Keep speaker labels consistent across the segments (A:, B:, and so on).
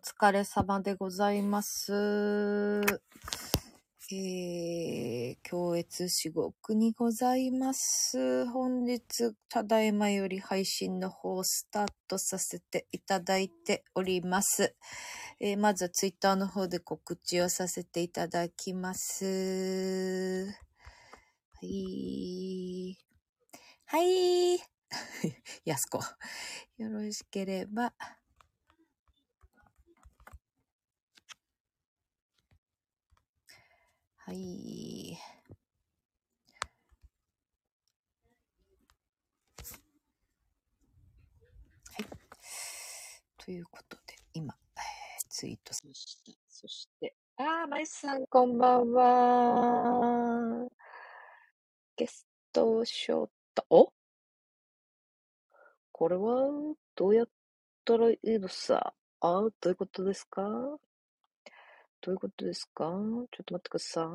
A: 疲れ様でございます。えー、強越至極にございます。本日、ただいまより配信の方をスタートさせていただいております。えー、まず、ツイッターの方で告知をさせていただきます。はい。はい。 やすこ。よろしければ。はい。はい。ということで、今、えーツイートしました。そして、あー、まゆさん、こんばんは。ゲスト招待、おこれは、どうやったらいいのさ。あー、どういうことですかどういうことですかちょっと待ってください。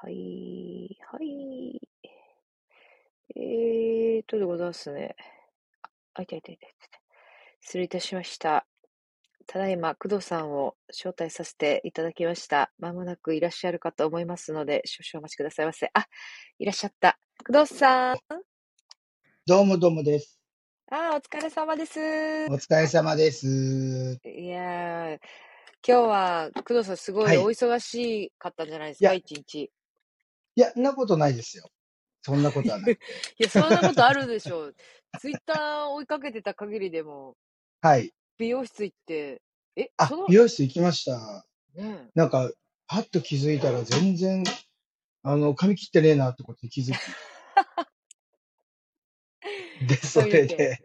A: はい、はい。えーっと、でございますね。あ、あいたいたいたいたいた。失礼いたしました。ただいま、工藤さんを招待させていただきました。まもなくいらっしゃるかと思いますので、少々お待ちくださいませ。あ、いらっしゃった。工藤さん。
B: どうもどうもです。
A: あー、お疲れ様です。
B: お疲れ様です。
A: いやー、今日は工藤さんすご
B: はいい。
A: お忙しかったんじゃないです
B: い
A: か、
B: や、い
A: 一日。
B: や、そんなことないですよ。そんなことはな い。
A: いや、そんなことあるでしょう。 ツイッター追いかけてた限りでも、
B: はい。
A: 美容室行って、え、
B: あ、
A: その、
B: 美容室行きました。
A: ねえ
B: なんか、パッと気づいたら全然、あの、髪切ってねえなってことに気づき。 で、そ
A: 髪の
B: れ
A: 毛、
B: で、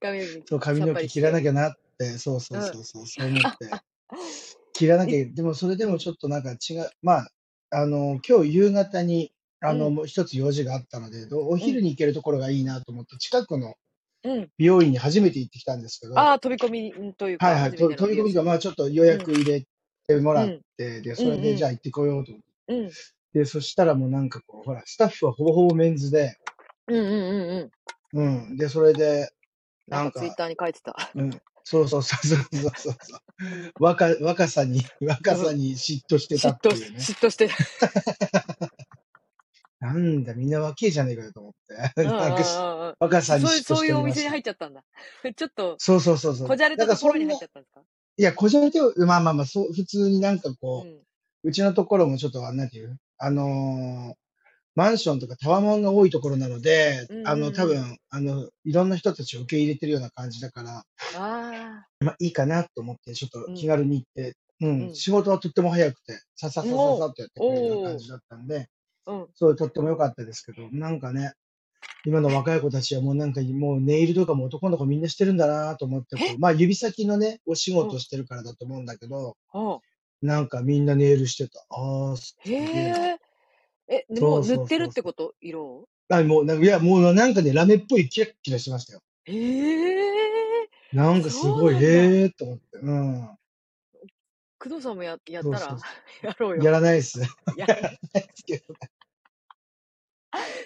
A: 髪の毛、
B: そう、髪
A: さっ
B: の
A: ぱ
B: 毛
A: りし
B: 切らな
A: て。。
B: きゃなって、そうそううんそうそう、そう思って。 切らなき
A: え、
B: ゃ、でもそれで
A: う
B: も
A: ん、
B: ちょっとなんか違う。まあ、あの、今日夕方に、あ
A: う
B: の、
A: ん、
B: もう一つ用事があったので、お
A: うん、
B: 昼に行けるところがいいなと思って、近くの
A: うん。
B: 美容院に初めて行ってきたんですけど、
A: ああ、飛び込みうんというか、
B: はいはい、
A: 初め
B: と
A: ての
B: 飛
A: 美
B: び
A: 容
B: 込み
A: 室
B: が、ま
A: に。
B: あちょっと予
A: うん、
B: 約入れても
A: う
B: らっ
A: ん、
B: て、で、
A: う
B: それで、じゃ
A: ん、
B: あ行ってこようと思っ
A: うん、うん、
B: て。で、そしたらもうなんかこう、ほら、スタッフはほぼほぼメンズで、
A: うん、うん、うん。
B: うん。で、それで、
A: なん
B: なん
A: かツイッ
B: か、
A: ターに書いてた。
B: うん、そうそうそうそうそうそうそう。若、若さに、
A: う
B: 若さ
A: ん。
B: に嫉妬して
A: 嫉
B: たっ
A: 妬
B: てい
A: し、
B: うね。
A: 嫉妬してた。
B: なんだ、みんな若いじゃねえかよと思っ
A: うん、
B: て。
A: うん、
B: なんかし、
A: うん、うん。
B: 若
A: そ
B: さに
A: そういう、そうい
B: 嫉妬して
A: う
B: おり
A: お
B: ま
A: 店
B: し
A: に
B: た。
A: 入っちゃったんだ。 ちょっと、
B: そうそうそうそ
A: こ
B: う。
A: じゃれ
B: だ
A: た
B: から
A: ところ
B: そ
A: に
B: ん
A: 入
B: な、
A: っちゃったんですか
B: いや、こじゃれては、まあまあまあ、そう、普通になんか
A: う
B: こ
A: ん。
B: う、うちのところもちょっと、なんていうあのーマンションとかタワマンが多いところなので、
A: うん
B: あの、多
A: うん
B: 分、あの、いろんな人たちを受け入れてるような感じだか
A: う
B: ら、
A: ん。ああ、
B: まあいいかなと思って、ちょっと
A: う
B: 気
A: ん、
B: 軽に行って、う、
A: うんん。
B: 仕事はとっても早くて、ささささ
A: も
B: さ
A: う、
B: っとやってくれるような
A: お
B: 感
A: お、
B: じだったんで、
A: うん。
B: そう、とっても良かったですけど、なんかね、今の若い子たちはもうなんか、もうネイルとかも男の子みんなしてるんだなと思って、
A: え
B: こう、まあ指先のね、お仕
A: うん、
B: 事してるからだと思うんだけど、
A: うん。
B: なんかみんなネイルしてた。ああ、す
A: へ
B: げえな。
A: え。え、でも
B: そ
A: 塗
B: うう
A: っ
B: そう
A: てるっ
B: そう
A: て
B: そう。
A: こと色を
B: あ、もうなんか、いや、もうなんかね、ラメっぽいキラッキラしてましたよ。
A: ええ
B: なんかす
A: そう
B: ごい、
A: なんだ。
B: へえーと思って。うん。
A: 工藤さんもや、やっ
B: そう
A: た
B: そう
A: ら
B: そ
A: やろう
B: う。や
A: よ。
B: らないっす。
A: や
B: や
A: ら
B: ら
A: ない。
B: ないっすけど。
A: で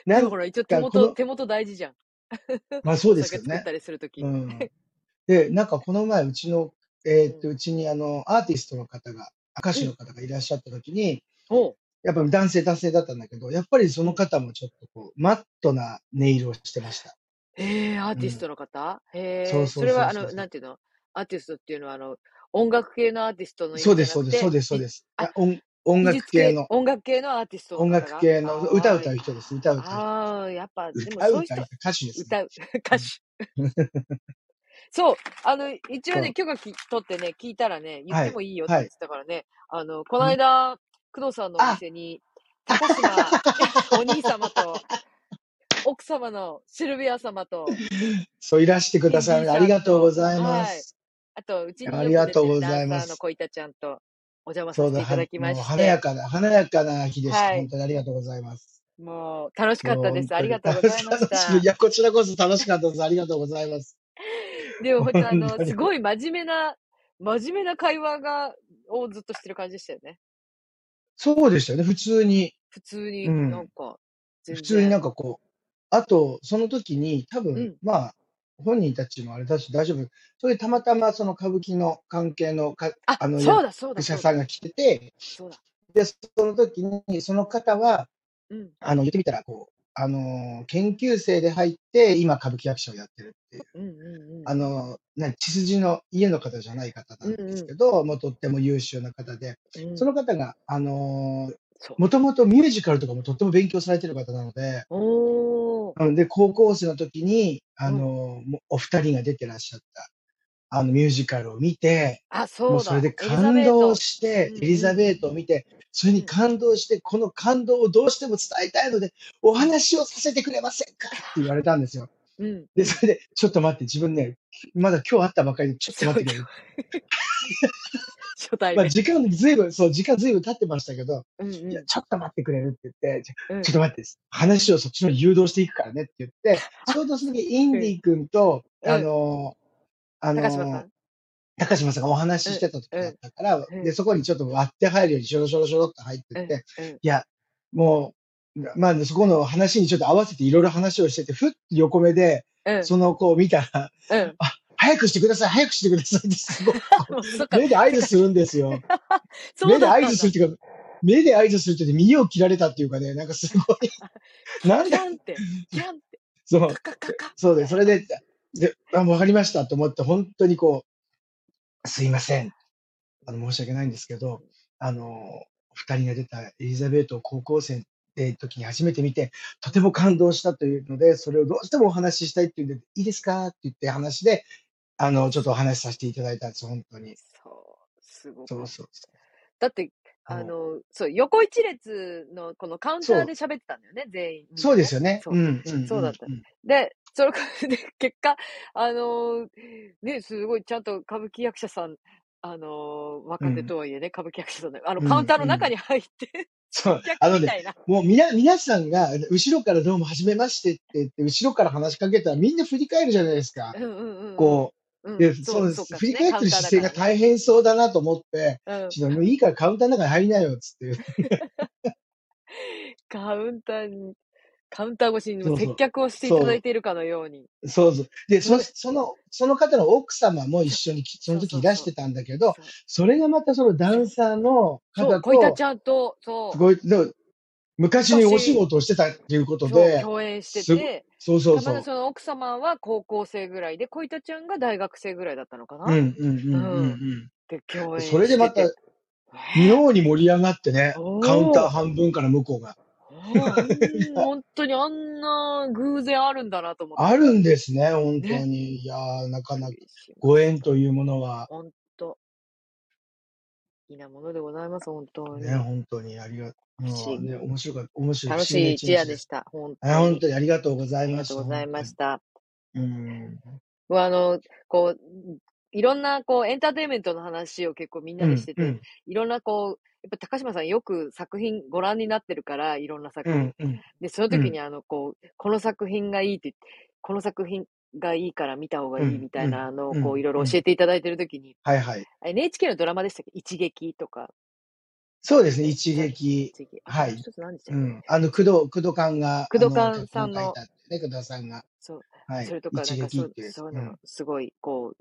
B: な
A: も
B: ん
A: ほら、一応手
B: か、こ
A: 元、
B: の、
A: 手元大事じゃん。
B: まあそう
A: お
B: ですけ
A: 酒
B: ど
A: 作っ
B: ね。
A: たりするとき。
B: うん。で、なんかこの前、うちの、え
A: う
B: ーっと、
A: ん。
B: うちにあの、アーティストの方が、歌
A: う
B: 手
A: ん。
B: の方がいらっしゃった時に、
A: おう。
B: やっぱ男性男性だったんだけど、やっぱりそうの
A: ん。
B: 方もちょっとこう、マットなネイルをしてました。
A: ええアー
B: う
A: ティス
B: ん。
A: トの方
B: そ
A: え
B: う
A: えそ
B: そう
A: れ
B: そ
A: は、
B: う
A: あ
B: そ
A: の、
B: うそ
A: なん
B: う。
A: ていうのアーティストっていうのは、あの、音楽系のアーティストの意
B: そう
A: 味じ
B: で
A: ゃ
B: す、
A: な
B: そ
A: く
B: うです、そう
A: て、
B: です、そ
A: 美、あ、
B: うです。いや音音
A: 美
B: 楽
A: 術
B: 系
A: 系、
B: の、
A: 音楽系のアーティストの
B: 音
A: 方
B: 楽
A: が
B: 系の歌
A: あ
B: を
A: あー、
B: 歌う人です。歌を歌う人。
A: ああ、やっぱ、でも
B: 歌
A: そうういう
B: 歌う
A: 人、
B: 人、歌手ですね。
A: 歌う、歌
B: う
A: 手。
B: ん
A: そう、あの、一応
B: そ
A: ね、
B: う。
A: 許可き取ってね、聞いたらね、言っ
B: は
A: て
B: い。
A: もいいよって
B: は
A: 言っ
B: い。
A: てたからね、あの、この
B: ん
A: 間、工藤さんのお
B: あ
A: 店に、高島、お兄様と、奥様のシルビア様と、
B: そう、いらしてく
A: ケ
B: だ
A: ンデ
B: さ
A: ィー
B: い。あ
A: さ
B: り
A: ん
B: がとうご
A: と、
B: ざいま
A: はい。
B: す。
A: あと、うちに
B: あ
A: よ
B: り
A: く
B: が
A: 出
B: と
A: てる
B: うご
A: ダ
B: ざ
A: ン
B: い
A: サ
B: ま
A: ーの
B: す。
A: 小板ちゃんとお邪魔さ
B: そう
A: せて
B: だ、
A: いた
B: は、
A: だきま
B: もう
A: し
B: 華や
A: て、
B: かな、華やかな日でした。
A: は
B: 本
A: い。
B: 当にありがとうございます。
A: もう、楽しかっ
B: もう
A: たで
B: 本
A: す。あ
B: 当
A: り
B: に
A: がとうご
B: 楽
A: ざ
B: し
A: いまし
B: 楽しく、い
A: た。
B: や、こちらこそ楽しかったです。ありがとうございます。
A: でも
B: 本
A: 本当あの、
B: 当に。
A: すごい真面目な、真面目な会話が、をずっとしてる感じでしたよね。
B: そうでしたよね、普通に。
A: 普通
B: う
A: になん
B: ん。
A: か、
B: 普
A: 全
B: 通に
A: 然。
B: なんかこう、あと、その時に多
A: う
B: 分、
A: ん、
B: まあ、本人たちもあれだし、大丈夫。それでたまたまその歌舞伎の関係のか、
A: あ、
B: あの、
A: そう
B: 役
A: だ、そうだ、
B: 者
A: そう
B: さ
A: だ、
B: んが来てて、
A: そうだ。
B: で、その時に、その方は、
A: うん、
B: あの、言ってみたら、こう、あの、研究生で入って、今歌舞伎役者をやってるっていう
A: うん、うん、
B: あの、な血筋の家の方じゃない方
A: う。
B: なんん
A: う
B: です
A: ん、
B: けど、もうとっても優秀な方で、
A: うん、う
B: そ
A: ん。
B: の方が、あの
A: そう。
B: もともとミュージカルとかもとっても勉強されてる方なので、
A: おー、
B: うんで、高校生の時に、あ
A: う
B: の
A: ん。
B: もうお二人が出てらっしゃった、あのミュージカルを見て、
A: あ、
B: も
A: そうう
B: それ
A: だ、
B: で
A: エリザ
B: 感
A: ベー
B: 動
A: ト。
B: し
A: う
B: て、
A: ん、
B: エリ
A: う
B: ザ
A: ん、
B: ベートを見て、それ
A: う
B: に
A: ん。
B: 感動して、この感動をどうしても伝えたいので、お話をさせてくれませんかって言われたんですよ。
A: うん、う
B: で、
A: ん。
B: それで、ちょっと待って、自分ね、まだ今日会ったばかりで、ちょっと
A: そう、
B: 待っ
A: 今
B: てくれ
A: 日、初対
B: まあ、
A: 面。
B: 時間ずいぶん、そう、時間ずいぶん経ってましたけど、
A: うん、
B: いや、
A: う
B: ちょっと待ってくれるって言って、ちょ
A: ん、う
B: ちょっ
A: ん。
B: と待って、話をそっちの方に誘導していくからねって言って、ち
A: あ、
B: ょうどその時、イン
A: うん、
B: ディ君と、あ
A: うん。
B: のー、あ
A: 高島さ
B: の
A: ん
B: ー、高島さんがお話
A: う
B: しし
A: ん、
B: てた時
A: う
B: だっ
A: ん、
B: たから、
A: う
B: で、
A: ん、
B: そこにちょっと割って入るように、しょろしょろしょろっと入ってっ
A: うん、
B: て、
A: うん。
B: いや、もう、まあ、そこの話にちょっと合わせていろいろ話をしてて、ふっと横目で、
A: うん、
B: その子を見たら、
A: うん。
B: あ、早くしてください、早くしてくださいって、すごい、こ う
A: もう、そっか、
B: 目で合
A: て
B: 図
A: か、
B: するんですよ。
A: そう
B: 目で
A: だっ
B: 合
A: た
B: 図
A: ん
B: するっ
A: だ。
B: ていうか、目で合図するって耳を切られたっていうかね、なんかすごい、 なん
A: キ
B: だ、
A: ャンって、キャンって、
B: そ
A: カ
B: う、
A: カカカ、
B: そう
A: みた
B: で、
A: い
B: そ
A: な
B: れ
A: 感
B: で、
A: じ。
B: で、あ、わかりましたと思って、本当にこう、すいません。あの、申し訳ないんですけど、あの、二人が出たエリザベートを高校生で時に初めて見て、とても感動したというので、それをどうしてもお話ししたいっていうんで、いいですかって言って話で、あの、ちょっとお話しさせていただいたんです、本当に。
A: そう、すご
B: そ
A: か
B: う
A: っ
B: そうそ
A: た。だって、
B: う。
A: あ
B: もう、
A: の、そう、横一列のこのカウンタ
B: そ
A: ー
B: う、
A: で喋ってたんだよね、全員、みん
B: そう
A: な
B: で
A: ね。
B: すよね。
A: そうう、
B: ん、うん、
A: そう
B: う
A: だっ
B: ん、
A: た。
B: うん。
A: で、その、で、結果、あの、ね、すごい、ちゃんと歌舞伎役者さん、あの、
B: う
A: 若手
B: ん、
A: とはいえね、歌舞伎役者さんで、あの、
B: う
A: カウン
B: ん、
A: ターの
B: う
A: 中
B: ん。
A: に入って、
B: そ
A: 接
B: う。
A: 客
B: あの
A: み
B: ね、
A: たいな。
B: もうみな、皆さんが、後ろからどうも、初めましてって言って、後ろから話しかけたらみんな振り返るじゃないですか。
A: うんうんうんうん。
B: こ
A: う
B: う。
A: ん、
B: で、
A: そ、
B: そうの、
A: そうか、
B: 振り
A: ね、
B: 返っ
A: カウ
B: て
A: ン
B: る
A: ターだ
B: 姿
A: か
B: 勢が
A: らね。
B: 大変そうだなと思って、
A: うん。
B: ちょっともういいからカウンターの中に入りなよ、つって。
A: カウンターに、カウンター越しにも
B: そう
A: 接
B: そう。
A: 客をしていただい
B: そ
A: ているかのように。
B: う。 そうそう。で、そ、
A: ね、
B: その、その方の奥様も一
A: そう、
B: 緒にき、その
A: そう
B: 時
A: そ
B: いうら
A: そ
B: して
A: う、
B: たんだけど、
A: そう、
B: それがまたそのダ
A: そ
B: ン
A: う、
B: サーの
A: そう、
B: 方
A: 小板
B: と、
A: ちゃんと、
B: す
A: そ
B: ごい、でも昔
A: う、
B: にお仕
A: 昔、
B: 事をしてたっていうこと
A: そう、
B: で、
A: 共演して
B: すご、
A: て、
B: そうそう
A: で、まだ
B: そ
A: その奥様は高校生ぐらいで、小板ちゃんが大学生ぐらいだったのか
B: う。う、
A: なん
B: うん、うん、う
A: うん。
B: ん、うん。
A: で、共
B: でそ
A: 演
B: れで
A: し
B: ま
A: て
B: た、
A: て、え
B: 妙に盛り上がってね、
A: ー、
B: カウンター
A: おー、
B: 半分から向こうが。
A: おー、あん、本当にあんな偶然あるんだなと思っ
B: あ
A: て。
B: るんですね、本当
A: ね、
B: に。いやー、な
A: びっ
B: か
A: く
B: なか、
A: りしま
B: ご
A: し
B: 縁
A: た。
B: というものは、
A: 本当、いいなものでございます、本当
B: ね、
A: に。
B: 本当にありが、
A: 不思
B: もうね、
A: 議。
B: 面白かった、面白い、
A: 楽
B: 不
A: し
B: 思議ない一
A: 一夜
B: 日
A: で
B: で
A: し
B: す。
A: た、本
B: あ、
A: 当
B: 本
A: に。
B: 当にありがとうござ
A: あ
B: い
A: り
B: ま
A: がと
B: し
A: うご
B: た、
A: ざ
B: 本
A: いま
B: 当に。
A: した。
B: うん。
A: 僕はあの、こう、いろんな、こう、エンターテインメントの話を結構みん
B: う
A: なでし
B: ん、
A: て
B: う
A: て、
B: ん、
A: いろんな、こう、やっぱ高島さんよく作品ご覧になってるから、いろんな
B: う
A: 作品。
B: ん、うん、
A: で、その
B: う
A: 時
B: ん、
A: にあの、こう、この作品がいいって、この作品がいいから見た方が
B: う
A: いい
B: ん、
A: みた
B: う
A: い
B: ん、
A: なのを、
B: う
A: こう、い
B: ん、
A: ろいうろ教
B: ん。
A: えていただいてる時に、
B: はいはい。
A: NHK のドラマでしたっけ一撃とか。
B: そうですね、
A: え、
B: 一
A: そうです。
B: 撃。
A: 一撃。あと
B: は
A: もう
B: い。
A: 一つ何でしたっ
B: う
A: け
B: ん。あの、工藤、工藤官が、
A: 工
B: あ
A: 藤
B: の、
A: 官
B: 脚
A: さ
B: 本
A: ん
B: 書い
A: の、
B: たってね、工藤さんが。
A: そう、
B: は
A: そ
B: い。
A: れとか、
B: 一
A: なんか、
B: 撃
A: そ
B: っ
A: う、
B: ていうやつ。
A: そういう
B: う
A: の、
B: ん。
A: すごい、こう、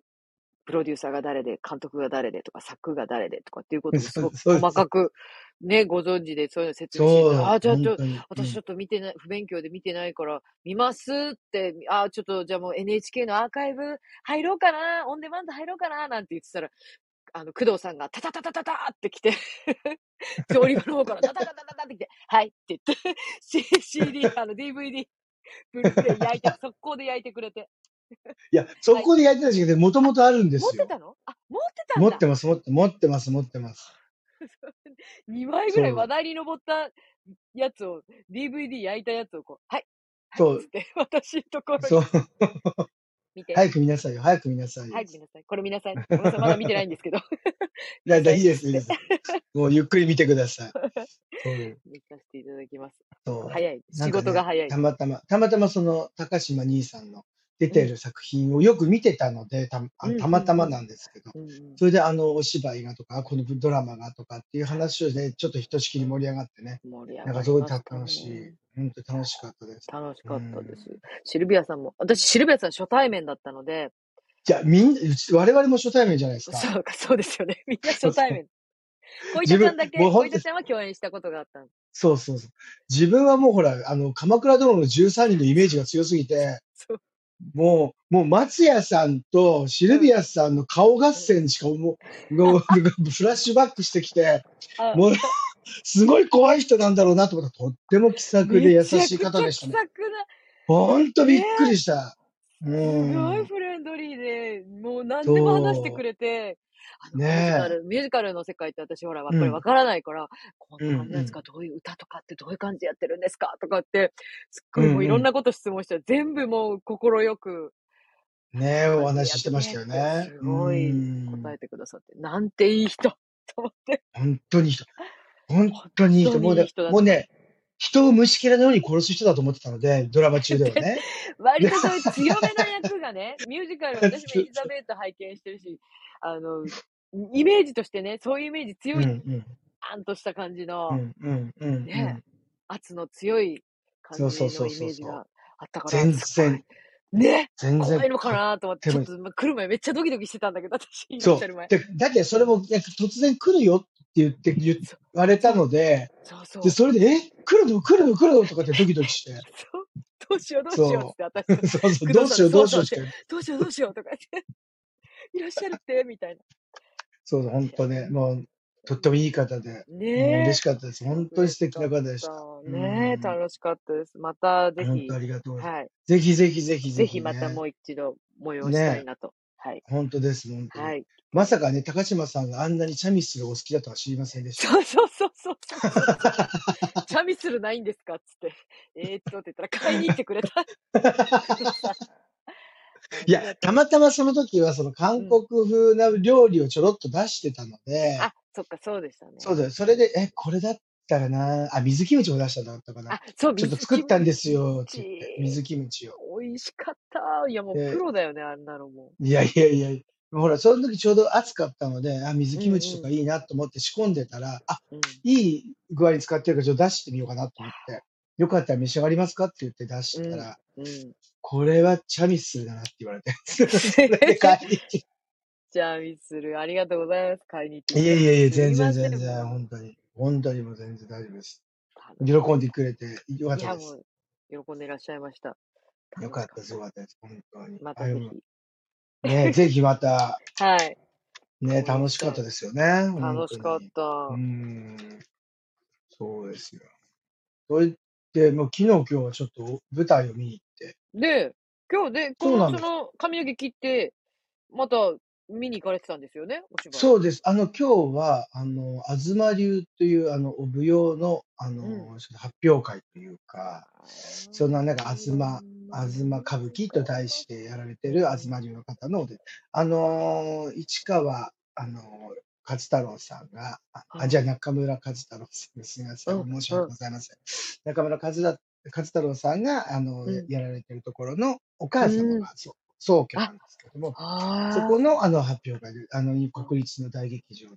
A: プロデューサーが誰で、監督が誰でとか、作が誰でとかっていうこともす
B: そう
A: ごく
B: そうで
A: 細
B: す。
A: かく、ね、ご存知でそういうの説明してて、
B: そ
A: あ
B: う、
A: あ、じゃあち
B: 本
A: ょ、
B: 当に。う
A: 私ちょ
B: ん。
A: っと見てない、不勉強で見てないから、見ますって、ああ、ちょっと、じゃあもう NHK のアーカイブ入ろうかな、オンデマンド入ろうかな、なんて言ってたら、あの、工藤さんが、タタタタタタって来て、 調理場の方から、タタタタタタって来て、はいって言って、C- CD、あの DVD、ブルーレイ焼い て、速攻で焼いてくれて、
B: いや、そ
A: はい。
B: こでやってたんですけど、もと
A: あ、
B: もとあるんで
A: 持っ
B: す
A: て
B: よ。
A: たのあ、持ってたん
B: 持っ
A: だ。
B: てます、持って、持ってます、持ってます。
A: 2枚ぐらい
B: そ
A: 話
B: う、
A: 題に上ったやつを、DVD 焼いたやつをこう、はい、はいっ
B: そ
A: つって、私のところ
B: う、そう。
A: に、見て、
B: 早く見なさいよ、早く見なさいよ。
A: はい、見なさい。これ見なさい。ごめんなさい、まだ見てないんですけ ど、見
B: だ、
A: な
B: だ、
A: さ
B: い
A: い、
B: いで
A: つっ
B: す、いいで
A: て。
B: す。もうゆっくり見てください。そう、
A: 見させていただきます。
B: そ
A: 早い。
B: う。な
A: 仕
B: んか
A: 事が
B: ね、
A: 早い。
B: たまたま、たまたまその、高島兄さんの出
A: う
B: て
A: ん、
B: る作品をよく見てたので、た、
A: うん、
B: あの
A: う
B: たまた
A: ん、う
B: ま
A: ん、
B: なんですけど、
A: うん、うん。
B: それであの、お芝居がとか、このドラマがとかっていう
A: はい。
B: 話をね、ちょっとひとしきり盛り上がってね、
A: 盛り上
B: なんか
A: が
B: す
A: り
B: ごい
A: ました
B: 楽しい。
A: ね。
B: 本当に楽しかったです。
A: 楽しかったです。シルビアさんも、私、シルビアさん初対面だったので、
B: じゃあ、みんな、うち我々も初対面じゃないですか。
A: そうか、そうですよね。 みんな初対面。小
B: 自
A: 板
B: 分
A: ちゃんだけ、
B: もうほ
A: 小
B: んと
A: 板ちゃんは共演したことがあったの。
B: そうそうそう。自分はもうほら、あの、鎌倉殿の13人のイメージが強すぎて、
A: そう。
B: もう、もう松屋さんとシルビアさんの顔合戦しかもう、もうフラッシュバックしてきて、
A: あ
B: もう、すごい怖い人なんだろうなと思ったら、とっても気さくで優しい方でした
A: め
B: ね。
A: ちゃくちゃ気さくな
B: ほんとびっくりした。
A: すご
B: う
A: い
B: ん。
A: フレンドリーで、もう何でも話してくれて、あのミュージ
B: ね
A: カ
B: え。
A: ル、ミュージカルの世界って私ほら、やっ
B: う
A: ぱり
B: ん
A: わからないから、こん
B: う
A: な感
B: ん
A: じ
B: う
A: なんです
B: ん。
A: かどういう歌とかってどういう感じでやってるんですかとかって、すっ
B: う
A: ごいもういろん
B: ん
A: なこと質問したら、全部もう快く、なんか
B: ね
A: こん
B: え、
A: な
B: お
A: 感じでや
B: 話し
A: っ
B: して
A: て
B: ました
A: ねって、
B: よね。
A: す
B: う
A: ごい答
B: ん。
A: えてくださって、なんていい人と思って、
B: 本当にいい人。本
A: 本
B: 当にいい
A: 当
B: 人。もう
A: にいい
B: ね、
A: 人だっ
B: もう
A: た。
B: ね、人を虫けらのように殺す人だと思ってたので、ドラマ中では
A: で
B: ね。
A: 割
B: で、
A: とそういう強めな役が ね、ミュージカル、私もエリザベート拝見してるし、あの、イメージとしてね、そういうイメージ強
B: うん
A: い、
B: うん
A: あんとした感じ
B: う
A: の、
B: んうんうんう
A: ね、
B: ん。
A: 圧の強い感
B: そうそう
A: じ
B: そ
A: の
B: う
A: イ
B: そう
A: メージ
B: そう。
A: があったから、
B: 全
A: すご
B: 然、
A: い、ね、
B: 全
A: 怖
B: 然
A: いのか
B: とっ
A: なと思って、
B: て
A: ちょ
B: も
A: っ
B: いい。
A: と来る前めっちゃドキドキしてたんだけど、私、いらっし
B: そ
A: ゃる前。
B: う。で、だってそれもなんか突然来るよって言って言
A: そ、
B: われた
A: そう、
B: ので、
A: そう
B: で、
A: そう。
B: それで、え、来るの来るの来るのとかってドキドキして。
A: そう どうしようどうしようっつって
B: そ
A: 私と
B: う。そうそう。
A: 工
B: ど
A: 藤
B: う
A: さん
B: しよ
A: と
B: うど
A: そう
B: うし
A: そ
B: よ
A: うっ
B: うしてか。
A: どうしようどうしようとか言って いらっしゃるってみたいな
B: そう、本
A: いや
B: 当ね、もう、とってもいい方で、もう
A: ね
B: 嬉
A: え
B: しかったです。本当に
A: 嬉
B: 素
A: し
B: 敵
A: か
B: な
A: っ
B: 方でしたた。う
A: ねえ
B: ん。
A: 楽しかったですまたぜ
B: 本当
A: ひ
B: ありがとうございます。
A: はい
B: ぜひぜひぜひぜ
A: ぜひ
B: ひ
A: またもう
B: ね。
A: 一度催したい
B: ね、
A: なとはい
B: 本当です、本当
A: は
B: に。
A: い来て
B: ま
A: ほし
B: さ
A: い
B: かね、高島さんがあんなにチャミスルをお好きだとは知りませんでした。
A: そうそうそう そうそうそうそうチャミスルないんですかっつってえー、っとって言ったら買いに行ってくれ た工藤さんありがと
B: いや、た
A: う
B: またまその時はその
A: う
B: 韓
A: ん
B: 国風な料理をちょろっと出してたので、
A: あそっかそうでした
B: そう
A: ね
B: だよ。それで、え、これだったらな、あ、水キムチも出したんだったかな。
A: あそう
B: ちょっと
A: 水
B: 作っ
A: キ
B: たん
A: ム
B: ですよ、って言って、
A: チ
B: 水キムチを。
A: 美味しかった。いや、もうプ
B: で、
A: ロだよね、あんなのも
B: いやいやいや、ほら、その時ちょうど暑かったので、あ、水
A: う。う
B: キムチと
A: ん
B: かいいなと思って仕込んでたら、あ、
A: うん。うん。
B: いい具合に使ってるから、ちょっと出してみようかなと思って、よかったら召し上がりますかって言って出し
A: う
B: た
A: ん。
B: ら、
A: うん。
B: これはチャミスルだなって言われて、そ れで帰りに。
A: じゃあ、ミスル、ありがとうございます。買いに行ってい
B: い
A: た
B: え
A: だい
B: い
A: て。
B: えいえ、
A: す
B: 全
A: み
B: 然
A: ません、
B: 全然、
A: も
B: 本当に。本当にもう全然大丈夫です。
A: う。楽し
B: 喜
A: か
B: ん
A: っ
B: でくれてよか
A: た。
B: っ
A: いや、
B: たで
A: も
B: す。
A: う、喜んでいらっしゃいました。
B: よ
A: 楽
B: か
A: し
B: っ
A: か
B: た
A: っ
B: です、
A: た
B: よ
A: です。
B: かったです。本当に。
A: ま
B: あ
A: たぜ
B: の
A: ひ。
B: ね、ぜひまた、
A: はい。応
B: ね、
A: 援
B: 楽
A: し
B: しか
A: た
B: った
A: い。
B: ですよね、本
A: 楽
B: 当
A: しかっ
B: に。うー
A: た。
B: ん、そうですよ。それで、もう昨日今日はちょっと舞台を見に行って。
A: で、今日で、こ
B: そ
A: の、
B: うなん
A: そ
B: です。
A: の、髪の毛切って、また、見に行かれてたんですよね、お芝居。
B: そうです。あの、今日は、あの、東流という、あの、舞踊の、あ
A: うん。
B: の、ちょっと発表会というか、
A: あ
B: その、なん
A: あ、
B: か、
A: い
B: 東、
A: ろ
B: 東
A: んなも
B: 歌舞
A: の
B: 伎と題
A: が。
B: してやられ
A: う
B: てる
A: ん。
B: 東流の方のお出、あの、市川、あの、勝太郎さんが、あ、あじ
A: は
B: ゃあ中村勝太郎さんです。みませ。
A: い。うんん、
B: 申し訳
A: うん、
B: ございません。中村勝太勝太郎さんが、あの、
A: うん。
B: やられてるところのお母様
A: うん。
B: が、そう、宗家な
A: あ、
B: んですけども、そ
A: あ
B: この、あの、発表会で、あの、
A: あ。
B: 国立の大劇場で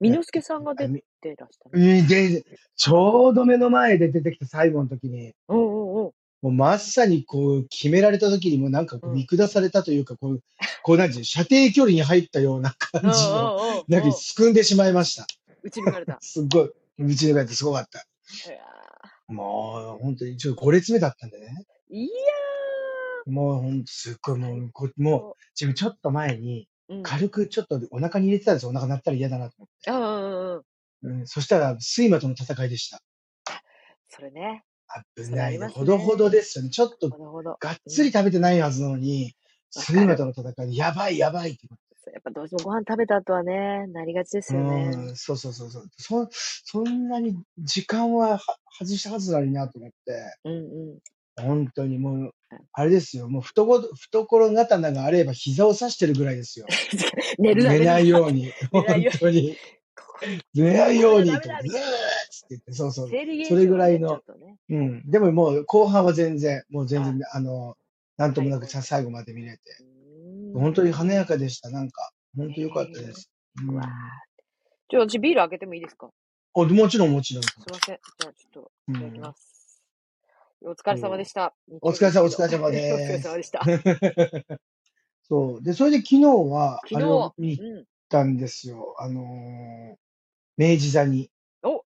A: み
B: やっ
A: のすけ
B: て
A: さんが
B: あ
A: 出
B: み
A: てらしたのか
B: うんで、ちょうど目の前で出てきた最後の時に、
A: な。うんうん
B: もうまさにこう、決められた時にもうなんか
A: う。
B: こうん
A: うん。
B: 見下されたというか、こう、こうなんていう、射程距離に入ったような
A: うん
B: 感
A: う
B: じの、
A: んうん
B: なんか
A: うん。
B: すくんでしまいました。
A: 打ち抜かれた。
B: すっごい、うちの帰ってすごかった。
A: いや
B: もう、本当に、ちょっと5列目だったんでね。
A: ー、いやー
B: もうほんとすっごいも
A: 最
B: う、こもう、
A: 高。
B: 自分ちょっと前に、
A: うん。
B: 軽くちょっとお腹に入れてたんですよ。お腹鳴ったら嫌だなと思って。
A: ああ、うん。
B: うん、そしたら、睡魔との戦いでした。
A: それね。
B: 危
A: それあ
B: な
A: り
B: いね。
A: ます
B: ほどほど
A: ね。
B: ですよね。ちょっと、
A: ほどほど。
B: がっ
A: う
B: つり
A: ん。
B: 食べてないはずなのに、
A: わ
B: 睡
A: か
B: 魔
A: る。
B: との戦いで、やばいやばいってこ
A: そうやっぱどうしてもご飯食べた後はね、なりがちで
B: と。
A: すよね。
B: うん、そうそうそうそう。そ、そんなに時間はは外したはずなのになと思って、
A: うんうん。
B: 本当にもう、
A: はい
B: あれですよ。もう懐、懐刀があれば膝を刺してるぐら いですよ。
A: 寝るな、寝
B: 寝
A: る
B: な
A: なっ
B: いよう
A: て。
B: に、
A: 寝ないよう
B: 本当
A: に。
B: に。
A: ここに
B: 寝ない
A: これ
B: よう
A: はダ
B: に
A: メ
B: とか、
A: だ
B: ず
A: み
B: ーった
A: いな。
B: つって言って、そうそう。
A: 生理
B: そ
A: 現
B: れぐ
A: 象は
B: らい
A: ね、ちょ
B: の、
A: っとね。
B: うん。でももう後半は全然、もう全
A: あ、
B: 然、あの、なんとも
A: 最
B: なく
A: 高
B: さ
A: だ。
B: 最後まで見れて、
A: うー
B: 本当に華や
A: ん。
B: かでした。なんか、本
A: え
B: 当良かった
A: え
B: です。う
A: うわー。
B: ん。
A: ちょ、私ビール開けてもいいですか
B: あ、もちろんもちろん。
A: すいません。じゃあちょっと、
B: う
A: いただき
B: ん。
A: ます。お疲れ様でした。
B: お疲れ様お疲れ様で す
A: お疲れ様でした。
B: そう。で、それで昨日は、あ
A: 昨
B: れ
A: 日
B: を見に行っ
A: うん。
B: たんですよ。あのー明治座に。
A: お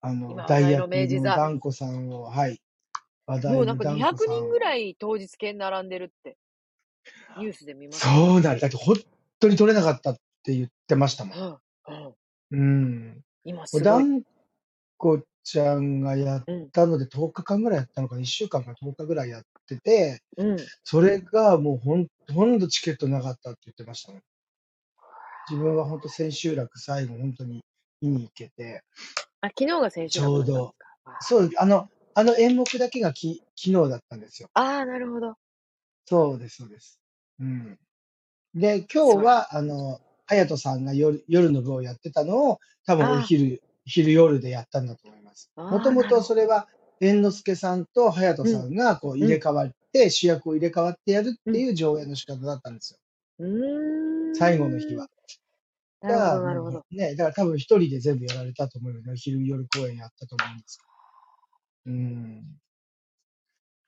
B: あの
A: 今、
B: 大
A: 話題の
B: 役
A: 明治
B: の
A: 座
B: 断固さんを、はい。話題
A: もうな
B: の
A: んか
B: 断
A: 200
B: 固さん
A: 人ぐらい当日券並んでるって、ニュースで見ました。
B: そうなんだ。だって本当に取れなかったって言ってましたもん。
A: はあはあ
B: うん。
A: 今す
B: もう
A: ごい。
B: 断固ちゃんがやっ
A: うん。
B: たので10日間ぐらいやったのかな、1週間か10日ぐらいやってて、
A: うん。
B: それがもうほんほとんどチケットなかったって言ってましたね。自分は本当千秋楽最後本当に見に行けて、
A: あ、昨日が先週
B: ちょうど、
A: あ
B: そう、あの、あの演目だけがき昨日だったんですよ。
A: あー、なるほど。
B: そうです、そうです。うん。で、
A: 素
B: 今日
A: 晴らしい。
B: は、あの、隼人さんが夜夜の部をやってたのを、多分お
A: あ
B: 昼、昼夜でやったんだと思います。
A: あ、
B: も
A: あ
B: と
A: あ、
B: も
A: なる
B: と
A: ほ
B: そ
A: ど。
B: れは、猿之助さんと隼人
A: う
B: さ
A: ん。
B: んがこう入
A: う
B: れ
A: ん。
B: 替わって、主役を入れ替わってやるっ
A: う
B: て
A: ん。
B: いう上映の仕方だったんですよ。
A: う
B: 最後の日
A: ーん。
B: は。
A: な
B: だ
A: るほ
B: から
A: ど、なるほ
B: も
A: ど。
B: うね、だから多分一人で全部やられたと思うよね。昼夜公演やったと思うんですけど。うん。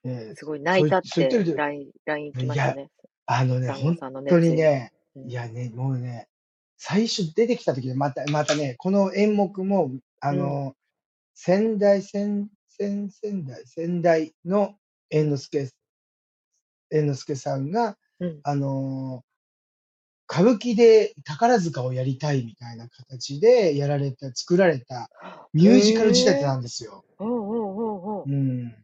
B: ね、
A: すごい、泣い
B: そ
A: う
B: い
A: たっ
B: そう言って
A: て、
B: る
A: LINE、LINE 来
B: い
A: ました
B: や、
A: ね。
B: あのね、
A: 団子
B: 本
A: さんの
B: 当
A: 熱
B: に
A: 意が。
B: ね、
A: う
B: い
A: ん。
B: やね、もうね、最初出てきた時で、また、またね、この演目も、あ
A: うん。
B: の、仙台、仙、仙、仙台、仙台の猿之助、猿之助さんが、
A: うん。
B: あの、歌舞伎で宝塚をやりたいみたいな形でやられた、作られたミュージカル仕立て
A: へえ。
B: なんですよ。
A: うんうんうんうん。
B: うん。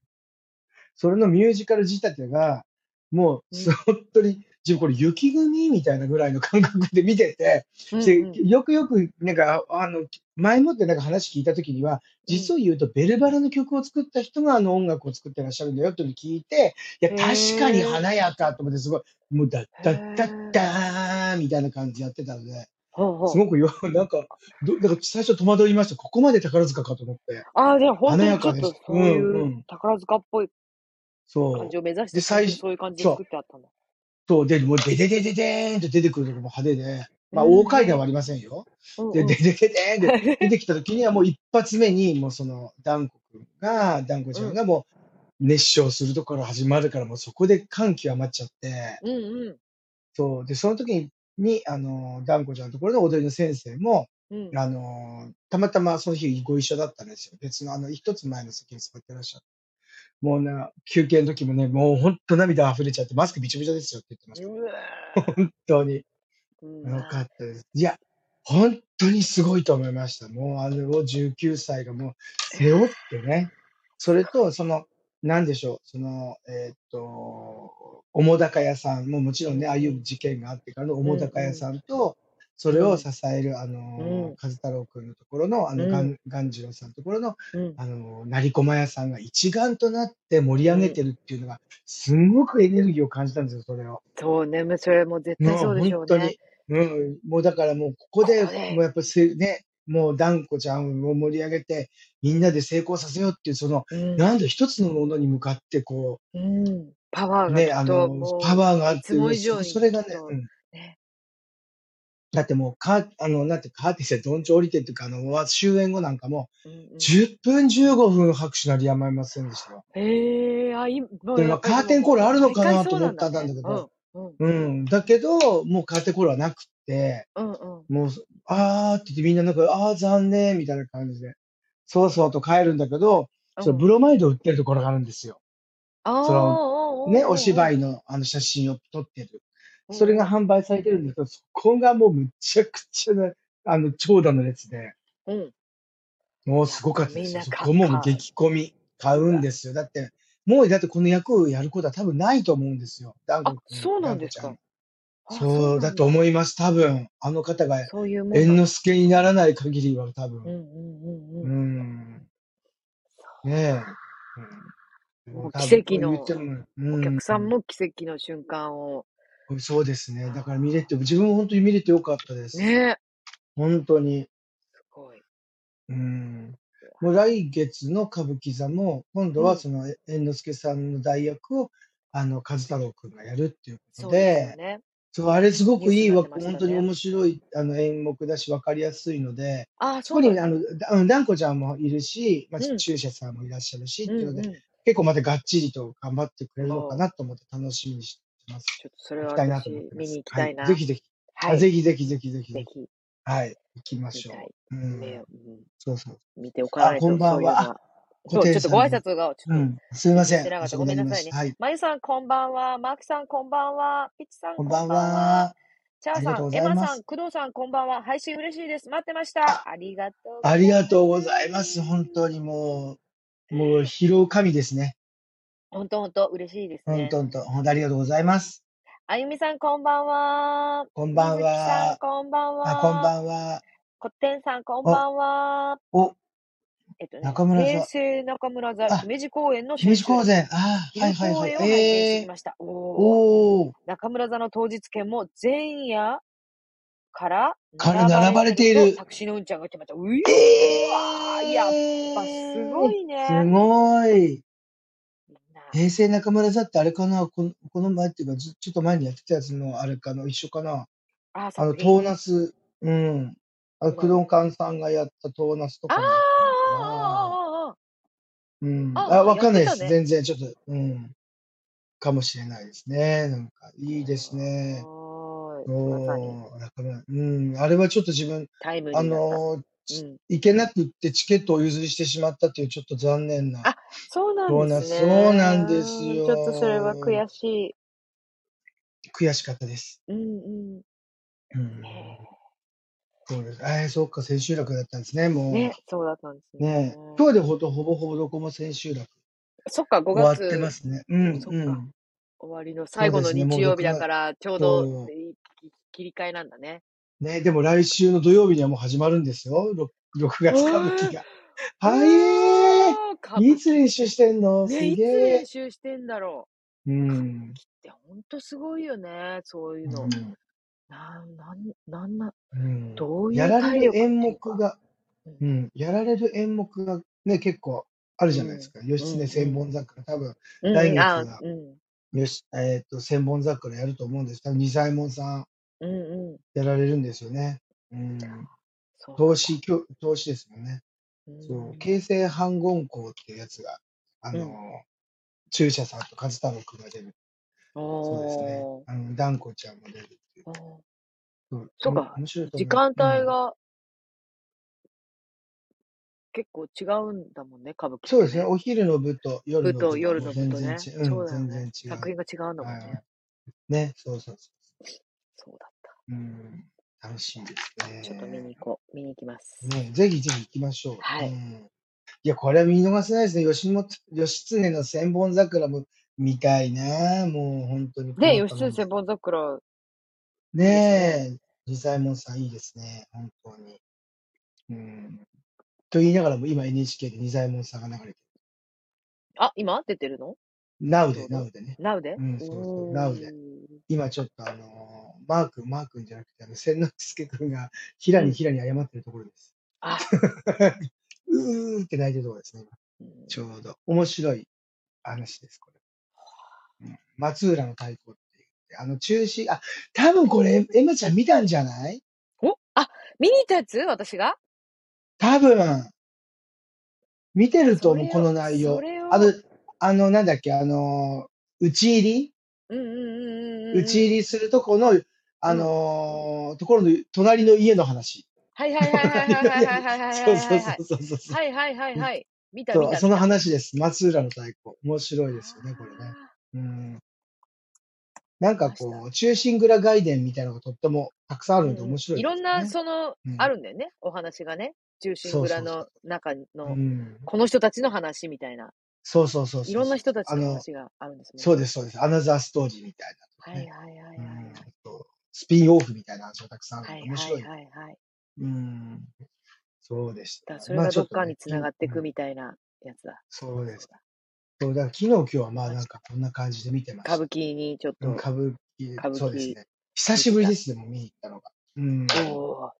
B: それのミュージカル仕立てが、もう、
A: う
B: そ
A: ん。
B: 本当に、自分これ雪組みたいなぐらいの感覚で見てて、
A: う
B: で
A: んうん。
B: よくよく、なんか、あの、前もってなんか話聞いた時には、
A: う
B: 実
A: ん。
B: を言うと、ベルバラの曲を作った人があの音楽を作ってらっしゃるんだよっていうのを聞いて、いや、
A: へ
B: 確かに
A: え。
B: 華やかと思って、すごい、もう、だっ
A: へ
B: だっだっ
A: え。
B: だーみたいな感じやってたので、
A: ほうほ
B: す
A: う。
B: ごくよ、なんか、ど、だから最初戸惑いました。ここまで宝塚かと思って。
A: ああ、じゃあ本
B: 華
A: 当に
B: や
A: ちょ
B: か
A: っ
B: で
A: と
B: した。う
A: そうい
B: ん、う。
A: うん宝塚っぽい感じ
B: そ
A: を目指し
B: う。で、
A: て、本当に
B: 最、
A: そういう感じで
B: そ
A: 作
B: う。
A: ってあったんだ。
B: そう、で、もう、でででででーんと出てくるとこも派手で、
A: う
B: まあ、大階
A: んう
B: 段
A: ん。
B: はありませんよ。
A: うん
B: で、
A: う
B: で
A: ん。
B: でででーんで出てきた時にはもう一発目に、もうその、団子くんが、団子
A: う
B: ちゃん
A: ん。
B: がもう熱唱するところ始まるから、もうそこで感極まっちゃって、
A: うんうん。
B: そう、で、その時に、にあの、団子ちゃんのところの踊りの先生も、
A: うん。
B: あの、たまたまその日ご一緒だったんですよ。別の、あの、一つ前の席に座ってらっしゃって。もうな、休憩の時もね、もうほんと涙溢れちゃって、マスクびちょびちょですよって言ってました。
A: うわ
B: 本当に。
A: ーう
B: よか
A: わ
B: ったです。いや、本当にすごいと思いました。もうあれを19歳がもう
A: ーい
B: 背
A: や
B: 負ってね、それと、その、なんでしょう、その、えーっと、澤瀉屋さんももちろ
A: ー
B: んね、ああいううん事件があってからの
A: う
B: 澤
A: ん
B: 瀉屋さんと、それ
A: う
B: を
A: ん
B: 支える、あ
A: う
B: の、
A: ん
B: 和太郎くんのところの、あ
A: う
B: の、が
A: ん
B: ん鴈治郎さんのところの、
A: うん
B: あの、成駒屋さんが一丸となって盛り上
A: う
B: げ
A: ん
B: てるっていうのが、すんごくエネルギーを感じたんですよ、それを。
A: そうね、もうそれも絶対
B: もう
A: そうでし
B: 本
A: ょう
B: 当
A: ね。
B: に、うん、もうだからもうここ
A: ここ
B: で、も
A: で、
B: うやっぱせね、もう断固ちゃんを盛り上げて、みんなで成功させようっていう、その、
A: う
B: なん
A: ん、
B: だ一つのものに向かって、こ
A: うん、パワー
B: う、
A: が
B: ね、
A: きっ
B: あ
A: と
B: の、
A: も
B: パ
A: う、
B: ワーがあ
A: い
B: っ
A: つ
B: て、
A: も以
B: そ
A: 上
B: そ
A: に
B: れ
A: き
B: が
A: っ
B: ね、う
A: と、
B: ん。
A: ね、
B: だってもう、カー、あの、なんて、カーテンしてどんちょ降りてっていうか、あの、わ終演後なんかも、
A: うんう
B: 10分15分拍手なりやまりませんでしたよ。
A: ん。ええー、あ、い、もう
B: で
A: や
B: も、
A: っぱり
B: カー
A: も
B: テンコールあ
A: う、
B: るの
A: 毎
B: か
A: 回
B: なと
A: そう
B: 思
A: な
B: っ
A: んだ
B: たんだ
A: ね。
B: け
A: う
B: ど、
A: ん、うん、
B: うん。だけど、もうカーテンコールはなくって、
A: うん、うん。
B: もう、あーって言ってみんななんか、あー残念みたいな感じで、そうそうと帰るんだけど、
A: う
B: その
A: ん。
B: ブロマイドを売ってるところがあるんですよ。
A: ああ、
B: その、ね、お
A: お
B: 芝
A: う
B: 居のあの写真を撮ってる。
A: おうおうおう、
B: それ
A: お
B: が
A: う
B: 販売されてるんだけど、そこがもうむちゃくちゃな、あの、長蛇の列で、
A: おう、うん。
B: もう
A: や
B: す
A: っ
B: ごか
A: ぱ
B: ったで
A: みん
B: すよ。
A: な
B: そ
A: か、
B: こもう
A: か、
B: 激混み、買
A: う
B: うん
A: わ。
B: ですよ。だって、もうだってこの役をやることは多分ないと思うんですよ。ダン
A: あ、
B: コくん、
A: そうな
B: ダ
A: ん
B: ンコ
A: です
B: ちゃん
A: か。あ、そ
B: そうう
A: な
B: だ
A: ん
B: と
A: だ。
B: 思います。多分、あの方が
A: そういうもん
B: 猿
A: なん
B: 之
A: だ。
B: 助にならない限りは多
A: う
B: 分。
A: ん、うん、うん、う。
B: うんん。ねえ。うん、も
A: も
B: う
A: う
B: 多
A: 奇
B: 分、
A: 跡
B: 言って
A: の、
B: も、
A: お
B: う
A: 客さん
B: ん。
A: も奇跡の瞬間を。
B: そうですね。だから見れ
A: は
B: て、自分も本当に見れてよかったで
A: あ
B: す。
A: ねえ、
B: 本当に。
A: すごい。
B: うん。もう来月の歌舞伎座も、今度
A: う
B: は
A: ん、
B: そのえ猿之助さんの代役を、あの、和太郎くんがやるっていうこと
A: そうですよ
B: で、
A: ね。
B: そう、あれすごくいいわ、
A: ニュースになってましたね
B: 本当に面白いあの演目だし、わかりやすいので、
A: ああ、そ
B: 特
A: うなん
B: に
A: だ。
B: あの、だうん、ダンコちゃんもいるし、ま
A: う
B: あ、
A: ん
B: 中車さんもいらっしゃるし、って
A: うん
B: いうの
A: うん。
B: で、
A: ちょ
B: 結構またがっちりと頑張ってくれるのかなと思って楽しみにしてます。
A: っとそれ
B: 行
A: は
B: きたいな
A: 私
B: と思ってま
A: 見に
B: す。
A: 行き
B: は
A: たい
B: い。
A: な。
B: ぜひぜひ。
A: は
B: あ
A: い。ぜ
B: ぜひぜひぜひぜひぜひ。
A: ひ
B: はい。行きま
A: 見
B: しょ
A: たい。
B: う。う
A: 目を
B: ん。
A: うん
B: そうそう。
A: 見ておか
B: あ、
A: ない、
B: ことんば
A: そうんいうの
B: は。あ
A: は。そう、
B: 小
A: ちょ
B: 亭
A: っと
B: さ
A: ご挨
B: ん。
A: 拶が、ち
B: う
A: ょっと
B: ん。すみませ
A: して
B: ん。
A: なかっ。
B: 申した訳
A: ごめ
B: な
A: ん
B: り
A: な
B: ま
A: さい
B: し
A: ね
B: た。はい。
A: まゆさん、こんばんは。マークさん、こんばんは。ピッチさん、
B: こん
A: こ
B: ば
A: ん
B: ん
A: ばんは。
B: は。
A: チャ
B: あ
A: ー
B: りが
A: さ、
B: とうんご
A: エ
B: ざい
A: マ
B: ま
A: さん、
B: す。
A: 工藤さん、こんばんは。配信嬉しいです。待ってました。ありがとうご
B: あり
A: ざい
B: が
A: ま
B: とう
A: す。
B: ございます。本当にもう、もう疲労神ですね。
A: ほんとほんと、嬉しいです
B: ほん
A: ね。
B: とんと。本当ありがとうございます。
A: あゆみさん、こんばんは。
B: こんばん
A: 水木さん、
B: は。
A: こんばん
B: あ、こん
A: は。
B: ばんは。
A: こってんさん、こんば
B: お、
A: んは。
B: お、
A: えっとね、
B: 中村
A: 平
B: 座。
A: 成中村座、
B: あ、
A: 姫路公演の
B: 姫
A: 先
B: 路
A: 週で
B: 公
A: す。
B: 然。あー、はい
A: 昼
B: はい
A: 公
B: はい。
A: 演を拝見して
B: え
A: き
B: えー、
A: ました。おー。
B: おー、
A: 中村座の当日券も前夜から
B: から
A: 並ば
B: 並
A: れ
B: ばれ
A: てる
B: て
A: と
B: いる。
A: 作詞のうんちゃんが決まった。うぃ
B: え
A: うわーやっぱすご
B: え
A: い
B: す
A: ね。
B: ごい。
A: みんな。
B: 平成中村座ってあれかなこのこの前っていうか、ずちょっと前にやってたやつのあれかな一緒かな
A: あー、
B: あの、
A: 作品
B: トーナス、うん。あの、
A: そうだ
B: 工
A: よ
B: 藤
A: ね。
B: 館さんがやったトーナスと
A: あー
B: かもやったのかな
A: あーあーあーあー
B: うん。
A: あー
B: あ、
A: あー、
B: わ
A: やっ
B: かん
A: て
B: ないで
A: た
B: す。
A: ね。
B: 全然、ちょっと、うん。かもしれないですね。なんか、いいですね。
A: おーい。まさに
B: そう、だから、うん、あれはちょっと自分、
A: タイム
B: あ
A: リーだった。
B: の、
A: う
B: ち
A: ん。
B: 行けなくってチケットをお譲りしてしまったっていうちょっと残念な。
A: あ、そうなん
B: そ
A: で
B: うな
A: す
B: ん、
A: ね。
B: そうなんです
A: うんちょっとそれは
B: よ。
A: 悔し
B: 悔しかったです。
A: い。うんう。
B: うん
A: ね
B: ん、そうです。えー、そっか、千秋楽だったんですね、
A: え
B: も
A: ね、そうだったんです
B: う。
A: ね。
B: ねえ、今日でほとほぼほぼどこも千秋楽
A: そっか、5
B: 終わってま
A: 月、
B: すね。うん
A: そっ
B: う
A: か、
B: ん。
A: 終わりの
B: そ
A: 最
B: う
A: 後
B: で
A: の
B: すね、も
A: 日
B: う
A: 曜
B: 6
A: 日だ
B: 月。
A: から、ちょうど
B: そ
A: いい切り替えなんだね。
B: う。ね、でも来週の土曜日にはもう始まるんですよ、6,
A: う
B: 月
A: わ
B: 歌舞伎
A: ーう
B: が。は
A: わ
B: えー、
A: ー歌
B: い
A: 舞
B: つ
A: 伎。
B: 練習してんのす
A: ね、いつ
B: げ
A: 練
B: え。
A: 習してんだろ
B: う
A: う。歌舞伎
B: ん。
A: ってほんとすごいよね、そういう
B: う
A: の。
B: ん。
A: なん、なん、なんな、
B: うん
A: どうい
B: や
A: う
B: られ
A: 体力
B: る
A: っ
B: 演
A: ていう
B: 目
A: か。
B: が、
A: う、
B: うんん。やられる演目がね、結構ある
A: う
B: じゃないです
A: ん、
B: か。
A: う
B: 義経
A: ん、
B: 千
A: うん。
B: 本桜。多分、
A: うん
B: 来
A: うん、
B: 月
A: あ、
B: は、
A: うん、
B: よし、えっと、千本桜やると思うんです。多分、二左衛門さん
A: うん、うん。
B: やられるんですよね。うん。
A: そうな
B: 投
A: んだ。
B: 資、きょ投資ですもんね。
A: う
B: そう。
A: ん、
B: 京成反魂校っていうやつが、あ
A: う
B: の
A: ん。
B: 中車さんと和太郎くんが出る。そうですね。
A: おー、
B: あの、団子ちゃんも出るっていう。
A: おー。
B: そう
A: そ
B: お
A: う
B: も
A: か、
B: 面白いと
A: 時
B: 思います。
A: 間
B: う
A: 帯
B: ん。
A: が結構違うんだもんね、歌舞伎っ
B: そう
A: て
B: ですね。
A: ね。
B: お昼の部と
A: 部
B: 夜の
A: と
B: 部が
A: 夜
B: もう
A: の部
B: 全
A: と
B: 然
A: ね。
B: ち、う
A: そ
B: ん、
A: うだよ
B: 全
A: ね。
B: 然違
A: 作
B: う。
A: 品が違うんだもんね。
B: はい。ね、そうそうそ
A: そうだった。
B: う。うん。楽しいです
A: ちょっと見
B: ね。
A: に行こう。見に行きます。
B: ね、ぜひぜひ行きましょう。
A: は
B: う
A: い。
B: ん。いや、これは見逃せないですね。吉本、義経の千本桜も見たいな。もう本当に困
A: で、
B: った
A: 義経
B: もんで
A: 千
B: す。
A: 本桜、いいですね。
B: ねえ、二左衛門さんいいですね。本当に。うん。と言いながらも今 NHK で二左衛門さんが流れてる。
A: あ、今出てるの
B: Now
A: ちょ
B: で、
A: うど
B: Now でね。
A: ?Now で
B: うん、そうそう、Now で。
A: おー。
B: 今ちょっとあのーマー君、マー君じゃなくて、あの、千之助君が、
A: う
B: 平に
A: ん。
B: 平に謝ってるところです。
A: あ、
B: うーって泣いてるところですね、今
A: う
B: ちょうんど。面白い話です、これ。うん松浦の太鼓っていう。あの、中止、あ、多分これ、エマちゃん見たんじゃない
A: おあ、見に行ったやつ私が
B: 多分、見て
A: あ、
B: ると
A: そ
B: 思う、
A: れ
B: こ
A: を、
B: の内
A: そ
B: 容。
A: れ
B: あ
A: を、
B: の、あの、なんだっけ、あのー、打ち入り
A: うんうん
B: 打
A: うんうんうんう
B: ち
A: ん。
B: 入りするとこの、あ
A: うん。
B: のーところの、隣の家の話。
A: はいはいはいはい
B: 隣
A: はい
B: の
A: はい
B: 家
A: は
B: の、
A: いはい
B: そう
A: はいはい。
B: そうそうそうそうそう。
A: はいはいはいはい。見た見
B: そう、
A: た
B: そ
A: 見
B: の
A: た。
B: 話です。松浦の太鼓。面白いですよね、これね。
A: あ
B: うん。
A: ー、
B: な
A: 見
B: んか
A: ました。
B: こう、忠臣蔵外伝みたいなのがとってもたくさんあ
A: う
B: る
A: ん
B: ので
A: うん。
B: 面白
A: い
B: いで
A: ろん
B: す
A: な、
B: ね。
A: その、
B: う
A: あ
B: ん。
A: るんだよね。お話がね。忠臣
B: そう
A: 蔵
B: そうそ
A: の中
B: う。う
A: の、
B: ん。
A: この人たちの話みたいな。
B: そうそうそう
A: い
B: そう
A: ろんな
B: そう。
A: 人たち
B: あ
A: の
B: の、
A: 話があるんですもん
B: そう
A: ね。
B: です、そうです。アナザーストーリーみたいなとか
A: はい
B: ね。
A: はいはいうはい
B: ん。あと、スピンオフみたいな話がたくさんある
A: は
B: の
A: い。
B: で面
A: はいはい
B: 白いで
A: はい
B: す。
A: はい。
B: うん。そうでし
A: だから
B: た。
A: それ
B: まあ
A: が
B: ちょ
A: ど
B: っ
A: っ
B: と
A: か
B: ね、
A: につ
B: き、
A: なんがって
B: う
A: いく
B: ん。
A: みたいなやつだ。そう
B: そう
A: だ
B: で
A: そう
B: す。
A: だ。
B: そう、だから昨日今日はまあ
A: 同
B: なん
A: じ。
B: かこんな感じで見てま
A: 歌
B: し
A: 舞
B: た。
A: 伎にちょっ
B: うん、
A: と、
B: 歌舞伎、
A: 歌舞
B: そうです
A: 伎
B: ね。久
A: 見
B: してぶり
A: た。
B: ですね、もう見に行ったのが。うん。
A: おー。
B: そう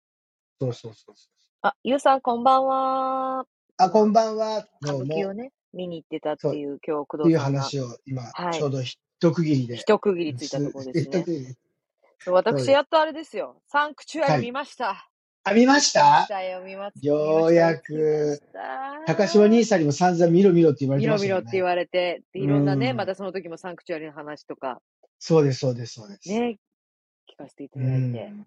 B: そうそうそう。
A: あ、ゆうさんこんばんは。
B: あ、こ
A: 今、
B: んばんは。
A: 歌
B: どう
A: 舞伎を
B: も。
A: ね、見に行ってたっ
B: そう、
A: て
B: っ
A: いう、今日、
B: て
A: 工
B: い
A: 藤
B: う
A: さんが、
B: 話を今、
A: は
B: ち
A: い、
B: ょうど一区切りで、
A: 一区切りついたと
B: す、
A: ころです
B: 一区
A: ね。
B: 切りです。
A: そう私やっとあれですよ。サンクチュアリ見ました。
B: あ、見ました
A: 見ましたよ、見ま
B: ようやく、高島兄
A: さ
B: さんにも散々見ろ見ろって言われ
A: 見
B: てま
A: ろ
B: した
A: 見
B: よ
A: ろ
B: ね。
A: って言われて、でいろんなね、
B: うん
A: またその時もサンクチュアリの話とか、
B: そうです、そうです、そうです。
A: ね、聞かせていた
B: う
A: だいて。
B: ん。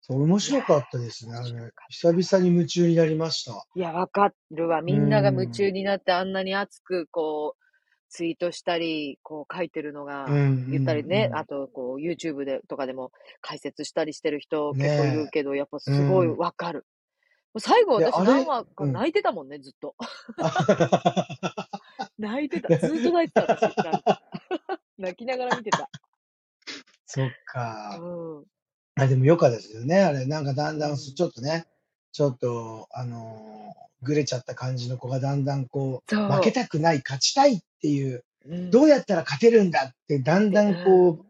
B: そう、面白かったですね。
A: い
B: あ
A: や
B: れ
A: 面白か
B: 久々に夢中になりました。
A: いや、わかるわ。みんなが夢中になって、あんなに熱く、こう、ツイートしたり、こう、書いてるのが、
B: うん、うん。
A: 言ったりね、
B: うん
A: あと、こう、YouTube で、とかでも解説したりしてる人、
B: ねえ
A: 結構いるけど、やっぱすごい
B: うん
A: わかる。もう最後、
B: で
A: 私、
B: あれ
A: 何話か
B: うん
A: 泣いてたもんね、ずっと。
B: あ
A: 泣いてた。ずっと泣いてた、私。なん か泣きながら見てた。
B: そっ
A: う
B: か。
A: ん。
B: あ、でもよかったですよね。あれ、なんかだんだん、ちょっとね、ちょっと、あのーぐれちゃった感じの子がだんだんこ、
A: そうう。
B: 負けたくない、勝ちたいっていう、
A: うん
B: どうやったら勝てるんだって、だんだんこう、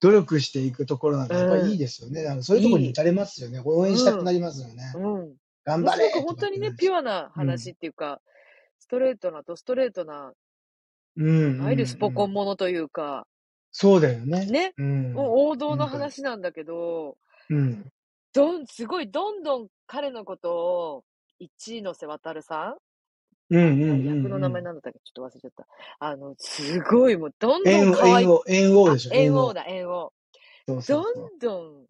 B: 努力していくところなんか、やっぱりいいですよね。なんかそういうところに打たれますよね。応援したくなりますよね。
A: うん。
B: 頑
A: もう
B: 張
A: す
B: れ
A: ごく本当にね、ピュアな話っていうか、ストレートなとストレートな、
B: うんうん、
A: いわゆるスポコ
B: うん
A: ンものというか、
B: そうだよね。
A: ね、
B: うん。
A: もう王道の話なんだけど、
B: うん。
A: どん、すごい、どんどん彼のことを、一位の瀬渡さ
B: うん
A: ん、
B: うんうん、うん。
A: 役の名前なんだったっけちょっと忘れちゃった。あの、すごい、もう、どんど
B: 円
A: ん
B: 王、
A: 可愛い
B: 円。王、円王
A: あ
B: でしょ、
A: 猿翁だ、猿翁。
B: そうそうそう
A: どんどん、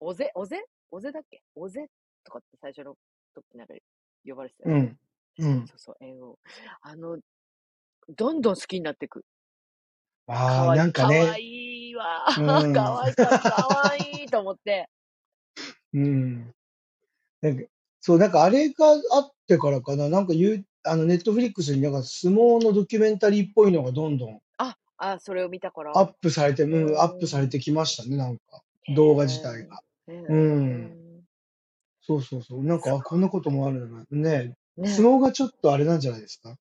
A: おぜ、おぜおぜだっけおぜとかって最初の時なんか呼ばれてたよ
B: う
A: ね。
B: ん。うん。
A: そうそう、猿翁。あの、どんどん好きになってく。か
B: ああ、
A: わい
B: なん
A: い。かわ
B: かね。
A: いいわ。
B: うん
A: かわいかった。かわいいと思って。
B: うん。なんか、そう、なんかあれがあってからかな、なんか言う、あの、ネットフリックスになんか相撲のドキュメンタリーっぽいのがどんどん
A: あ、あ、それを見たから。
B: アップされて、う、
A: うんん
B: アップされてきましたね、なんか。動画自体が。
A: へー。
B: うん。そうそうそう。なんか、あ、こんなこともあるんだな。ね
A: うんね
B: 相撲がちょっとあれなんじゃないですか。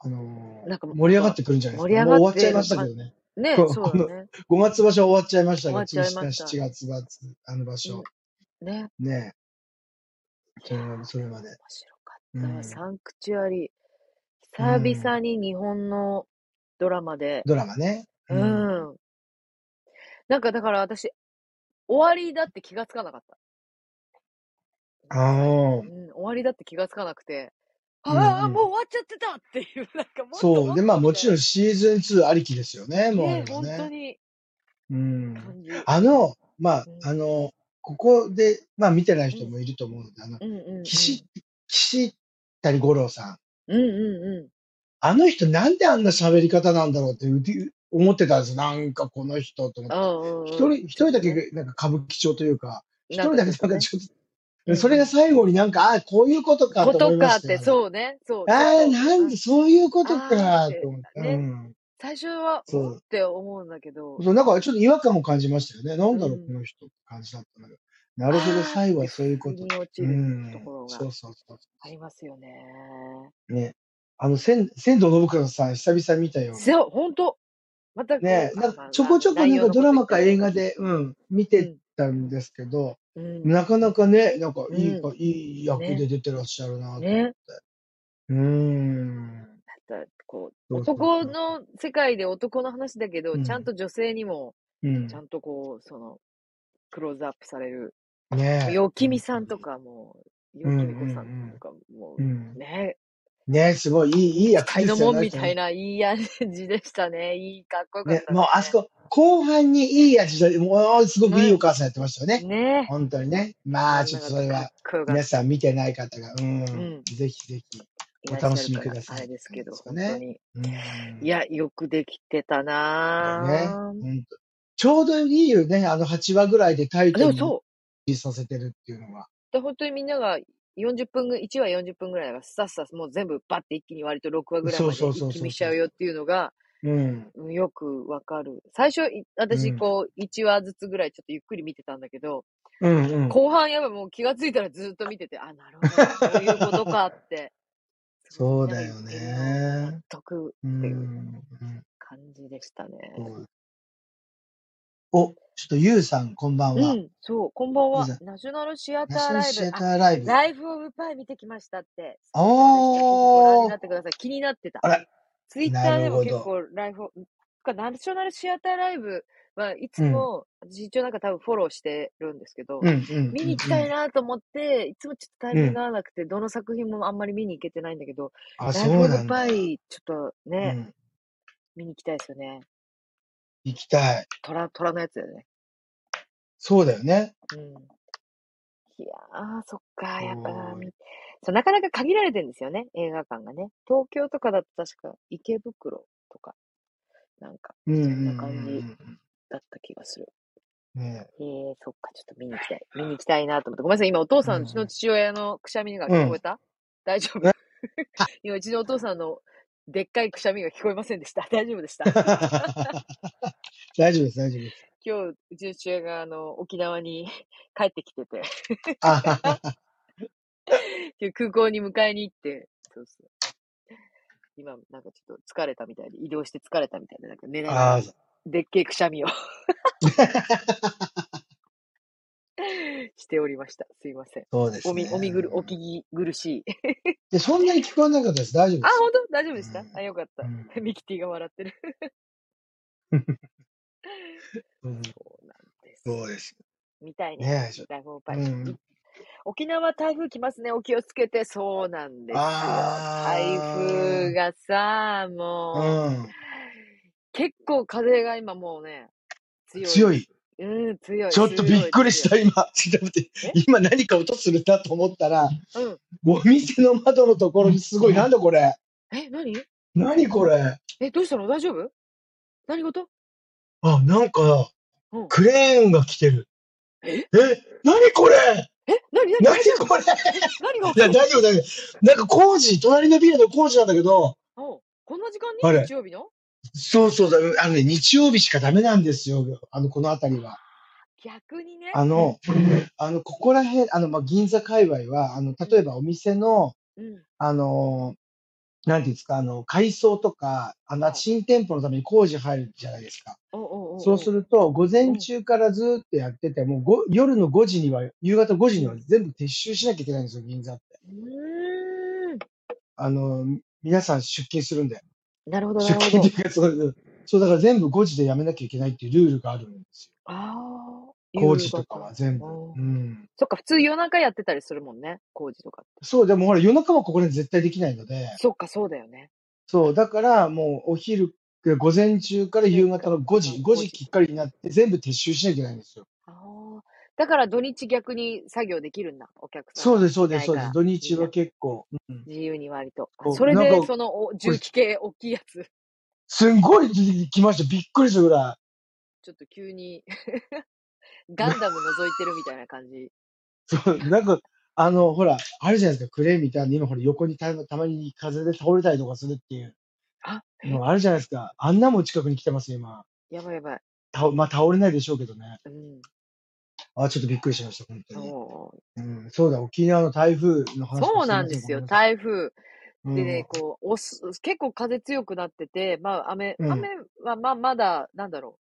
B: あのー
A: なんかもう
B: 盛り上がってくるんじゃないです
A: 盛り
B: か。
A: 上
B: もう
A: が
B: 終わ
A: っ
B: っちゃ
A: て
B: い
A: る
B: ましたけどね。
A: ね、
B: こ
A: そう
B: この
A: だ ね。
B: 5月場所終わっちゃいました
A: 終
B: け
A: わっちゃい
B: ど、次
A: ま
B: 7
A: した。
B: 月場、あの場所。
A: ね。面
B: ねえ、それまで、それまで。
A: 白か
B: う
A: った。
B: ん、
A: サンクチュアリ。久々に日本のドラマで。
B: ドラマね。
A: う。ん。なんかだから私、終わりだって気がつかなかった。
B: ああ
A: う、ん、終わりだって気がつかなくて、
B: うんうん
A: ああ、もう終わっちゃってたっていう、 なんかもっともっと
B: そう。で、まあもちろん
A: み
B: シーズン2ありきですよね、
A: たい
B: もうあ
A: なね、
B: れは
A: 本当
B: ね。
A: に
B: うん。
A: 感じ。
B: あの、まあ、
A: うん
B: あの、ここで、まあ見てない人もいると思うので、あの、
A: うんうんうん。
B: 岸、岸谷五郎さん。
A: うんうんう
B: あの人なんであんな喋り方なんだろうってうて思ってたんです。なんかこの人と
A: ん。
B: 思って。
A: ああ、うん
B: 一
A: うん
B: 人、一人だけ
A: ちょっ
B: なんか歌舞伎町というか、一
A: なん
B: 人
A: か
B: だけなんかちょっと、
A: とね
B: それが最後になんか、ああ、こういうことか
A: こと
B: 思い
A: と
B: ま
A: か
B: し
A: った
B: よ。
A: て、そうね、そう、ちょっ
B: あれあ
A: と、
B: ー、なん
A: あ
B: で、そういうこと
A: あーっ
B: か、
A: て
B: と思って。う
A: ね
B: ん。
A: 最初は、んっ
B: そう。
A: て思うんだけど、
B: そう、なんかちょっと違和感を感じましたよね。なんだろう、
A: うん
B: この人って感じだったんだけど。なるほど、
A: ああっ
B: 最後は
A: て
B: そういう
A: 腑
B: こと。
A: に落ち
B: う
A: ると
B: ん。
A: ころが
B: そうそうそう
A: ありますよね。
B: ね。あの、千、千堂信和さん、久々見たような。
A: そう、本当またこう、
B: ねえ、
A: あ
B: なん
A: ま
B: か
A: あ
B: ちょこちょ
A: 内
B: こなん
A: 容
B: か
A: のこと
B: ドラ
A: 言
B: マ
A: った
B: か
A: りと
B: 映
A: か
B: 画で、うん、見
A: う
B: て
A: ん、
B: たんですけど、
A: うん。
B: なかなかね、なんかいいか、
A: う
B: いい役
A: ね
B: で出てらっしゃるなと思って。
A: ね。
B: うーん。
A: だってこう、
B: そうそう
A: 男
B: そう。
A: の世界で男の話だけど、
B: う
A: ちゃん
B: ん。
A: と女性にも、
B: う
A: ちゃ
B: ん。
A: んとこう、その、クローズアップされる。
B: ね
A: よ
B: え、
A: きみ
B: 本
A: さ
B: 当
A: んと
B: に。
A: かも、
B: う
A: よ
B: ん
A: き
B: う
A: みこさんと
B: ん
A: かも
B: うん。うん
A: う、ね、
B: ねえ、すごい、いい、いい
A: 期
B: 役
A: 待
B: で
A: の
B: すよ
A: もん
B: ね、
A: み
B: と
A: た
B: 思
A: い
B: って。
A: な、いい味でしたね。いい、かっこよかっ
B: ね、
A: たで
B: もう
A: す
B: あそこ、後半にいい味だ、もうすごくいい
A: ね。
B: お母さんやってましたよね。
A: ね。ね。
B: 本当にね。まあ、
A: あん
B: ちょ
A: な
B: っと
A: が
B: それ
A: かっ
B: は、
A: こよかっ
B: 皆さん見てない方が、う、
A: た。うんん。
B: ぜひぜひ、
A: いら
B: お
A: っし
B: 楽
A: ゃ
B: し
A: る
B: み
A: か
B: く
A: ら、
B: だ
A: あ
B: さいっ
A: れ
B: て
A: です
B: 感
A: け
B: じで
A: ど、
B: すか
A: 本当
B: ね。
A: に。
B: う
A: い
B: ん。
A: や、よくできてた
B: だね。
A: なぁ。
B: ほんと。ちょうどいいよね。あの8話ぐらいでタイ
A: あで
B: ト
A: も
B: ルに
A: そう。
B: させてるっていうのが。
A: で、本当にみんなが40分ぐ、1話40分ぐらいがスタスタもう全部バッて一気に割と6話ぐらい
B: そう
A: まで
B: そう
A: 一
B: そう
A: 気
B: そ
A: 見
B: う
A: しち
B: そ
A: ゃ
B: う
A: うよ
B: そ
A: っていうのが、
B: う。うん。
A: うんよくわかる。最初、いう私、
B: ん。
A: こう、1話ずつぐらいちょっとゆっくり見てたんだけど、
B: うんうん。
A: 後半やっぱもう気がついたらずっと見てて、あ、なるほど、そういうことか って、すごいみ
B: そ
A: んなが
B: うだ
A: 言っ
B: よ
A: てるの、納
B: ね。
A: 得っ
B: う。
A: ていうん
B: うん
A: 感じでしたね。
B: そうお、ちょっとゆうさん、こんば
A: う
B: んは。
A: ん、そう、こんばん
B: ゆう
A: は。
B: さん、
A: ナショナルシア
B: ナ
A: タ
B: シ
A: ーライブ、
B: ョナルシア
A: あ、
B: ターライブ。
A: ライフオブパイ見てきましたって、最高でした。ぜひご覧に
B: お
A: な
B: ー。
A: ってください。気になってた。
B: あら、
A: ツイッ
B: な
A: ター
B: る
A: でも
B: ほ
A: 結
B: ど。
A: 構ライフオ、かナショナルシアターライブまあ、いつも、私一応なんか多分フォローしてるんですけど、
B: うんうん。
A: 見に行きたいなと思って、いつもちょっとタイミングが合わなくて、どの作品もあんまり見に行けてないんだけど、
B: あ、
A: ラ
B: そ
A: イブオ
B: う
A: ブ
B: なんだ。
A: パイ、ちょっと
B: う
A: ね、
B: ん。
A: 見に行きたいですよね。
B: 行きたい。
A: 虎、虎のやつだよね。
B: そうだよね。
A: うん。いやー、そっか、やっぱな、
B: そう
A: みそうなかなか限られてるんですよね、映画館がね。東京とかだと確か池袋とか、なんか、
B: うんうん
A: そんな感
B: うんう
A: じ
B: ん
A: だった気がする。
B: うん。ね
A: へえ、そっか、ちょっと見に行きたい。見に行きたいなと思って。ごめんなさい、今お父さ、
B: うんん
A: うちの父親のくしゃみが聞こえた、大丈 夫
B: え
A: 今、うちのお父さんのでっかいくしゃみが聞こえませんで した。大丈夫でした
B: え。 大丈夫です、大丈夫です。
A: 今日、うちの父親があの沖縄に 帰ってきてて、
B: あははは
A: 今日空港に迎えに行って、そうそう。今、なんかちょっと疲れたみたいで、移動して疲れたみたいで、なんか寝なが
B: あ
A: ら、
B: ー
A: でっけえくしゃみ を しておりました。すいません。
B: そうですね。
A: おみ、おみぐる、お聞き苦しい。
B: で、そんなに聞こえなかったです。大丈夫で
A: あ、
B: す。
A: 本当大丈夫でした、
B: うん
A: あ、よかった。ミキティが笑ってる。
B: うんうん
A: そうなんです。
B: そうです。
A: 見たいね。
B: ねえ、ちょ
A: ライフオブ
B: う
A: パイ、
B: ん。
A: 沖縄台風来ますね。お気をつけて。そうなんですよ。台
B: あ
A: 風
B: ー
A: がさ、もう、
B: うん。
A: 結構風が今もうね、強い。
B: 強い。
A: うん、強い。
B: ちょっとびっくりし
A: 強い。
B: た、今。ちょっと待って
A: え
B: 今何か音するなと思ったら、
A: 強いうん。
B: お店の窓のところにすごい、なんだこれ。
A: え、何
B: 何これ。
A: え、どうしたの大丈夫何事
B: あ、なんか、
A: うん。
B: クレーンが来てる。
A: え
B: え何これ
A: え、何何
B: 何
A: 大丈夫
B: これ
A: 何が起
B: い
A: きた
B: や、大丈夫、大丈夫。なんか工事、隣のビルの工事なんだけど、
A: うんこんな時間
B: あ
A: に
B: れ
A: 日曜日の
B: そうそうだ、あのね、日曜日しかダメなんですよ、あの、この辺りは。
A: 逆にね。
B: あの、あの、ここら辺、あの、まあ、銀座界隈は、あの、例えばお店の、
A: うん。
B: あの、なんていうんですか、あの、改装とか、あ
A: は
B: の、
A: い
B: 新店舗のために工事入るじゃないですか。
A: おうおうお
B: そうす
A: る。
B: ると、午前中からずーっとやってて、もうご夜の5時には、夕方5時には全部撤収しなきゃいけないんですよ、銀座って。
A: うーん。
B: あの、皆さん出勤するんで。
A: なるほど、な
B: 出
A: るほ
B: 勤っ
A: ど
B: て。いうか、そう、そうだから全部5時でやめなきゃいけないっていうルールがあるんですよ。
A: ああ、
B: 工
A: 夕
B: 事
A: 方。
B: とかは全部。
A: うん
B: うん。
A: そっか、普通夜中やってたりするもんね、工事とかって。
B: そう、でもほら、夜中はここで絶対できないので、
A: そっか、そうだよね。
B: そう、だからもうお昼、午前中から夕方の5時、5時きっかりになって全部撤収しなきゃいけないんですよ。
A: ああ。だから土日逆に作業できるんだ、お客さん
B: そう
A: が。
B: です、そう
A: い
B: で
A: な
B: す、
A: い
B: そう
A: か
B: です。
A: ら。
B: 土日
A: いい
B: は
A: ね
B: 結構。うん
A: 自由に割と。あ
B: そう
A: それ
B: な
A: で
B: ん、か
A: そのお
B: これ
A: 重機系大きいやつ。
B: すんごい来ました。びっくりするぐら
A: ちょっと急に ガンダム覗いてるみたいな感じ。
B: い。そう、なんか、あの、ほら、あるじゃないですか、クレーンみたいな、今ほら、横にたたまに風で倒れたりとかするっていう
A: あ、
B: のがあるじゃないですか。あんなもん近くに来てますよ、今。
A: やばいやばい。
B: 倒まあ、倒れないでしょうけどね。
A: うん。
B: あ、ちょっとびっくりしました、本当に。
A: そう。
B: うん、そうだ、沖縄の台風の話
A: そうなんですよ、台
B: 台
A: 風。
B: 風。
A: でね、こう、おす、結構風強くなってて、まあ雨、
B: うん
A: 雨はまあまだ、なんだろ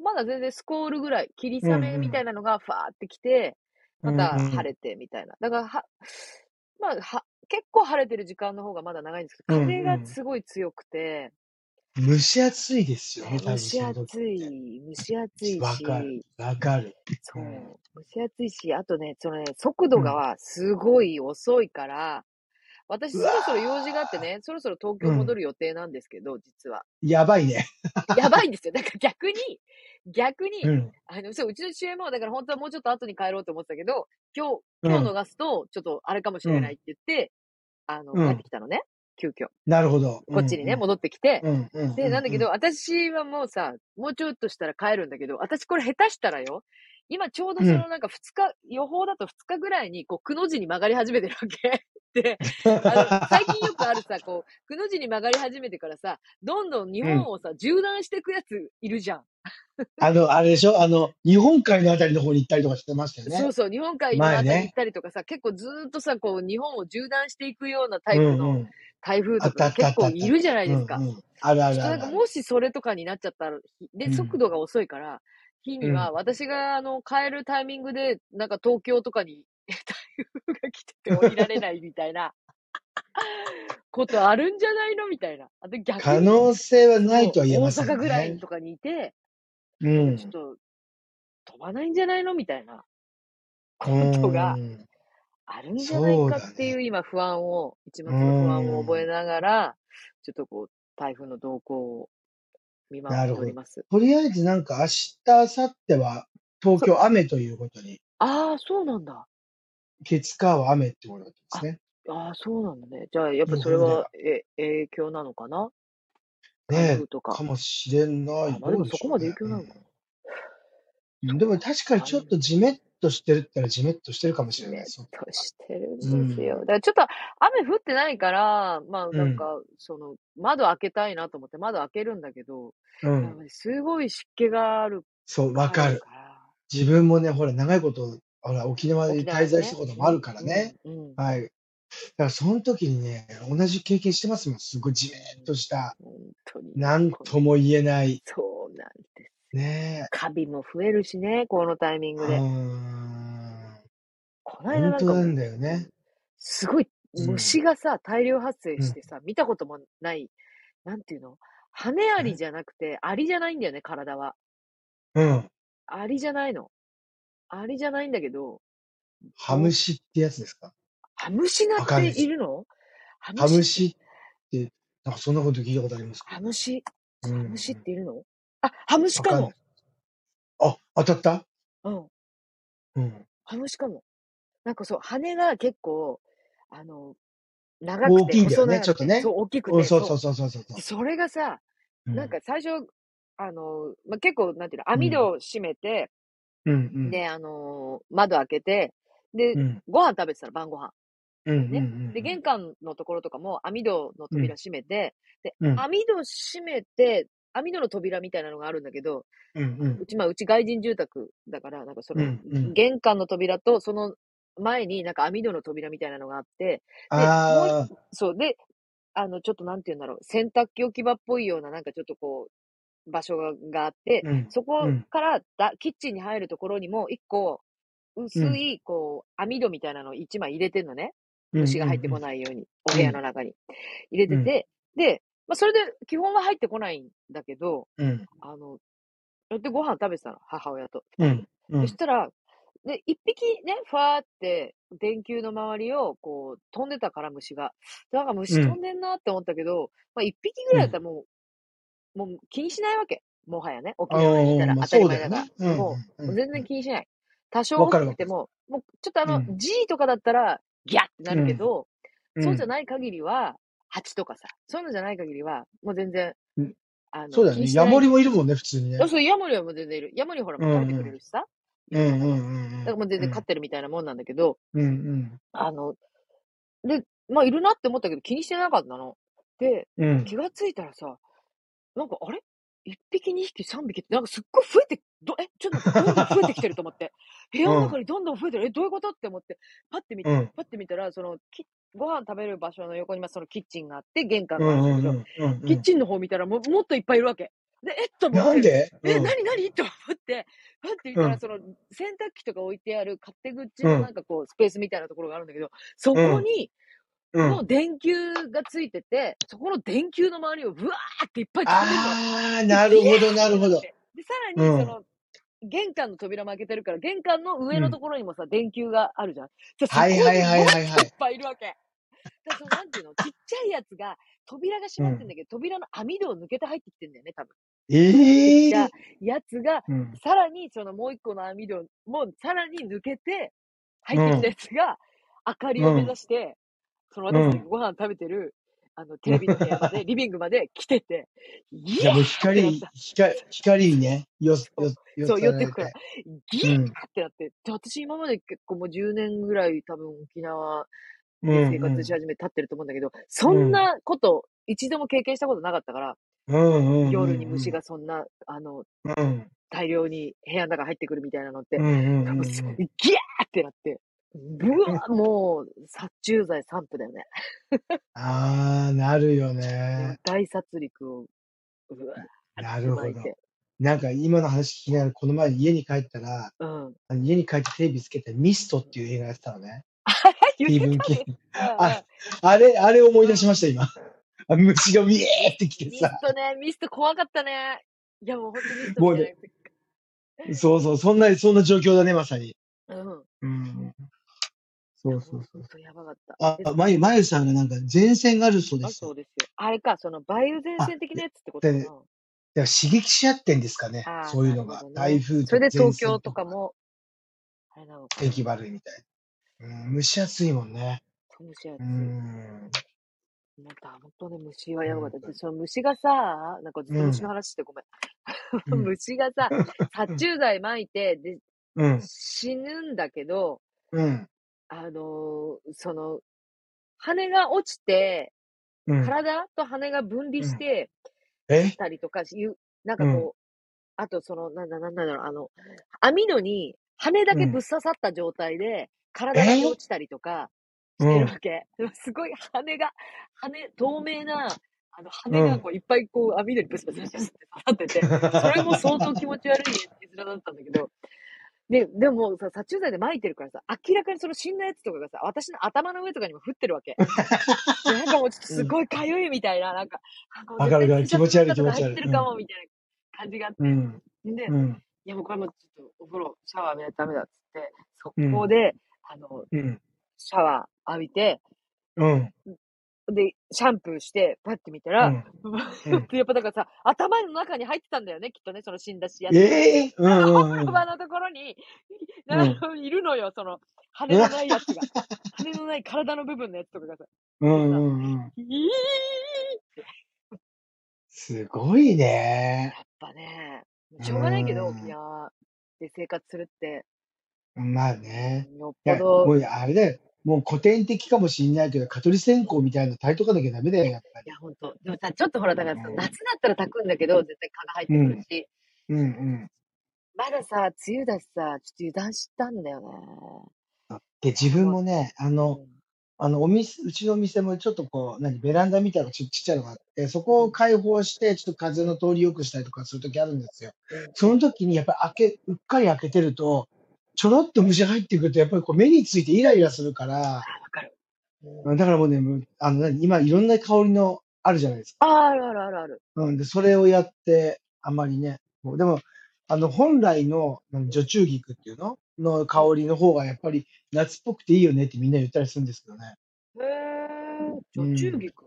A: う。まだ全然スコールぐらい、霧
B: うん
A: 雨
B: うん
A: みたいなのがファーってきて、また
B: うんうん
A: 晴れてみたいな。だから、は、まあ、は、結構晴れてる時間の方がまだ長いんですけど、
B: うんうん
A: 風がすごい強くて、
B: 蒸し暑いですよね、多
A: 蒸
B: 分
A: し
B: その時。
A: 暑い、蒸し暑い
B: わかる
A: し、。
B: わかる。
A: そう
B: うん。
A: 蒸し暑いし、あとね、そのね、速度がすごい遅いから、私
B: う
A: そ
B: わー
A: ろそろ用事があってね、そろそろ東京戻る予定なんですけど、実は。
B: やばいね。
A: やばいんですよ。だから逆に、逆に、
B: うん。
A: あの、そう、うちの父親も、だから本当はもうちょっと後に帰ろうと思ってたけど、今日、
B: うん
A: 今日逃すと、ちょっとあれかもしれないって言って、あの、
B: うん
A: 帰ってきたのね、急遽。
B: なるほど。
A: こっちにね、戻ってきて。
B: うん。うん。う
A: で、なんだけど、、私はもうさ、もうちょっとしたら帰るんだけど、私これ下手したらよ、今ちょうどそのなんか2日、予報だと2日ぐらいに、こう、くの字に曲がり始めてるわけ。 で、あの、最近よくあるさ、こう、くの字に曲がり始めてからさ、どんどん日本をさ、縦断していくやついるじゃん。
B: あの、あれでしょあの、日本海のあたりの方に行ったりとかしてましたよ
A: そ
B: ね
A: う。そう、日本海のあたり
B: 前ね
A: 行ったりとかさ、結構ずーっとさ、こう、日本を縦断していくようなタ
B: う
A: イプ
B: ん
A: の
B: うん。
A: 台風
B: あ
A: と
B: っ
A: か
B: たあ
A: が
B: ったあ
A: 結
B: っ
A: 構
B: たあっ
A: い
B: た。
A: るじゃない
B: うん
A: ですか。
B: うん。あるあ
A: ちょっ
B: る
A: と
B: あ
A: なん
B: る
A: か
B: ある。
A: もしそれとかになっちゃったら、ひ
B: う
A: で、
B: ん
A: 速度が遅いから、日には私があの、帰るタイミングで、なんか東京とかに台風が来てて降りられないみたい な、ことあるんじゃないのみたいな。あと逆
B: 可
A: に、
B: 能性はないとは言えません
A: そう大阪ぐらい
B: ね。
A: とかにいて、
B: う
A: ちょっ
B: ん。
A: と、飛ばないんじゃないのみたいなことが
B: うん
A: あるんじゃないか
B: そうだ
A: っていう
B: ね
A: 今不安を、一末の不安を覚えながら、ちょっとこう、台風の動向を見守
B: な
A: って
B: る
A: お
B: ほ
A: り
B: ど。
A: ます。
B: とりあえずなんか明日、明後日は東
A: そう。
B: 京雨ということに、
A: ああ、そうなんだ。
B: 月火は雨ってことなんです
A: あ、
B: ね。
A: ああ、そうなんだね。じゃあ、やっぱ
B: 予
A: それ
B: 報で
A: は、
B: は。
A: え、影響なのかな台
B: ねえ、
A: 風とか。
B: かもしれな
A: あ、
B: い。
A: まあでも
B: どうで
A: そ
B: し
A: こ
B: ょ
A: ま
B: う
A: で
B: ね。
A: 影響なのかな
B: う
A: そ
B: ん。
A: う
B: でも確かに
A: か
B: ちょっ
A: ん
B: とジメッとしてるったらジメッとしてるかもし
A: じ
B: れ
A: め
B: な
A: っ
B: い。そう
A: としてるん
B: う
A: ですよ。だ
B: ん。
A: からちょっと雨降ってないから、まあ
B: う
A: なん
B: ん。
A: か、その、窓開けたいなと思って窓開けるんだけど、
B: う
A: やっ
B: ん。
A: ぱりすごい湿気がある、
B: そう、わ
A: あ
B: か
A: る
B: る。
A: から、
B: 自分もね、ほら、長いこと、ほら、沖縄に
A: 沖縄
B: 滞
A: で
B: 在した
A: ね、
B: こと
A: う
B: もある
A: ん、
B: から
A: う
B: ね。
A: ん、うん、
B: はい。だからその時にね、同じ経験してますもん。すごいジメ
A: う
B: ッ
A: ん、
B: とした、
A: 本当にね、
B: なん
A: この、
B: とも言えない、
A: そうなんですよ。
B: ね
A: カビも増えるしね、このタイミン
B: え。
A: グ
B: うー
A: で。
B: ん。
A: この間
B: 本
A: なん
B: 当
A: か
B: な
A: も
B: ん
A: う、
B: だよね。
A: すごい
B: うん。
A: 虫がさ、大量発生
B: う
A: し
B: ん。
A: てさ、見たこともない、なんていうの羽アリ
B: え
A: じゃなくて、アリじゃないんだよね、体は。
B: うん。
A: アリじゃないの。アリじゃないんだけど、
B: ハ
A: ぼ
B: ムシってやつですか
A: ハムシナっ
B: わかん
A: て
B: ないで
A: い
B: す。
A: るのハム
B: ハ
A: シっ
B: ム
A: て、
B: シって、なんかそんなこと聞いたことありますけ
A: ハ
B: ど
A: ム
B: ね。
A: シ、
B: う
A: ハ
B: ん。
A: ムシっ
B: うん
A: ているのあ、ハムシ
B: わ
A: か
B: かんな
A: も。
B: い。あ、当たった
A: うん、
B: うん。
A: ハムシかも。なんかそう、羽が結構、あの、長く
B: 大
A: て、
B: きいんだ
A: 細
B: よね、ち
A: 長
B: ょ
A: く
B: っと
A: て、そ
B: ね。
A: う、大きく
B: うん、
A: て、
B: そうそ
A: そう。
B: そうそうそうそうう。
A: で、それがさ、
B: う
A: なん
B: ん。
A: か最初、あの、まあ、結構、なんていうの、
B: う
A: 網戸
B: ん。
A: を閉めて、
B: うん。うん。
A: で、あのー窓開けて、で、
B: うん。
A: ご飯食べてたら晩ご飯。
B: うん。う
A: ね。で、
B: ん。
A: 玄関のところとかも網戸の
B: うん。
A: 扉閉めて、で、
B: うん。
A: 網戸閉めて、網戸の扉みたいなのがあるんだけど、
B: うん。うん。
A: うち、まあ、うち外人住宅だから、なんかそ
B: うん。
A: の、
B: うん。
A: 玄関の扉と、その前になんか網戸の扉みたいなのがあって、で、もうい、
B: ああ、
A: そう、で、あの、ちょっとなんて言うんだろう、洗濯機置き場っぽいような、なんかちょっとこう、場所ががあって、
B: うん。
A: そうこ
B: ん。
A: からだ、キッチンに入るところにも、一個、
B: う
A: 薄
B: ん。
A: い、こう、網戸みたいなのを一枚入れてんのね。
B: うん。
A: 虫が
B: う
A: 入ってこ
B: ん。
A: ないように、お
B: う
A: 部屋
B: ん。
A: の中に入れ
B: う
A: て
B: ん。
A: て、で、まあ、それで基本は入ってこないんだけど、
B: うん。
A: あの、で、ご飯食べてたの、母親と二
B: う
A: 人で。
B: ん。
A: そ
B: う
A: し
B: ん。
A: たら、で、一匹ね、ふわーって、電球の周りを、こう、飛んでたから、虫が。でなんか
B: う
A: 虫飛ん
B: ん。
A: でんなって思ったけど、まあ、一匹ぐ
B: う
A: らいだっ
B: ん。
A: たらもう、もう気にしないわけ。もはやね、沖縄にい
B: あ
A: たら
B: あ、まあ
A: 当たり
B: そう
A: 前
B: だよ
A: だか
B: ね。う
A: ら、
B: ん。
A: も
B: うん。う
A: う、
B: ん。
A: 全然気にしない。多少
B: わ
A: 大
B: か
A: き
B: る
A: く
B: わ
A: て
B: かる。
A: も、もう、ちょっとあ
B: う
A: の、
B: ん。
A: G とかだったら、ギャッってな
B: う
A: るけ
B: ん。
A: ど、
B: う
A: そうじゃ
B: ん。
A: ない限りは、蜂とかさ、そういうのじゃない限りは、もう全然、
B: うん
A: あの、
B: そうだよ
A: 気に
B: ね。
A: して
B: ヤ
A: ない
B: モ
A: ん
B: リ
A: だよ
B: もい
A: ね。
B: るもんね、普通に
A: あ
B: ね。
A: そう、ヤモリはもう全然いる。ヤモリほら
B: う
A: もう食べてくれ
B: ん
A: るしさ、
B: う
A: 家の
B: ん。
A: 中で。だ
B: うん
A: からもう全
B: うんう
A: 然飼っ
B: ん
A: てるみたいなもんなんだけど、
B: うん。うん
A: あの、で、まあいるなって思ったけど気にしてなかったの。で、
B: うん。うん。
A: 気がついたらさ、なんかあれ一匹、二匹、三匹って、なんかすっごい増えて、ど、え、ちょっと待って、どんどん増えてきてると思って。部屋
B: う
A: の
B: ん。
A: 中にどんどん増えてる。え、どういうことって思って、パッて見、
B: うん。
A: パッて見たら、その、き、ご飯食べる場所の横に、まあそのキッチンがあって、玄関
B: う
A: があるん
B: ん
A: だ
B: う
A: け
B: んう
A: ど、
B: んうんう
A: キッ
B: ん。
A: チンの方見たらもう、もっといっぱいいるわけ。で、えっと思っ
B: なん
A: て、
B: で
A: え、
B: うん。
A: 何何と思って、パッて見
B: う
A: たら、
B: ん。
A: その、洗濯機とか置いてある勝手口
B: う。
A: のなんんかこう、スペースみたいなところがあるんだけど、そうこ
B: ん。
A: に、
B: うん。
A: の電球がついてて、そこの電球の周りをブワーっていっぱい飛んでんの。
B: あー、
A: で、
B: な
A: ギャ
B: るほど、な
A: ーっ
B: る
A: てな
B: ほ
A: っ
B: ど。
A: て。で、さら
B: う
A: に、そ
B: ん。
A: の、玄関の扉も開けてるから、玄関の
B: う
A: 上のと
B: ん。
A: ころにもさ、電球があるじゃん。じゃあそ
B: はい
A: こ
B: はい
A: に
B: はい
A: もっ
B: はいは
A: といっ
B: い。
A: ぱいいるわけ。だからその、なんていうのちっちゃいやつが、扉が閉
B: う
A: まってん
B: ん。
A: だけど、扉の網戸を抜けて入ってきてんだよね、多分。ちっ
B: え
A: ちゃい
B: え
A: やつが、
B: うん。
A: さらに、そのもう一個の網戸も、さらに抜けて、入
B: う
A: ってきたや
B: ん。
A: つが、明かり
B: う
A: を目指
B: ん。
A: して、その
B: う
A: 私たちが
B: ん。
A: ご飯食べてる、あの、テレビの部屋ま で、リビングまで来てて、ギ
B: じゃあもう
A: ャーってなって
B: 光、
A: た。
B: 光、光にね、よ、
A: そう、
B: よ、よ
A: そう、
B: さ
A: 寄って
B: ら
A: く
B: れ
A: から、
B: て。
A: ギャ
B: うん。
A: ーってなって、で私今まで結構もう10年ぐらい多分沖縄
B: う
A: で生活し
B: ん
A: 始めたってると思うんだけど、そ
B: うんん。
A: なこと一度も経験したことなかったから、
B: うんう
A: 夜に
B: んう
A: 虫
B: ん
A: がそんな、あの、
B: うん。うん。
A: 大量に部屋の中入ってくるみたいなのっ
B: う
A: て、
B: んう
A: 多分す
B: んう ん
A: ギャーってなって、う
B: うん。
A: わ、もう、殺虫剤散布だよね。
B: ああ、なるよ
A: もう
B: ね。
A: 大殺戮を、うわーっ
B: な
A: て
B: る
A: 巻
B: ほ
A: い
B: ど。
A: て。
B: なんか今の話聞きながら、この前家に帰ったら、
A: うん。
B: あの家に帰ってテレビつけてミストっていう映画やってたのね。
A: あ言っ
B: スティー
A: て
B: ブン・
A: た
B: キン
A: ね。
B: グ。
A: う
B: あ、
A: ん
B: あれ、あれ思い
A: うん。
B: 出しました、今。あ虫がビエーってきて
A: ミス
B: さ。
A: トね、ミスト怖かったね。いやもうほんとミストみ
B: もう
A: たいな
B: ね、
A: やつ。
B: そうそう、そんな、そんな状況だね、まさに。
A: うん。
B: うん。そうそうそう。
A: そう、やばかった。
B: あ
A: で、
B: まゆ、まゆさんがなんか前線があるそうで
A: あ
B: す。
A: そうですよ。あれか、その梅雨前線的なやつってこと
B: で
A: か
B: だから刺激し合ってんですかね
A: な。あ。ー
B: そういうのが。
A: なるほどね
B: 台風と
A: それで
B: 前
A: 東
B: 線
A: 京とかも、あれなのかな。
B: 天気悪いみたい。うん、蒸し暑いもんね。
A: 蒸し暑
B: う
A: い。
B: ん。
A: なんか、本当ね、虫はやばかった。
B: うん
A: で、その虫がさ、なんかずっと虫の話してごめん。
B: うん
A: 虫がさ、殺虫剤撒いて、で、
B: うん。
A: 死ぬんだけど、
B: うん。
A: あのーその、羽が落ちて、
B: うん。
A: 体と羽が分離して
B: え
A: たりとかし、いうなんかこう、
B: う
A: あとその、なんだ、なんだろう、あの、網戸に羽だけぶっ刺さった状態で、体だけ落ちたりとか
B: う
A: してる
B: ん。
A: わけ。 すごい羽が、羽、透明な、あの、羽がこういっぱいこう網戸にぶつぶつぶつって刺さってて、それも相当気持ち悪い絵面だったんだけど、で、でもさ、殺虫剤で撒いてるからさ、明らかにその死んだやつとかがさ、私の頭の上とかにも降ってるわけ。でなんかもうちょっとすごい痒いみたいな、なんか、あこう
B: わかるわかる
A: 絶対 T シャツの中
B: 気持ち悪い
A: 入ってるかも、みたいな感じがあって。
B: うん。
A: で、
B: うん。
A: いやもうこれもうちょっとお風呂、シャワー浴びないとダメだっつって、
B: うん
A: 速攻で、あの、
B: うん。
A: シャワー浴びて、
B: うん。
A: で、シャンプーして、パッて見た
B: う
A: ら、
B: ん。
A: やっぱだからさ、頭の中に入ってたんだよね、きっとね、その死んだしやつ。
B: ええう んうんうん。
A: 車のところに、
B: うん
A: なるいるのよ、その、羽のないや つが。羽のない体の部分のやつとかがさ、
B: うんうんうん。
A: いー
B: すごいね。
A: やっぱね、しょうがないけど、
B: うん
A: 沖縄で生活するって、
B: まあね。
A: よっ
B: い
A: ぽ
B: や、も
A: ど、
B: うあれだよ。もう古典的かもしんないけど、蚊取り線香みたいなの炊いとかなきゃダメだよ、やっぱ
A: い
B: り。
A: や、ほんと。でもさ、ちょっとほら、だからさ、
B: うん
A: 夏だったら炊くんだけど、絶対蚊が入ってくるし、
B: うんうん。
A: まださ、梅雨だしさ、ちょっと油断したんだよね。
B: で、自分もね、あの、
A: うん
B: あの、お店、うちのお店もちょっとこう、何、ベランダみたいなのちちっちゃいのがあって、そこを開放して、ちょっと風の通り良くしたりとかするときあるんですよ。その時にやっぱり開け、うっかり開けてると、ちょろっと虫入ってくると、やっぱりこう目についてイライラするから、
A: わかる。うん
B: だからもうね、むあの、何今いろんな香りのあるじゃないですか。
A: あー、あるあるあるある。
B: うんで、それをやって、あんまりね、もうでも、あの、本来の、うん女中菊っていうのの香りの方が、やっぱり夏っぽくていいよねってみんな言ったりするんですけどね。
A: へー、
B: うん
A: 女中菊。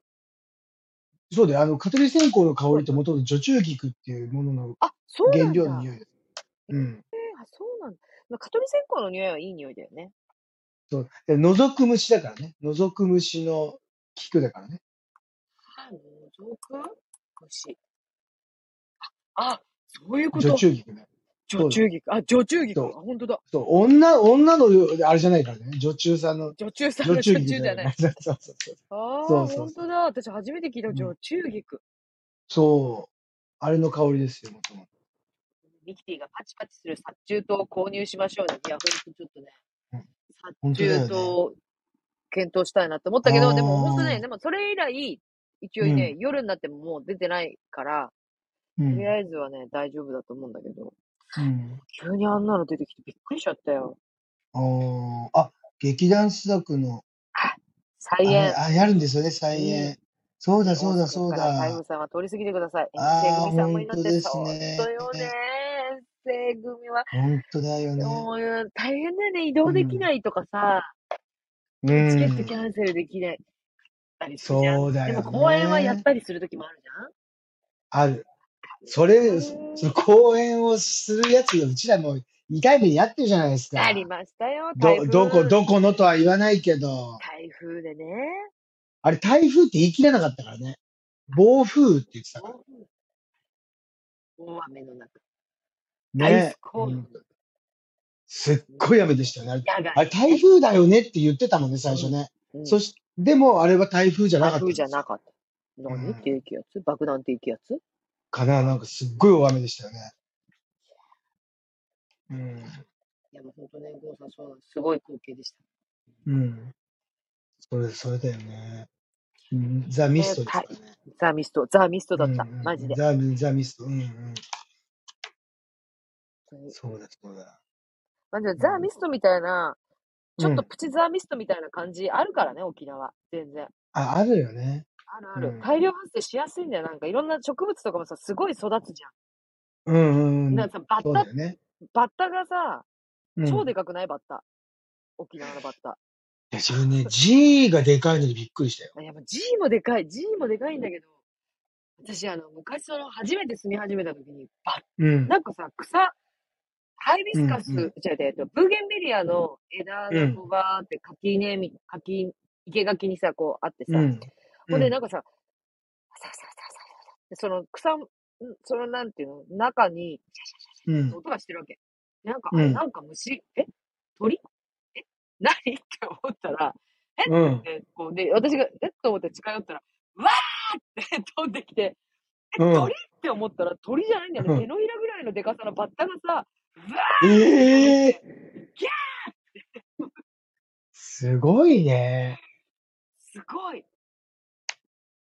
B: そうだよ。あの、蚊取り線香の香りってもともと女中菊っていうものの
A: あ、そうな
B: 原
A: ん
B: 料の
A: だ。
B: 匂いです。うん。
A: あ、そうなんだ。まあ、蚊取り線香の匂いはいい匂いだよね。
B: そう。で覗く虫だからね。覗く虫の菊だからね。
A: あ、覗く虫。あ、そういうこ
B: 女
A: と。
B: 中菊ね。
A: 女中菊。あ、女中菊。あ、
B: そう
A: 本当だ。
B: そう。女、女の、あれじゃないからね。女中さんの、
A: 女中さんの
B: 女
A: 女
B: 中
A: 中
B: 菊
A: じ
B: じゃ
A: ゃな
B: ない
A: い。。
B: そうそうそうそう。
A: あ
B: そ
A: あ、
B: うそう
A: 本
B: そ
A: 当だ。私初めて聞いた。
B: うん
A: 女中菊。
B: そう。あれの香りですよ、もともと。
A: ミキティがパチパチする殺虫灯を購入しましょうね。いや、ほんとちょっとね
B: うん。本
A: 殺
B: 当だよね
A: 虫灯を検討したいなって思ったけど、でも本当
B: あ
A: ね、
B: ー
A: でもそれ以来、一応
B: う
A: ね
B: ん、
A: 夜になってももう出てないから、
B: う
A: とり
B: ん。
A: あえずはね、大丈夫だと思うんだけど、
B: うん。
A: 急にあんなの出てきてびっくりしちゃったよ。
B: あーあ、劇団スダクの、
A: 再
B: あれ、
A: 演。
B: あ、やるんですよね、再
A: うん
B: 演。そうだ、
A: 大
B: そうだ、
A: 阪
B: そう
A: から海
B: だ。
A: 部さんは通り過ぎてください。遠征
B: ああ、
A: 組さんも
B: 本
A: 祈っ
B: 当
A: て、
B: です
A: そう
B: ね。
A: とよね。遠征組は、
B: 本当だよね。
A: もう大変だよね。移動
B: う
A: でき
B: ん。
A: ないとかさ、
B: う
A: チケットキ
B: ん。
A: ャンセルできないったりするじゃん。
B: そうだ
A: でも
B: よ
A: 公演はやっ
B: ね。
A: たりするときもあるじ
B: ある。それ、そ
A: ゃん。
B: の公演をするやつが、うちらもう痛い目にやってるじゃないです
A: あり
B: か。
A: ましたよ、台
B: ど、どこ、
A: 風。
B: どこのとは言わないけど、
A: 台風でね。
B: あれ台風って言い切れなかったからね。暴風って言ってたから。
A: 暴風大雨の中。大不
B: ね。
A: 幸
B: ほ
A: の
B: んとすっごい雨でしたよね。あ
A: 野
B: れ、
A: 外
B: あれ台風だよねって言ってたもんね、最
A: ね。
B: 初ね。
A: うん。うん。
B: そし、でもあれは台風じゃな
A: 台
B: かった
A: 風
B: ん
A: じ
B: で
A: ゃ
B: す
A: な
B: よ。
A: かった。
B: う
A: 何
B: ん。
A: 低気圧爆弾低気圧
B: かな、なんかすっごい大雨でしたよね。うん。
A: いや、もう本当ね、郷さん、そうなんです。すごい光景でし
B: うん。それ、それだよね。うんザ・
A: た。
B: ミス
A: ね、
B: トです
A: た
B: からね。
A: ザ・ミスト、ザ・ミスト
B: う
A: だっ
B: ん
A: た。マジ
B: うん。
A: で。
B: ザ・ザ・ミスト。うんうん。
A: 本当に
B: そうだ、そうだ。
A: まあ、でも
B: う
A: ザ・ミ
B: ん。
A: ストみたいな、ちょ
B: う
A: っと
B: ん。
A: プチザ・ミストみたいな感じあるからね、沖縄。全然。
B: あ、あるよね。
A: あるあ
B: う
A: る。
B: ん。
A: 大量発生しやすいんだよ。なんかいろんな植物とかもさ、すごい育つじゃ
B: うんうん
A: ん。
B: う
A: なん
B: ん。
A: かさ、バッ
B: そう
A: タ
B: だよね。
A: バッタがさ、
B: うん
A: 超でかくないバッタ。沖縄のバッタ。
B: いや自分ね、G がでかいのにびっくりしたよ。
A: あいや、もう G もでかい。G もでかいんだけど、私、あの、昔、その、初めて住み始めた時に、バ
B: うん。
A: なんかさ、草、ハイビスカス、
B: うんうん
A: じゃあ、えっと、ブーゲンビリアの枝がこうバーって垣根み、垣、生垣にさ、こうあってさ、
B: うん。
A: ほん
B: う
A: で、
B: ん
A: なんかさ、ササササササその草、んそのなんていうの、中に、
B: うん。
A: 音がしてるわけ。なんか、
B: うん
A: あれなんか虫、え鳥え何って思ったら、
B: うん。
A: えこうで、私が、えっと思って近寄ったら、うわーって 飛んできて、
B: うん
A: 鳥。って思ったら鳥じゃないんだよ
B: うん
A: ね。手のひらぐらいのでかさのバッタがさ、うわ
B: ええすごいね。
A: すごい。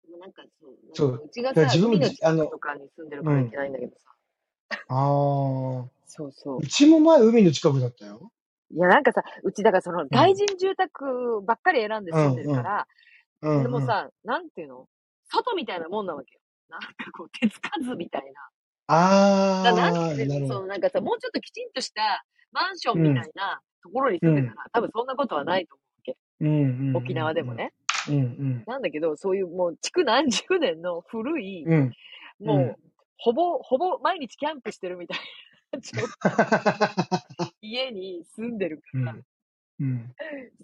A: でもなんかそう、
B: そ
A: なんかうちがさ、
B: だから自分も
A: 海の
B: じあ
A: 近
B: の
A: くとかに住んでるから
B: うん
A: いけないんだけどさ。
B: ああ。
A: そうそう
B: う。ちも前海の近くだったよ。
A: いや、なんかさ、うちだからその外人住宅ばっかり選んで住んでるから、
B: うん、うん。
A: でもさ、なんていうの外みたいなもんなわけよ。なんかこう、手つかずみたい
B: あ
A: な。
B: あ。
A: だからなんていう
B: な
A: の
B: る
A: そ
B: ほど。
A: のなんかさ、もうちょっときちんとしたマンションみたいなところに住んでたら、多分そんなことはないと思うわけ。
B: うんうんうん。
A: 沖縄でもね。。
B: うんうん。
A: なんだけど、そういうもう、築何十年の古い、
B: うん。
A: もう、
B: うん
A: ほぼ、ほぼ毎日キャンプしてるみたいなちょっと家に住んでるか
B: う
A: ら、
B: ん。うん。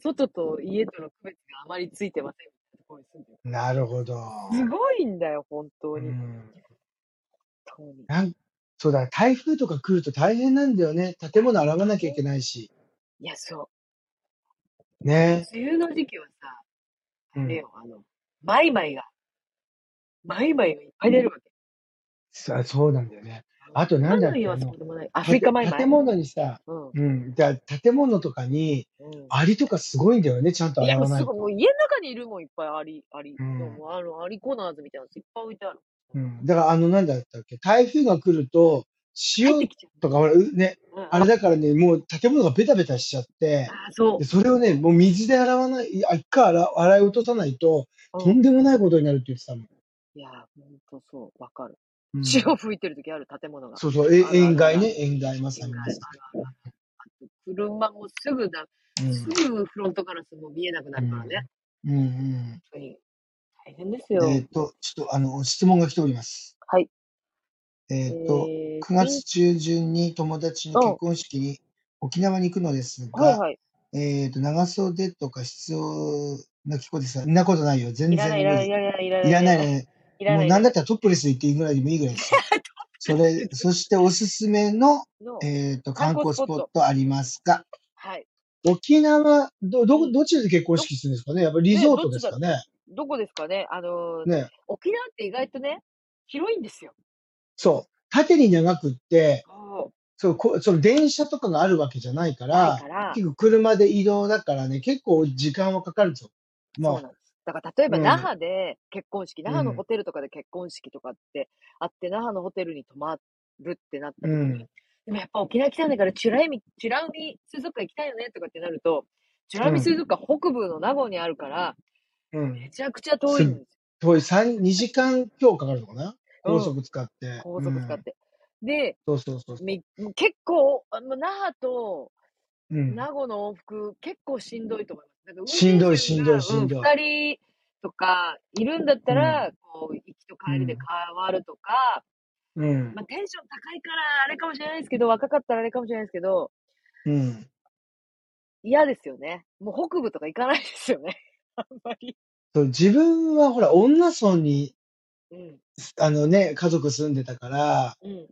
A: 外と家との区別があまりついてませんみたいなところに住んでる。
B: なるほど。
A: すごいんだよ、本当
B: う
A: に。
B: ん。
A: 本当に
B: なんそうだ、台風とか来ると大変なんだよね。建物洗わなきゃいけないし。
A: いや、そ
B: ね
A: う。。梅雨の時期はさ、
B: う
A: ね
B: ん、
A: あの、マイマイが、マイマイがいっぱい出るわけ。
B: さそうなんだよね。あとなんだっ
A: マイマ
B: け
A: イは
B: あの
A: そうでもない。アフリカマイマイ。
B: 建物にさ、
A: うん。うん
B: うん、だ建物とかにアリとかすごいんだよね、ちゃんと
A: いや、
B: 洗
A: もう
B: わな
A: す
B: い
A: ごい、
B: と。
A: もう家の中にいるもん、いっぱいアリ、アリ。
B: うん
A: でもあの、アリコーナーズみたいなやついっぱい置いてある。
B: うん、だからあの、なんだったっけ、台風が来ると、
A: 入って
B: 塩
A: きちゃ
B: とか、ほらうね、
A: う。うん
B: あれだからね、もう建物がベタベタしちゃって、
A: あ、そ
B: でそれをね、もう水で洗わない、いや一回洗洗い落とさないと、
A: う。
B: と
A: うん
B: んでもないことになるって言ってたもん。
A: いや、ほんとそう、わかる。
B: うん
A: 潮吹いてる時ある建物が。
B: そうそう、え
A: あるある
B: 塩害ね、塩害、まさ
A: あ
B: に
A: る
B: ま
A: あるあるあるあと車もすぐだ、
B: さに。
A: すぐフロントガラスも見えなくなるからね。
B: うん。うんうん
A: 本当に大変ですよ。
B: えっ、と、ちょっと、あの、質問が来ております。
A: はい。
B: えっ、と、
A: えー
B: 9月中旬に友達の結婚式に沖縄に行くのですが、
A: はいはい。
B: えっ、と、長袖とか必要な着こですが、そんなことないよ。全
A: いらない、い
B: 然
A: ら
B: 無
A: ない、い
B: 理。
A: らない、いらない。
B: いらない、
A: い
B: いらない。
A: らない。
B: もうなんだったらトップレス行っていいぐらいでもいいぐらいですよ。 それ、そしておすすめの、
A: の
B: えっ、と、観
A: 観光
B: 光
A: スポット
B: スポットありますか
A: はい。
B: 沖縄、ど、ど、どちらで結婚式するんですかねやっぱりリゾートですかね
A: どこですかねあのー、
B: ね。
A: 沖縄って意外とね、広いんですよ。
B: そう。縦に長くって、
A: そ
B: そうこその電車とかがあるわけじゃないか
A: う。ないか、
B: ら
A: ら、
B: 結構車で移動だからね、結構時間はかかるぞ。ま
A: そう
B: あ、
A: なんです。だから例えば
B: うん
A: 那覇で結婚式、那覇の
B: うん
A: ホテルとかで結婚式とかってあって、那覇のホテルに泊まるってなった
B: う
A: 時に、
B: ん、
A: でもやっぱ沖縄来たんだから、美ら海、美ら海水族館行きたいよねとかってなると、美ら海水族館北部の名護にあるから、
B: うん。
A: めちゃくちゃ遠いんですよ。
B: 遠い3、2時間強かかるのかな高速使って。
A: 高速使っ
B: うん
A: て。で、
B: そうそうそう。
A: みもう結構、あの那覇と
B: うん。
A: 名護の往復、結構しんどいと思います。なんか運転
B: しんどい
A: 手
B: しんどい
A: が
B: しんどい
A: うん二人とかいるんだったら、こう、行きと帰りで変わるとか、
B: うん
A: ま。あ、テンション高いからあれかもしれないですけど、若かったらあれかもしれないですけど、
B: うん。
A: 嫌ですよね。もう北部とか行かないですよね。 あんまり。
B: そう自分はほら、女村に、
A: うん。
B: あのね、家族住んでたから、
A: うん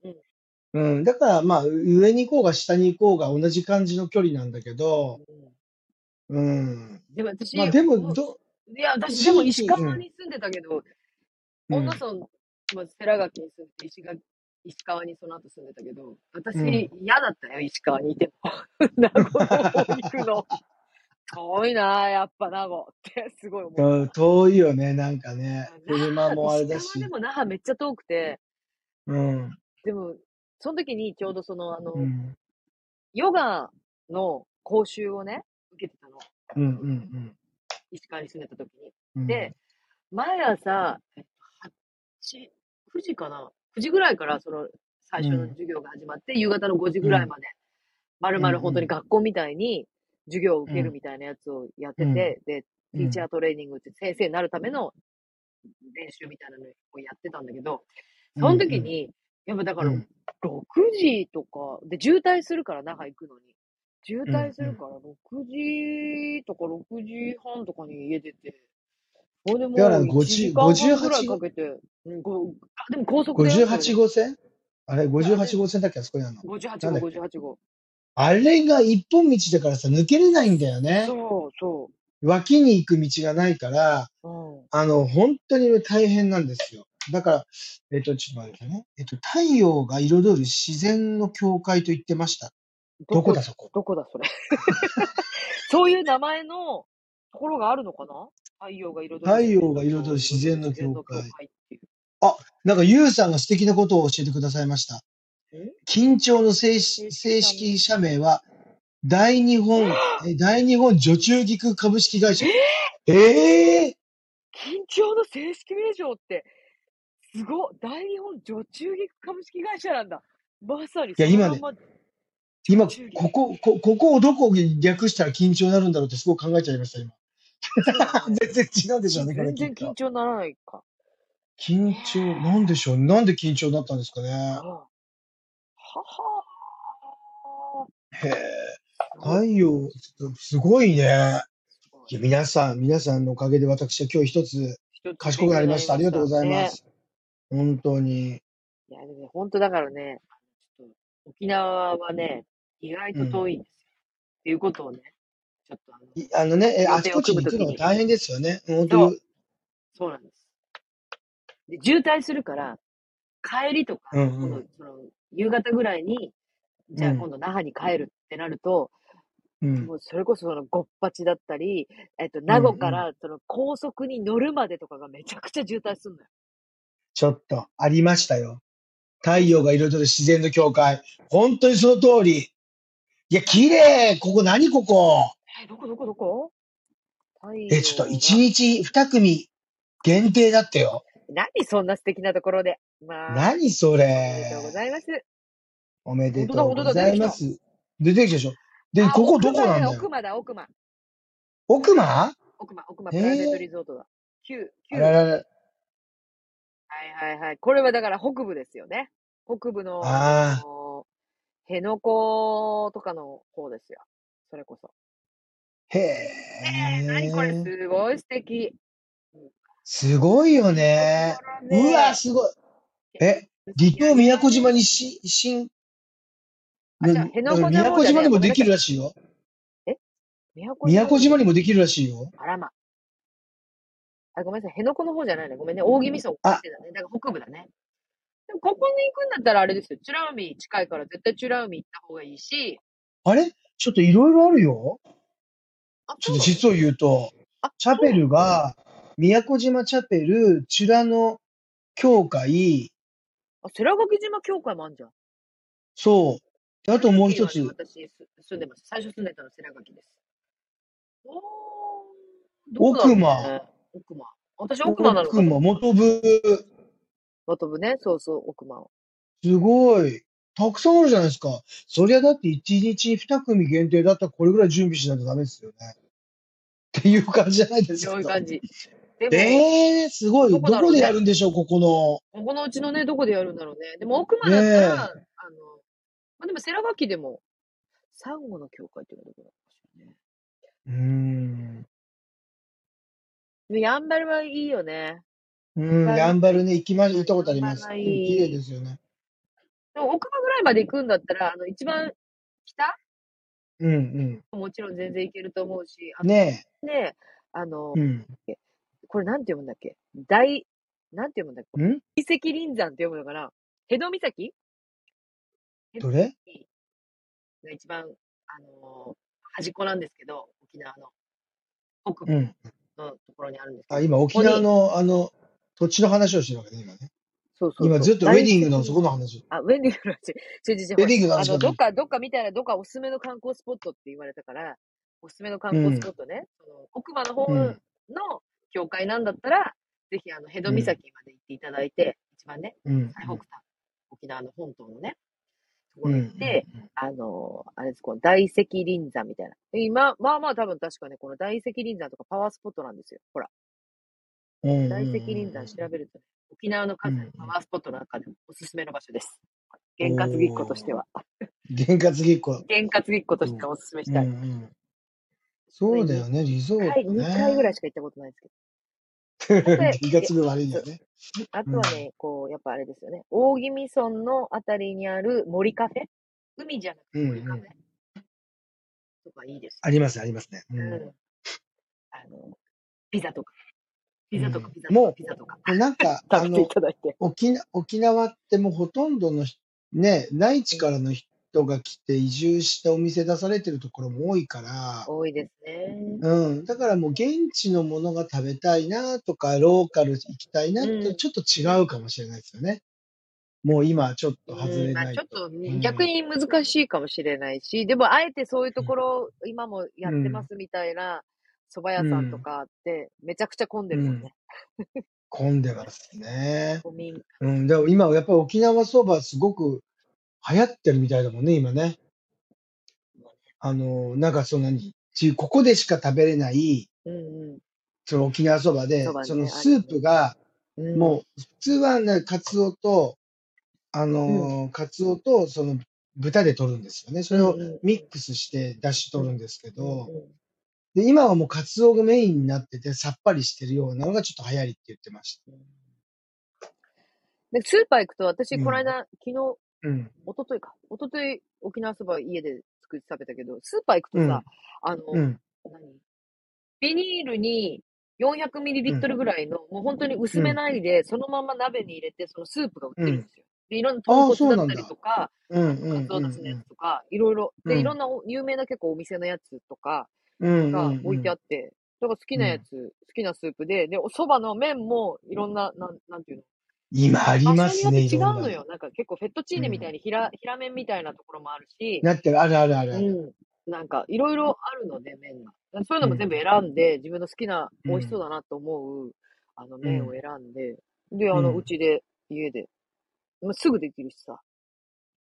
A: うん。
B: うん。だからまあ、上に行こうが下に行こうが同じ感じの距離なんだけど、
A: う
B: うん。
A: ん、でも私、
B: まあで
A: お
B: も、ど、
A: いや、私、
B: 地
A: でも
B: 域
A: 石川に住んでたけど、
B: う
A: 恩
B: ん
A: 納。村、まあ、寺垣に住んで石垣、石川にその後住んでたけど、私、
B: うん
A: 嫌だったよ、石川にいても。 名護の方行く の。遠いな、やっぱ名護って、すごい思う。
B: うん遠いよね、なんかね。
A: 那
B: 車
A: 覇
B: もあれだ
A: 石
B: し
A: 川で。も那覇めっちゃ遠くて、
B: うん。
A: でも、その時にちょうどその、あの、
B: うん。
A: ヨガの講習をね、受けてたの。
B: うん。うん。
A: 石川に住んでた時に。
B: うん。
A: で、毎朝、えっと8、9時かな ?9 時ぐらいから、その、最初の授業が始まって、夕方の5時ぐらいまで、まるまる本当に学校みたいに授業を受けるみたいなやつをやってて、で、ティーチャートレーニングって先生になるための練習みたいなのをやってたんだけど、その時に、やっぱだから、
B: う
A: 6
B: ん
A: 時とか、で、渋滞するから、中行くのに。渋滞するから、6時とか6時半とかに家出て、それでもう
B: だから
A: 1
B: 50
A: 時間半ぐらいかけて、うんごあでも高速で。
B: 58号線あれ、58号線だっけあそこにあるの。
A: 58
B: なんだ
A: 号、
B: っ
A: 58号。
B: あれが一本道だからさ、抜けれないんだよね。
A: そう、そ
B: 脇に行く道がないから、
A: う。うん。
B: あの、本当に大変なんですよ。だから、えっ、と、ちょっと待ってね。えっ、と、太陽が彩る自然の境界と言ってました。どこだそこ。
A: どこだ、それ。 そういう名前のところがあるのかな太陽が彩る。
B: 太陽が彩る自然の境界
A: っていう。
B: なんか、ゆうさんが素敵なことを教えてくださいました。
A: え
B: 緊張の正
A: 正式
B: 式
A: 社名
B: 正式社名は、大日本、え大日本女中菊株式会社。ええ
A: 緊張の正式名称って、すごっ大日本女中菊株式会社なんだ。まさに
B: いや今ね
A: まんま女
B: 今、
A: 中菊
B: ここ、こ、ここをどこに略したら緊張になるんだろうってすごい考えちゃいました、今。
A: そうだね
B: 全然違うんでしょうね、これ
A: 全
B: き
A: 然
B: っと
A: 緊。張にならないか。
B: 緊張、なんでしょうなんで緊張になったんですかね
A: ああはは
B: へえ。
A: すご
B: 太
A: い。
B: 陽、すごいね。
A: すご
B: い
A: い
B: や皆さん、皆さんのおかげで私は今日一つ
A: 一つ
B: 賢く
A: 勉強に
B: なりま
A: なり
B: した。あ
A: まし
B: りがとう
A: た
B: ございま
A: ね。
B: す。本当に。
A: いや、でもね、本当だからね、ちょっと沖縄はね、意外
B: う
A: と
B: ん。
A: 遠いんですよ。っていうことをね、ちょっとあの、
B: いあのね、え
A: 予
B: あち
A: 定を
B: こち
A: 組む
B: に行
A: と
B: く
A: き
B: のが
A: に。
B: 大変ですよね。本当
A: そう、
B: よ。
A: そうなんです。で、渋滞するから、帰りとか、
B: うんう
A: 今度
B: ん。
A: その、夕方ぐらいに、
B: う
A: じゃあ今
B: ん。
A: 度那覇に帰るってなると、
B: うん。
A: もうそれこそそのごっぱちだったり、えっと、
B: う
A: 名
B: んう
A: 護か
B: ん。
A: らその高速に乗るまでとかがめちゃくちゃ渋滞するのよ。
B: ちょっと、ありました
A: あ
B: よ。太
A: りまし
B: 陽
A: た
B: が彩る自然の境界。本当にその通り。いや、綺麗ここ何ここ
A: え、どこどこどこ太
B: え、ちょっと
A: 陽
B: 一
A: が。
B: 日二組限定だってよ。
A: 何そんな素敵なところで。まあ、
B: 何そ
A: おめでとうご
B: れ。
A: ざいます。
B: おめ
A: 本
B: で
A: 当だ、
B: と
A: 本
B: う
A: 当
B: ご
A: だ、出てき
B: ざいま
A: た。
B: す。出てきたでしょ。で、
A: あ、
B: ここ
A: 奥
B: どこ
A: 間
B: なん
A: だ、
B: だよ。
A: 奥間だ、奥間。
B: 奥間
A: 奥間、奥間、
B: え
A: プライベート
B: え
A: リゾートだ。旧、旧。
B: あららら。
A: はいはいはい。これはだから北部ですよね。北部の、あ
B: ああ、
A: のー、辺野古とかの方ですよ。それこそ。
B: へ
A: えー、何これ、
B: え。
A: すごい素敵。うん
B: すごいよ
A: とこ
B: ね。
A: ろ
B: うわ、
A: で、
B: すごい。
A: け
B: え、離島
A: やり
B: 宮
A: ま
B: 古島
A: ね。
B: にし、新、
A: あ、
B: な
A: じゃあ、辺
B: だ
A: 野
B: から
A: 古の
B: 宮
A: 方
B: 古
A: じゃ
B: 島
A: ねえ。
B: にも
A: ごめん
B: で
A: な
B: き
A: さ
B: る
A: い。
B: らしいよ。
A: え宮古
B: 宮
A: 島
B: 古
A: にも
B: 島
A: で
B: に
A: き
B: も
A: る
B: できるらしいよ。
A: あらま。あ、ごめんなさい。辺野古の方じゃないね。ごめんね。大宜味噌
B: あ、
A: してたね。だから北部だね。でも、ここに行くんだったらあれですよ。美ら海近いから絶対美ら海行った方がいいし。
B: あれちょっといろいろあるよ。
A: あ、
B: ちょ
A: そうな
B: っと
A: の
B: 実を言うと、
A: あ、
B: チャ
A: そう
B: ペ
A: なの
B: ルが、宮古島チャペル、チュラノ教会、
A: あ、世良垣島教会もあんじゃん。
B: そう。
A: 世
B: であ
A: 良
B: ともう
A: 垣
B: 一
A: はね、
B: つ、
A: 私す住んでました。最初住んでたの世良垣です。おー、どこだ
B: 奥
A: ろう
B: 間、
A: ね。奥間。私奥間なの
B: 奥
A: かと
B: 間、
A: 思ってた。
B: 元部、
A: まとぶね。そうそう、奥間を。
B: すごい。たくさんあるじゃないですか。そりゃだって一日二組限定だったらこれぐらい準備しないとダメですよね。っていう感じじゃないです
A: そう
B: か。
A: いう感 じ。でも、
B: ええー、すご
A: ど
B: い。
A: こ
B: ど
A: だろ
B: こ
A: う
B: でや
A: ね。
B: るんでしょう、ここ
A: ここのうちのね、どこでやるんだろうね。でも奥間
B: の。
A: だったら、
B: ねえ。
A: あの、まあ、でも世良垣でも、サンゴの教会っていうのはどこだろうね。
B: うーん。
A: でもやんばるはいいよね。一
B: うん、
A: 回
B: や
A: 行っ
B: んば
A: た、
B: るね、行きま、行っ
A: うん、
B: たこ
A: や
B: とあ
A: ん
B: り
A: ば
B: ま
A: る
B: す。
A: は
B: うん、綺
A: い
B: 麗
A: い。
B: ですよね。
A: でも奥間ぐらいまで行くんだったら、あの、一番北
B: うん、うん。
A: ももちろん全然行けると思うし、あの、
B: ね
A: ね、あの、
B: え。うん。
A: えこれなんて読むんだっけ大、なんて読むんだっけこれ。
B: ん
A: 遺跡林山って読むのかな辺戸岬辺
B: どれ
A: 戸岬が一番、あの端っこなんですけど、沖縄の北
B: う
A: 部
B: ん。
A: のところにあるんですけ
B: あ、
A: ど、
B: 今、
A: そ
B: 沖
A: こ
B: 縄
A: に、
B: の、あの、土地の話をしてるわけね、今ね。
A: そうそう
B: 今、
A: そう、
B: ずっとウェ
A: 大
B: デ
A: 石
B: ィングの、
A: 林
B: そこの
A: 山。
B: 話。
A: あ、ウェンディの話。ちょちょちょ、 ほ
B: ウェ
A: ら、
B: ディングの
A: あ
B: 話
A: の、
B: かと
A: ど
B: 思
A: っ
B: った。
A: か、どっかみたいな、どっかおすすめの観光スポットって言われたから、おすすめの観
B: う
A: 光スポッ
B: ん。
A: トね、その奥間の方
B: う
A: の
B: ん。
A: 教会なんだったら、ぜひ、あの、辺戸
B: うん。
A: 岬まで行っていただいて、一番ね、
B: うん。
A: 最北端、沖縄の本島のね、とこ
B: う
A: ろ
B: んう
A: に
B: ん
A: 行って、あの、あれです、この大石林山みたいな。今、まあまあ多分確かね、この大石林山とかパワースポットなんですよ。ほら、
B: うんうん
A: 大石林山調べると、沖縄の数あるパワースポットの中でもおすすめの場所です。験担ぎっ子としては。
B: 験担ぎっこ。
A: 験担ぎっ子としてはおすすめし
B: うんう
A: たい。
B: ん。そうだよね、リゾ
A: 一
B: ー
A: 回、
B: トね。
A: 2回ぐ らいしか行ったことないですけど。
B: 験担ぎ悪いよね。
A: あとはね、こう、やっぱあれですよね。大宜味村のあたりにある森カフェ海じゃなくて森カフェ
B: うん
A: とかいいです
B: あります、ありますね。
A: よ。
B: うん
A: うん。あの、ピザとか、ピザとか
B: うん
A: ピザ
B: も
A: とか
B: う
A: ピザとか
B: もうなんか、あ
A: 食べてい
B: の、
A: ただいて。
B: 沖縄沖縄ってもうほとんどのひ、ね、内地からの人が来て移住したお店出されてるところも多いから、
A: 多いですね。
B: うん、だからもう現地のものが食べたいなとか、ローカル行きたいなっ
A: う
B: て
A: ん
B: ちょっと違うかもしれないですよね。もう今ちょっと外
A: う
B: れ
A: ん、まあ
B: ない
A: ちょっ
B: と。
A: と
B: うん
A: 逆に難しいかもしれないし、でもあえてそういうところ、今もやってますみたいな蕎麦屋さんとかって、めちゃくちゃ混んでるもんね。
B: 混んでますね。
A: 古民
B: うん、でも今やっぱり沖縄そばすごく流行ってるみたいだもんね、今ね。あの、なんかその何、ちここでしか食べれない、
A: うんう
B: その沖縄そばで、
A: そばね
B: そのスープが、
A: ん。うん、
B: もう、普通はね、カツオと、あのー、カツオと、その、豚で取るんですよね。それを
A: うんうん
B: ミックスして、だし取るんですけど、
A: うんうん
B: で、今はもうカツオがメインになってて、さっぱりしてるようなのがちょっと流行りって言ってまし
A: で、スーパー行くと、私、
B: うん
A: この間、昨日、一
B: た。うん。
A: 昨日か、一昨日沖縄そば家で作って食べたけど、スーパー行くと
B: うん
A: さ、あの、
B: うん。
A: 何ビニールに 400ml ぐらいの、もう本当に薄めないで、そのまま鍋に入れて、そのスープが売ってるんですよ。で、いろんな豚
B: ああそうな
A: 骨
B: ん
A: だっ
B: だ
A: たりとか、
B: うん。
A: あ
B: う
A: のカ
B: ん。
A: ツオだしのやつとか、いろいろ、
B: う
A: で、
B: ん
A: いろんなお有名な結構お店のやつとか
B: うん。
A: が
B: うん。
A: 置いてあって、だから好きなやつ、好きなスープで、で、お蕎麦の麺もいろんな、なん、なんていうの
B: 今あり
A: 場
B: ま
A: 所に
B: す
A: よって違
B: ね、いうろんな
A: の。よ。なんか結構フェットチーネみたいに平、平麺みたいなところもあるし、
B: なってる、あるあるあるある。
A: うん。なんかいろいろあるので、麺が。そういうのも全部選んで、自分の好きな、
B: うん
A: 美味しそうだなと思う、あの麺を選んで、で、
B: ん
A: あの、
B: うん
A: うちで、家で、まあすぐできるしさ。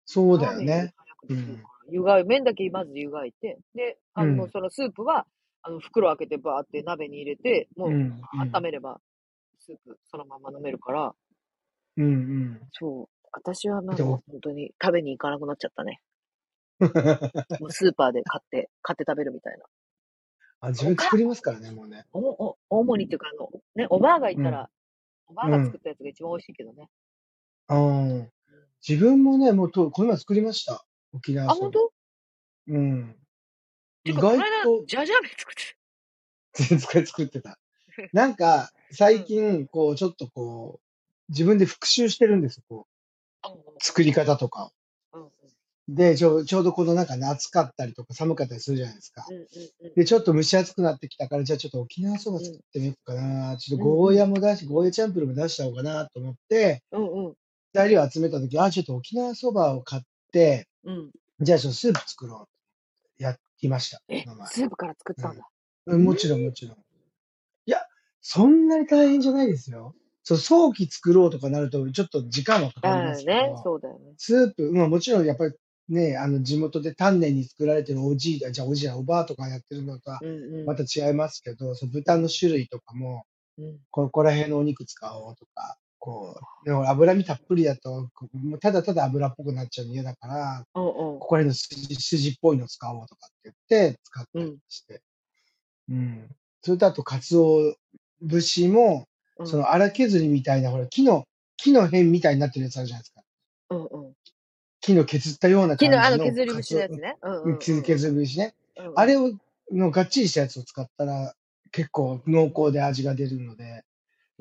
B: そうだ
A: ラ
B: よ
A: ーメンより
B: ね。
A: 早くできるから湯がい、麺だけまず湯がいて、で、あの、
B: うん
A: そのスープは、あの、袋開けてバーって鍋に入れて、もう、
B: うん
A: 温めれば、スープそのまま飲めるから、
B: うんうん。
A: そう。私はなん
B: で
A: か
B: も
A: 本当に食べに行かなくなっちゃったね。もうスーパーで買って、買って食べるみたいな。
B: あ自分作りますからね、もうね。
A: おお大盛りっていうか、あの、ね、おばあがいたら、おばあが作ったやつが一番美味しいけどね。
B: うん。自分もね、もうと、この前作りました。沖縄
A: あ、
B: そば
A: 本当
B: うん。
A: て
B: 意
A: か、この
B: 外
A: 間
B: と、
A: ジャージャー麺作ってる。
B: 全然作っ てた。なんか、最近、こう、ちょっとこう、自分で復習してるんですよ、こ
A: あうん
B: う。作り方とかを。
A: うん
B: で、ちょうちょうどこのなんかね、暑かったりとか寒かったりするじゃないですか。
A: うんうんうん
B: で、ちょっと蒸し暑くなってきたから、じゃあちょっと沖縄そば作ってみようかな。ちょっと
A: うん
B: ゴーヤも出し、ゴーヤチャンプルーも出しちゃおうかなと思って、
A: うんうん
B: 材料集めたとき、あ、ちょっと沖縄そばを買って、
A: うん。
B: じゃあちょっとスープ作ろう。やりました。
A: え
B: この、前
A: スープから作ったんだ。
B: うん、もちろんもちろん。いや、そんなに大変じゃないですよ。そう、早期作ろうとかなると、ちょっと時間はかかりま
A: だよ
B: すけど、
A: ね。そうだよね。
B: スープ、まあもちろんやっぱりね、あの地元で丹念に作られてるおじい、じゃあおじいやおばあとかやってるのとは
A: うんうん。
B: また違いますけど、その豚の種類とかも、
A: うん
B: ここら辺のお肉使おうとか、こう、でも脂身たっぷりだと、こうもうただただ脂っぽくなっちゃうの嫌だから、
A: うんうん
B: ここら辺の筋筋っぽいの使おうとかって言って、使ったりして。うん。それとあと、鰹節も、
A: うん。
B: その荒削りみたいな、ほら、木の、木の辺みたいになってるやつあるじゃないですか。
A: うんうん。
B: 木の削ったような
A: 昨
B: 感じ
A: 日、
B: の。
A: あの、削り節のやつ
B: ね。
A: ね。うんう
B: うん
A: うん
B: ん削り節ね。
A: うんうん
B: あれを、のがっちりしたやつを使ったら、結構濃厚で味が出るので、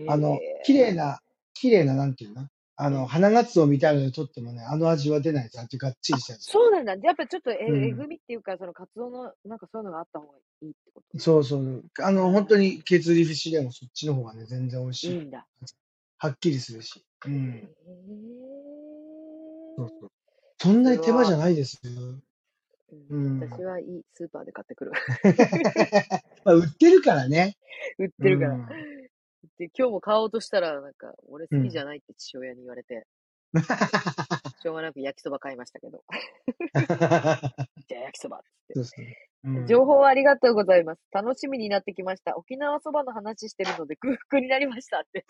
B: あの、綺麗な、綺麗な、なんていうのあ
A: うん
B: の、花ガツオみたいなので取ってもね、あの味は出ないです。あっちがっちりしたやつ。
A: そうなんだ。やっぱちょっとえ,、
B: うん
A: えぐみっていうか、そのカツオの、なんかそういうのがあった方がいいってこと。
B: そうそう。あの、本当に削り節でもそっちの方がね、全然美味し
A: い
B: い。
A: いんだ。
B: はっきりするし。う
A: へ
B: ん。そう
A: ー
B: そう。そんなに手間じゃないですよ。
A: う
B: うんん
A: 私はいいスーパーで買ってくる。
B: まあ、売ってるからね。
A: 売ってるか
B: う
A: ら
B: ん。
A: で、今日も買おうとしたら、なんか、俺好きじゃないって父親に言われて、しょうがなく焼きそば買いましたけど。 じゃあ焼きそばっつ
B: そ
A: っ
B: うですね。う ん
A: て。情報ありがとうございます。楽しみになってきました。沖縄そばの話してるので空腹になりましたって。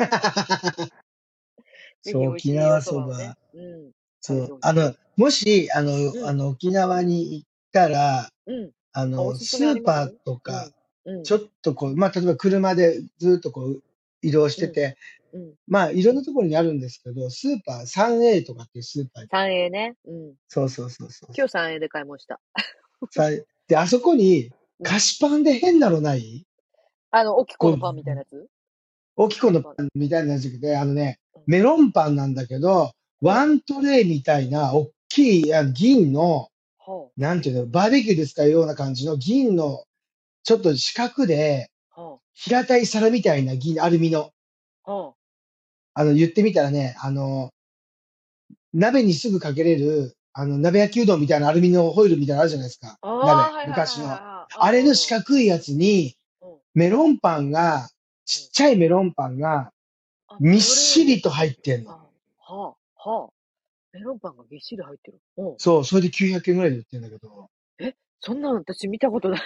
A: ぜひ
B: そう、
A: 美味し
B: 沖
A: い
B: 縄
A: お蕎
B: そ
A: 麦を
B: ば
A: ね。。うん。
B: そ
A: 食べてほ
B: う
A: しい。
B: あの、もし、
A: うん
B: あの、あの、沖縄に行ったら、
A: うん。
B: あ
A: あお
B: の、
A: すす
B: ス
A: めあり
B: ー
A: ます
B: パーとか、
A: うん。
B: ちょっとこう、まあ、例えば車でずっとこう、移動してて、
A: うん。
B: まあ、いろんなところにあるんですけど、スーパー、3A とかっていうスーパー、
A: 3栄ね。うん。
B: そうそうそうそう。
A: 今日3栄で買いました。
B: さで、あそこに、菓子パンで変なのない
A: あの、おきこのパンみたいなやつ
B: 大きいこの
A: パ
B: パ
A: ン
B: ンみたいなやつで、あのね、メロンパンなんだけど、ワントレイみたいな、大きい、あの銀の、
A: は
B: なんていうの、バーベキューで使うような感じの銀の、ちょっと四角で、
A: あ、は
B: 平たい皿みたいな銀、アルミの。
A: あ、は
B: あの、言ってみたらね、あの、鍋にすぐかけれる、あの、鍋焼きうどんみたいなアルミのホイルみたいなのあるじゃないですか。
A: あ。ああ、
B: 鍋
A: はい、はいはい
B: 昔の。
A: はい。
B: あれの四角いやつに、
A: 角。うん
B: メロンパンが、ちっちゃいメロンパンが、
A: あ
B: みっしりと入って
A: あ
B: んの。
A: はあ、はあ。メロンパンがぎっしり入ってる。うん。
B: そう、それで900円ぐらいで売ってんだけど。
A: そんなの私見たことない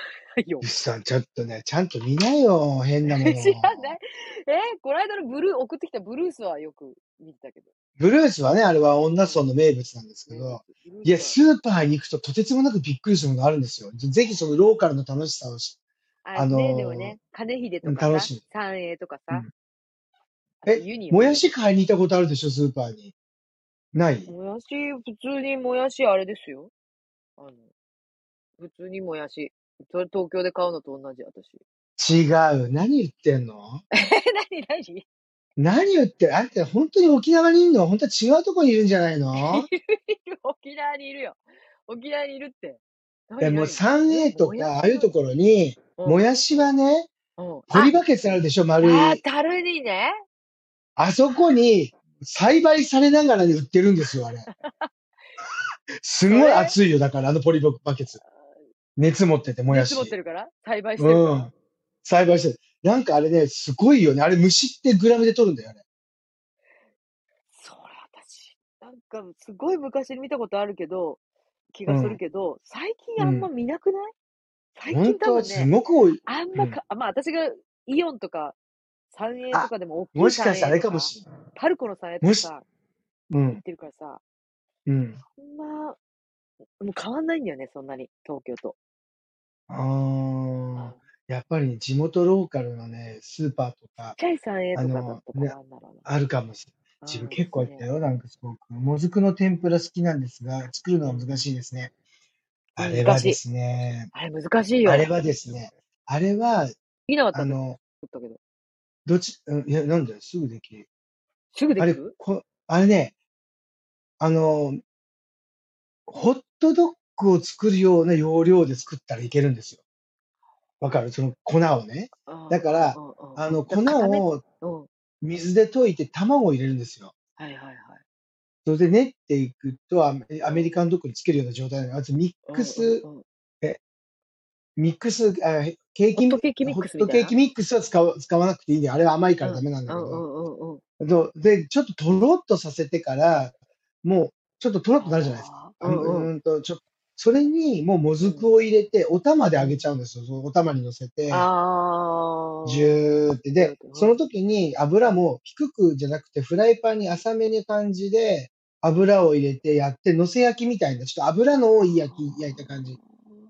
A: よ
B: ゆ。きさん、ちょっとね、ちゃんと見なよ、変な
A: 知
B: もの。
A: らない。えこの間のブルー、送ってきたブルースはよく見てたけど。
B: ブルースはね、あれは女村の名物なんです
A: ブ
B: け
A: ルー
B: ど、
A: スブルース
B: いや、
A: は
B: スーパーに行くととてつもなくびっくりするのがあるんですよ。ぜひそのローカルの楽しさをし、
A: あ
B: あの
A: ね
B: ー
A: でもね、金秀と
B: うん
A: か
B: 楽
A: さ
B: しい、
A: 三栄とか
B: う
A: さ
B: ん、
A: あと
B: え
A: ユニオン
B: もやし買いに行ったことあるでしょ、スーパーに。ない
A: もやし、普通にもやし、あれですよ。あの、普通にもやし。それ東京で買うのと同じ、私。
B: 違う。何言ってんの
A: え、なになに
B: 何言ってあんた本当に沖縄にいるの本当は違うとこにいるんじゃない の
A: 沖縄にいるよ。沖縄にいるって。な
B: え
A: に
B: もう
A: なにえ
B: 3A と
A: もやし
B: か、ああいうところに、
A: うん
B: もやしはね、
A: うん。
B: ポリバケツあるでしょ、丸
A: あ、あ
B: い
A: ー、。たるにね。
B: あそこに栽培されながらに売ってるんで すよ、あれ。すごい熱いよ、だから、あのポリバケツ。熱持ってて、もや
A: 熱
B: し。
A: 持ってるから栽培してる
B: う
A: から
B: ん。。栽培してる。なんかあれね、すごいよね。あれ、虫ってグラムで取るんだよ、あれ。
A: それ私、なんかすごい昔に見たことあるけど、気がするけど、最近あんま見なくない、最
B: 本
A: 近多
B: 当は
A: 分
B: す
A: ね、
B: ごく多い。
A: あんま
B: うん
A: か、あまあ私がイオンとか三栄とかでも大きい
B: もしかしてあ
A: 三栄
B: れ
A: と
B: かも
A: か、
B: しれない。
A: パルコの三栄とかさ、
B: う
A: 行
B: ん
A: っ。てるからさ、
B: うん。
A: あんま、もう変わんないんだよね、そんなに、東京と。
B: ああ。やっぱりね、地元ローカルのね、スーパーと
A: ちっ
B: か、
A: ちゃい三栄
B: あ
A: とかだ
B: の、
A: と変
B: ね、
A: わんだろうな。
B: あるかもしれない。自分
A: うん、
B: 結構行った
A: ね。
B: よ。なんかすごく。もずくの天ぷら好きなんですが、作るのは難しいですね。あれ
A: 難
B: は
A: し
B: で
A: い。
B: すね、
A: あれ難しいよ。
B: あれ
A: 好
B: はですね、あれは、
A: きなかった
B: あ
A: んだよ。
B: の、
A: 作ったけど。
B: どっち、うんいや、なんだよ、すぐできる。
A: すぐで
B: あ
A: き
B: れ、
A: る
B: こあれね、あの、ホットドッグを作るような要領で作ったらいけるんですよ。わかるその粉をね。だから
A: うんうんうん
B: あの、粉
A: うん固め
B: を
A: うん。は
B: 水で溶いて卵を入れるんですよ。
A: いはいはい。
B: それで練っていくと、アメアメリカンドッグにつけるような状態なの。あとミッ
A: うん
B: クス、
A: うんうん
B: ミックス、あケー
A: ホッ
B: キ、
A: トケーキミッ
B: ホッ
A: クスみ
B: ト
A: たい
B: ケ
A: な。
B: ーキミックスは使わ使わなくていいんだよ。あれは甘いからダメなんだけ
A: うんう
B: ど。
A: んうんうん。
B: どで、ちょっととろっとさせてから、もう、ちょっととろっとなるじゃないですか。
A: あー
B: あ
A: う
B: の
A: んう。
B: うんーんと、ちょそれに、もうもずくを入れて、お玉で揚げちゃうんですよ。そのお玉に乗せて、
A: ああ。
B: ジューって。で、その
A: 時、
B: 時に油も低くじゃなくて、フライパンに浅めに感じで、油を入れてやって、乗せ焼きみたいな、ちょっと油の多い焼き、焼いた感じ。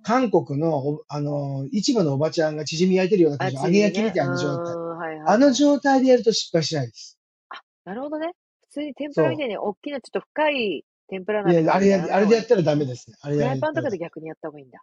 B: 韓国のお、あの、市場のおばちゃんがチヂミ焼いてるような感
A: あ、
B: じ
A: ち
B: の
A: ぎ
B: 揚
A: り
B: げ
A: ね
B: 焼きみたいな状態。
A: うんはいはいはい。
B: あの状態でやると失敗しないです。
A: なるほどね。普通に天ぷら
B: そ
A: み
B: う
A: たいに大きなちょっと深い天ぷら
B: い
A: 鍋と
B: や、あ
A: か
B: れ
A: でや
B: や、
A: らな
B: あ
A: い方
B: れで
A: が
B: や
A: いい
B: ったらダメですね。あれ
A: フ
B: や
A: ライ
B: やっ
A: パン
B: た
A: とか
B: らダ
A: で
B: メ。
A: 逆にやった方がいいんだ。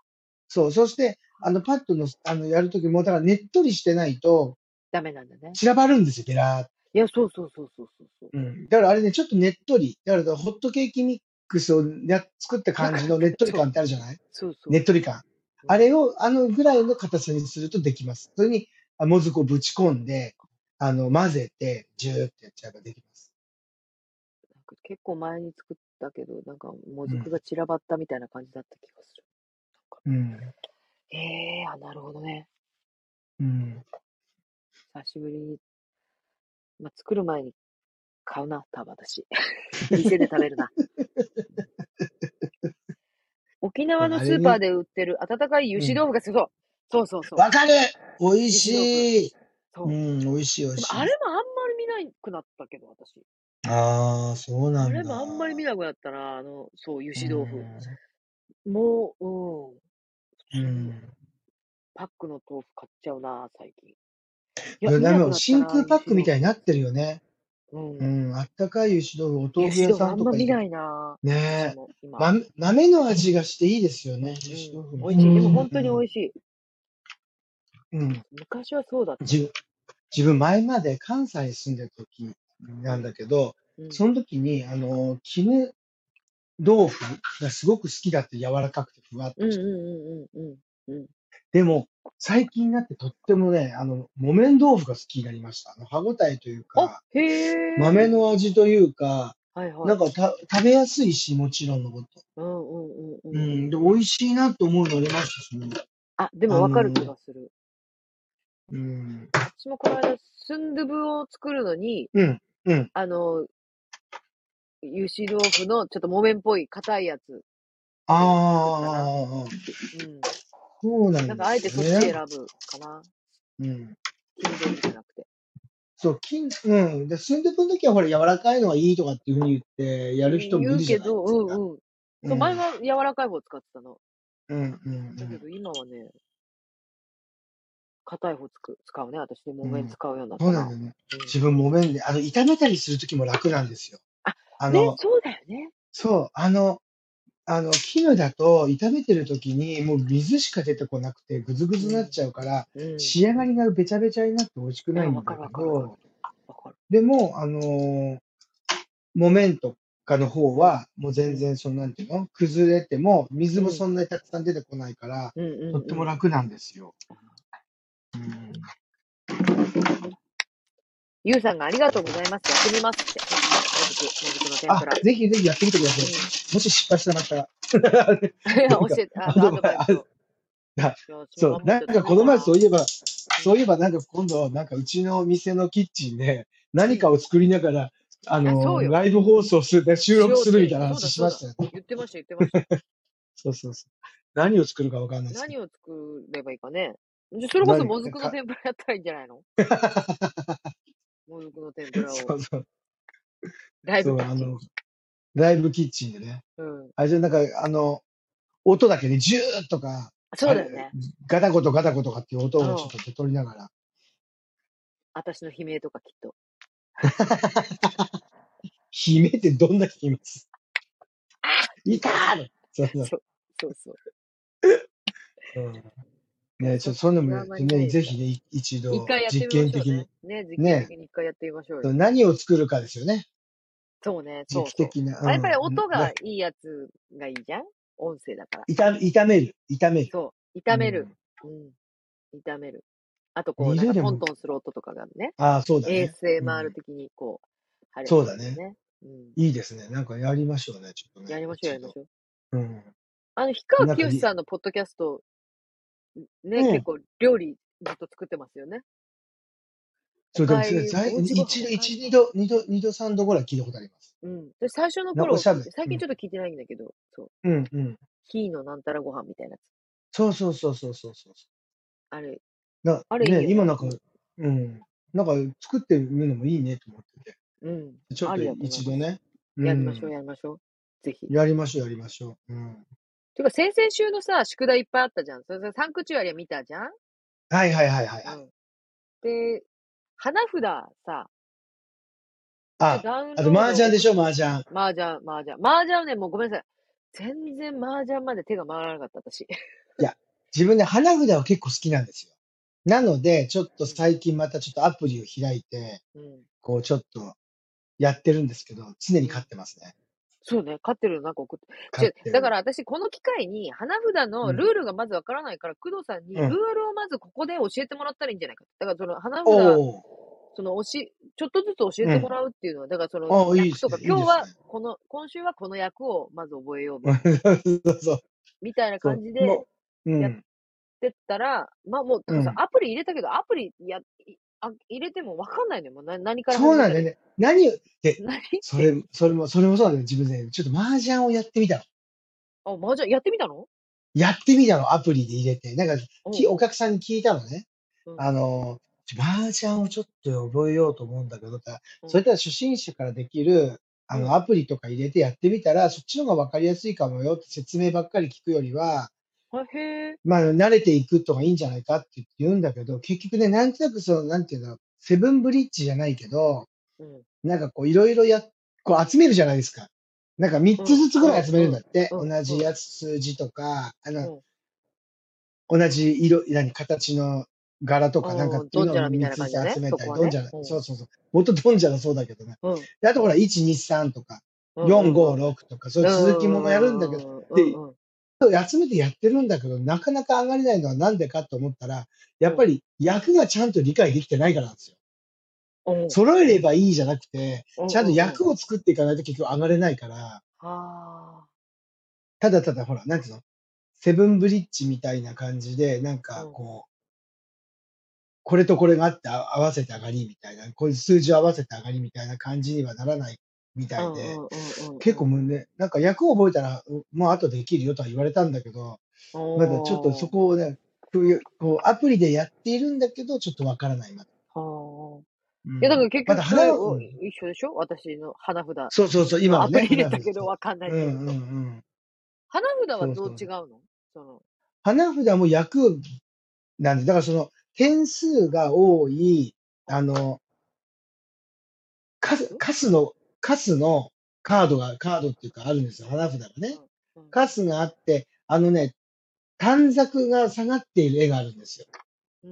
B: そう。そして、あの、パッとの、あの、やるときも、だからねっとりしてないと、
A: ダメなんだね。
B: 散らばるんですよ、ベラーっと。
A: いや、そうそうそうそうそうそう。
B: うん。だからあれね、ちょっとねっとり。だから、ホットケーキミックスをや作った
A: わ
B: 感
A: か
B: じ
A: る
B: のねっとり
A: そう
B: 感ってあるじゃない
A: そうそう
B: ねっとり感。
A: うん
B: あれを、あのぐらいの硬さにするとできます。それに、あもずくをぶち込んで、あの、混ぜて、ジューってやっちゃえばできます。
A: なんか結構前に作ったけど、なんかもず
B: う
A: く
B: ん。
A: が散らばったみたいな感じだった気がする。
B: うん。
A: ええー、あ、なるほどね。
B: うん。
A: 久しぶりに、まあ、作る前に買うな、多分 私。店で食べるな。沖縄のスーパーで売ってる温かい油脂豆腐がすごい。そうそうそう。
B: わかる美味しい。
A: そう
B: う
A: でも
B: ん、美味しい美味しい。
A: あれもあんまり見なくなったけど、私。
B: ああ、そうな
A: あ
B: んだ。
A: れもあんまり見なくなったな、あの、そう、油脂豆腐。
B: う。
A: もう、うんん。
B: うん
A: パックの豆腐買っちゃうな、最近。い
B: いや、で
A: 見なくなった
B: も
A: な
B: 真空パックみたいになってるよね。
A: 油脂
B: う
A: 豆腐
B: ん、あったかい油脂豆腐、お
A: うん。
B: 豆腐
A: 油脂
B: 屋
A: 豆
B: さ
A: 腐あ
B: ん
A: ん
B: と
A: ま
B: か
A: 見
B: に。
A: ないな、私
B: ねえ。
A: も今。
B: ま、豆の味がしていいですよ
A: うん
B: ね、油脂豆腐も。
A: 美味しい。でも本当に美味しい。
B: うん。
A: 昔はそうだった。
B: 自分、自分前まで関西に住んでる時なんだけど、
A: うん
B: その時に、あの、絹豆腐がすごく好きだって柔らかくてふわっ
A: うん
B: として。
A: うんうんうんうんうん。
B: でも、最近になってとってもね、あの、木綿豆腐が好きになりました。あの、歯ごたえという
A: あ
B: か、
A: へえ。
B: 豆。の味というか、
A: はいはい。
B: なんかた食べやすいし、もちろんのこと。
A: うんうんうん
B: う、
A: うんん。
B: で、美味しいなと思うのありましたしね。
A: あ、でもわかる気がする。
B: うん。
A: 私もこの間、スンドゥブを作るのに、
B: うん。うん。
A: あの、油脂豆腐のちょっと木綿っぽい硬いやつ。
B: あ
A: 作ったな
B: あ、
A: うん。
B: そうな
A: な
B: んですよ、
A: ん
B: ね。
A: かあえてそっち選ぶかな。
B: うん。
A: 金豆腐じゃなくて。
B: そう、金、うん。で、スンドゥブの時はほら、柔らかいのがいいとかっていうふうに言って、やる人もい
A: 言
B: る
A: う
B: じゃ
A: け
B: ない
A: ど、
B: ですか。
A: うんうん。そう、前は柔らかい方使ってたの。
B: うん、うん、うん
A: だけど今はね、硬い方つく使うね。私で木
B: う
A: 綿
B: ん
A: 使うようになった
B: そう
A: な。
B: なんだよね。
A: うん
B: 自分、木綿で、あの、炒めたりする時も楽なんですよ。
A: あ、
B: あ
A: ね
B: の、、
A: そうだよね。
B: そう、あの、あの、絹だと炒めてる時にもう水しか出てこなくてぐずぐずになっちゃうから、
A: うん。い
B: 仕上がりがべちゃべちゃになって美味しくな
A: や、
B: い
A: わ
B: ん
A: か
B: だ
A: るわか
B: け
A: るわかる
B: ど、。
A: わかる。
B: でも、あのー木綿とかの方は、もう全然その、なんていうの崩れても、水もそんなにたくさん出てこないから、
A: うんうん、うん。
B: とっても楽なんですよ。うん
A: ゆうさんがありがとうございます。やってみますって。もずく、もずくの天
B: あ
A: ぷら、。
B: ぜひぜひやってみてください。もし失敗したら
A: うん、
B: また。
A: いや、
B: なん
A: 教
B: か
A: えて、あ
B: ア
A: の、ア
B: ド
A: ド
B: バ
A: バ
B: イ
A: イ
B: ス
A: スを。
B: ない
A: やそ
B: そ
A: のま
B: う、
A: ま
B: な
A: やっ
B: ん
A: ちゃダメ
B: かこの前そう
A: う
B: いえば、そういえばなんか今度、なんかうちの店のキッチンで何かを作りながら、あ
A: あそう
B: の、
A: よ
B: ライブ放送する、で収録するみたい
A: そう
B: な
A: だ
B: 話しましたよね。
A: 言ってました、言ってました。
B: そうそうそう。何を作るかわかんないですけど。
A: 何を作ればいいか ね。じゃそれこそ
B: 何
A: もずく
B: か
A: の天ぷらやったらいいんじゃないのもずくの天ぷらを。
B: そうそう。
A: ライ
B: そ
A: ブ
B: う、
A: キッ
B: あ
A: チン
B: の、ライブキッチンでね。
A: うん。
B: あれじゃなんか、あの、音だけね、ジューッとか、
A: そうだよね。
B: あれガタゴトガタゴトかっていう音をちょっと手取りながら。
A: 私の悲鳴とかきっと。
B: 悲鳴ってどんな悲鳴ですいたーそうそう。
A: そうそうそう。
B: うんね、ちょっとそんなのもや
A: そっかそれはあ
B: って
A: んまりない
B: ね、
A: よ
B: ぜひね、い一
A: 一
B: 度
A: 回やってみ
B: 実
A: ま
B: 験
A: しょう
B: 的に
A: ね。ね、実
B: ね
A: 験的に一回やってみましょうよ。
B: 何を作るかですよね。
A: そうね、そう
B: 時期
A: そう。
B: 的な。
A: あやっぱり
B: うん
A: 音
B: な
A: がいいやつがいいじゃん音声だから。
B: 炒炒める。炒める。
A: そう。炒める
B: う。
A: うん。炒める。あとこう、
B: 煮
A: なんか
B: るで
A: トン
B: も、
A: トンする音とかがね。
B: ああ、そうだね、う
A: ASMR
B: ん。
A: 的にこう、あれ
B: そうだね。
A: ね。うん。
B: いいですね。なんかやりましょうね、ちょっと
A: や
B: ね。
A: りましょう、や
B: 一
A: りま
B: 度。
A: しょう。
B: うん。
A: あの、氷川
B: なん
A: き
B: か
A: よ
B: い
A: し
B: い。
A: さんのポッドキャスト、ね、
B: う
A: 結
B: ん。
A: 構料理ずっと作ってますよね。お
B: そう、でも
A: か
B: それ、
A: ゆ、
B: ざい
A: おうちご飯、
B: 一
A: お
B: 度、
A: かゆ
B: 一二度、二度、二度、三度ぐらい聞いたことあります。
A: うん。で、最初の
B: なお
A: 頃
B: しゃ
A: 聞
B: べ
A: い
B: り。
A: て、最
B: う
A: 近
B: ん。
A: ちょっと聞いてないんだけど、そう。
B: うんうん。
A: キーのなんたらご飯みたいなやつ。
B: そうそうそうそうそうそう。
A: あれ、
B: な、
A: あれいい
B: ね、
A: よ
B: 今
A: ね。
B: なんか、うん。なんか作ってみるのもいいねと思ってて。
A: うん。
B: ちょっ
A: あ
B: と
A: りだと思い
B: 一
A: ま
B: 度
A: す。
B: ね。う
A: やりましょう、
B: ん。
A: やりましょう。ぜひ。
B: やりましょう、やりましょう。うん。
A: てか、先々週のさ、宿題いっぱいあったじゃん。それさ、サンクチュアリア見たじゃん
B: はいはいはいはい。
A: うん。で、花札さ、一応
B: あ、
A: ダウン
B: あと
A: ロー
B: 麻雀
A: ド、
B: でしょ、麻雀。
A: 麻雀、麻雀。麻雀ね、もうごめんなさい。全然麻雀まで手が回らなかった、私。
B: いや、自分ね、花札は結構好きなんですよ。なので、ちょっと最近またちょっとアプリを開いて、
A: うん。
B: こうちょっとやってるんですけど、常に
A: うん。
B: 勝ってますね。
A: そうね、勝ってるのなんか送って。
B: 勝
A: 違う
B: って
A: だか
B: る。
A: ら私、この機会に、花札
B: う
A: のル
B: ん。
A: ールがまずわからないから、工藤さんに
B: う
A: ルー
B: ん。
A: ルをまずここで教えてもらったらいいんじゃないか。だから、その花札、
B: おー。
A: その教え、ちょっとずつ教え
B: う
A: ても
B: ん。
A: らうっていうのは、だからその
B: ああ、いいで
A: 役
B: す
A: と
B: ね。
A: か、
B: いい
A: 今
B: で
A: 日
B: す
A: は
B: ね。
A: この、今週はこの役をまず覚えようみ
B: うん
A: たいな、
B: そうそう。
A: みたいな
B: そ
A: 感
B: う。
A: じで
B: もう、う
A: やっ
B: ん。
A: てったら、まあもう、だ
B: う
A: からさ、
B: ん。
A: アプリ入れたけど、アプリや、あ入れてもわかんないのよ。もうな何から
B: そうなんだよ
A: ね。
B: ね。何を、
A: 何
B: それ、それも、それもそうなんだよ。自分で、ちょっと麻雀をやってみたの。
A: あ、麻雀やってみたの
B: やってみたの、アプリで入れて。なんか、
A: うん
B: きお客さんに聞いたのね。
A: うん
B: あの、麻雀をちょっと覚えようと思うんだけど、
A: うん
B: それでは初心者からできる、あ
A: う
B: の、
A: ん
B: アプリとか入れてやってみたら、そっちの方が分かりやすいかもよって説明ばっかり聞くよりは、
A: あへえ。
B: まあ、慣れていくとかいいんじゃないかって言うんだけど、結局ね、なんとなくその、なんていうの、セブンブリッジじゃないけど、
A: うん。
B: なんかこう、いろいろや、こう集めるじゃないですか。なんか3つずつぐらい集めるんだって。
A: うんうん
B: 同じやつ、数字とか、あの、同じ色、何、形の柄とかなんかっていうのを
A: うんドンジャラみたい
B: 3
A: な
B: つ
A: 感
B: ず
A: じだね
B: つ集めた
A: そこはね
B: り、ドンジャラ、
A: うん
B: そうそうそう。元ドンジャラそうだけどね。
A: うん。
B: で、あとほら、1、2、3とか、
A: うん。
B: 4、5、6とか、そういう続きものやるんだけど、
A: ど
B: で集めてやってるんだけど、なかなか上がれないのはなんでかと思ったら、やっぱり役がちゃんと理解できてないからなんですよ。揃えればいいじゃなくて、ちゃんと役を作っていかないと結局上がれないから、
A: あ
B: ただただほら、なんていうのセブンブリッジみたいな感じで、なんかこう、これとこれがあってあ合わせて上がりみたいな、こういう数字を合わせて上がりみたいな感じにはならないみた
A: あ。
B: いで、結構もうね、なんか役を覚えたら、うもう後できるよとは言われたんだけど、
A: 構
B: まだちょっとそこをね、こういう、こうアプリでやっているんだけど、ちょっとわからないな。
A: はあ。
B: うん
A: いや、だから結
B: ま
A: 局、
B: だ
A: それ
B: 花
A: を
B: うん
A: 一緒でしょ私の花札。
B: そうそうそう、
A: ア
B: 今は
A: プ
B: ね。
A: リ入れたけど
B: 花
A: わかんない
B: 札
A: っ
B: う
A: てい
B: ん
A: う
B: うんう
A: と。
B: ん。
A: 花札はどう
B: そう
A: 違
B: そう
A: のその、
B: 花札も役なんで、だからその点数が多い、あの、カス、カスの、カスのカードが、カードっていうかあるんですよ。花札がね。
A: うん
B: カスがあって、あのね、短冊が下がっている絵があるんですよ。
A: う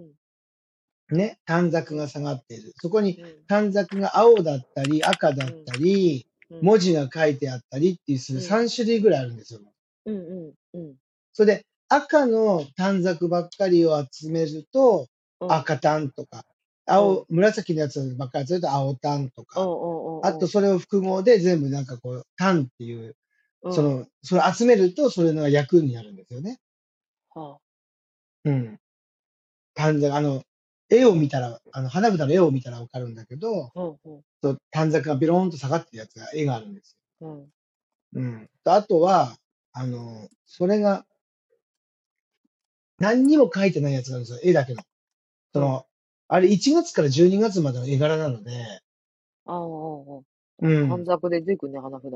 A: ん。
B: ね。短冊が下がっている。そこに
A: うん
B: 短冊が青だったり、赤だったり、
A: うん
B: 文字が書いてあったりっていうする
A: うん
B: 3種類ぐらいあるんですよ。
A: うんうんうん。
B: それで、赤の短冊ばっかりを集めると、
A: うん
B: 赤単とか、青、紫のやつばっかり集めると青単
A: うん
B: と
A: う
B: か、
A: んうん。
B: あとそれを複合で全部なんかこう、単っていう、
A: うん、
B: その、それ集めるとそれの役になるんですよね。
A: は
B: うん。短冊、あの、絵を見たら、あの、花札の絵を見たらわかるんだけど、
A: あ。うんうん
B: そう短冊がビローンと下がってるやつが、絵があるんです
A: うん。
B: よ。うん。とあとは、あの、それが、何にも書いてないやつがあるんですよ。絵だけの。その、あれ1月から12月までの絵柄なので、
A: ああ、あ
B: う
A: あ
B: ん。
A: 短
B: だか
A: 冊で出てくるね、花札。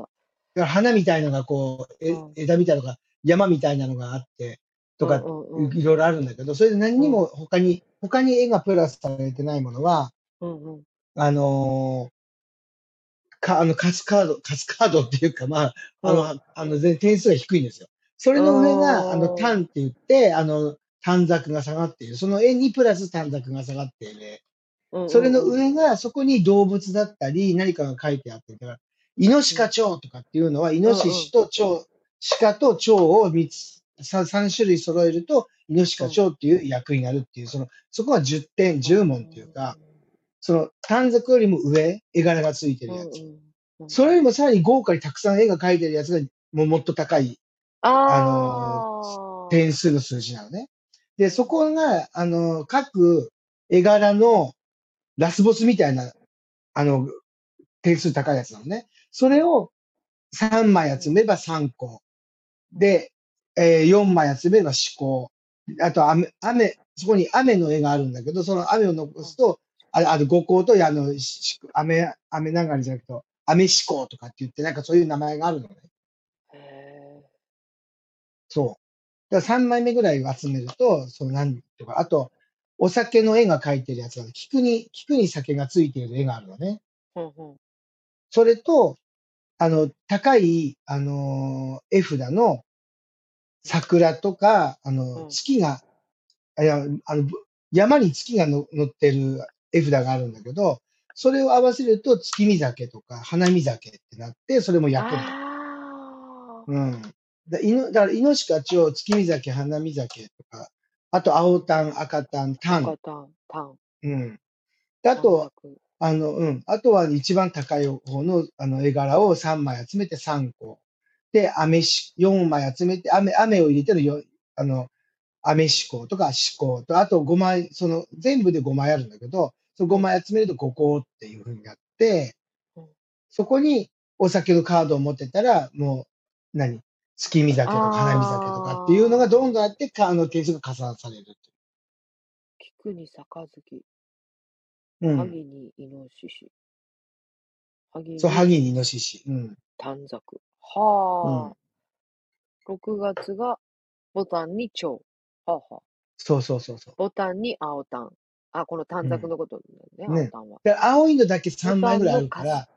B: ら花みたいのがこう、え
A: うん
B: 枝みたいのが、山みたいなのがあって、とか
A: う、んうんうん
B: いろいろあるんだけど、それで何にも他に、他に絵がプラスされてないものは、
A: うんうん。
B: あのーか、あの、カスカード、カスカードっていうか、まあ、あ
A: うん
B: の、あの、全点数が低いんですよ。それの上
A: おー
B: が、あの、単って言って、あの、短冊が下がっている。その絵にプラス短冊が下がっている。
A: うんうん
B: それの上が、そこに動物だったり、何かが書いてあって、だから、イノシカ蝶とかっていうのは、イノシシと蝶、鹿と蝶を3つ、3種類揃えると、イノシカ蝶っていう役になるっていう、その、そこは10点、10問っていうか、、その、短冊よりも上、絵柄がついて
A: うんう
B: る
A: ん
B: や
A: う
B: つ。
A: んうん、
B: それよりもさらに豪華にたくさん絵が描いてるやつが、もうもっと高い
A: あ
B: あ
A: の
B: 点数の数字なのね。で、そこが、あの、各絵柄のラスボスみたいな、あの、点数高いやつなのね。それを3枚集めれば3個。で、え4枚集めれば4個。あと、雨、雨、そこに雨の絵があるんだけど、その雨を残すと、ああと5個と、あの、し雨、雨流れじゃなくて、雨四考とかって言って、なんかそういう名前があるのね。
A: へ
B: そう。だから3枚目ぐらい集めると、その何とか、あと、お酒の絵が描いてるやつが、菊に、菊に酒がついている絵があるのね。
A: ーうんうん
B: それと、あの、高い、あのー絵札の桜とか、あ
A: う
B: の、
A: ん
B: 月が、いや、あの、山に月がの乗ってる絵札があるんだけど、それを合わせると月見酒とか花見酒ってなって、それも役に立つ
A: あー
B: うん。だいのだから、イノシカ、チョウ、月見酒、花見酒とか、あと、青タン、赤タン、タ
A: 赤
B: ン。
A: タン、タン。
B: うん。であと、あの、うん。あとは、一番高い方の、あの、絵柄を3枚集めて3個。で、アメシ、4枚集めて、雨、雨を入れてのよ、あの、アメシコとかシコと、あと5枚、その、全部で5枚あるんだけど、そこ5枚集めると5個っていうふうになって
A: うん、
B: そこにお酒のカードを持ってたら、もう、何月見酒とか
A: あー
B: 花見酒とかっていうのがどんどんあって、カードの点数が加算されるってい
A: 菊に杯、
B: う。う
A: 萩
B: ん。
A: にイノシシ。萩に
B: そう、ハギにイノシシ。うん。
A: 短冊。
B: う
A: は
B: ん
A: あ。6月がボタンに蝶。はあはあ。
B: そうそうそうそう。
A: ボタンに青タン。あ、この短冊のことだよね、
B: うんね
A: 青タンは。
B: で、青いのだけ3枚ぐらいあるか
A: ボタン
B: ら、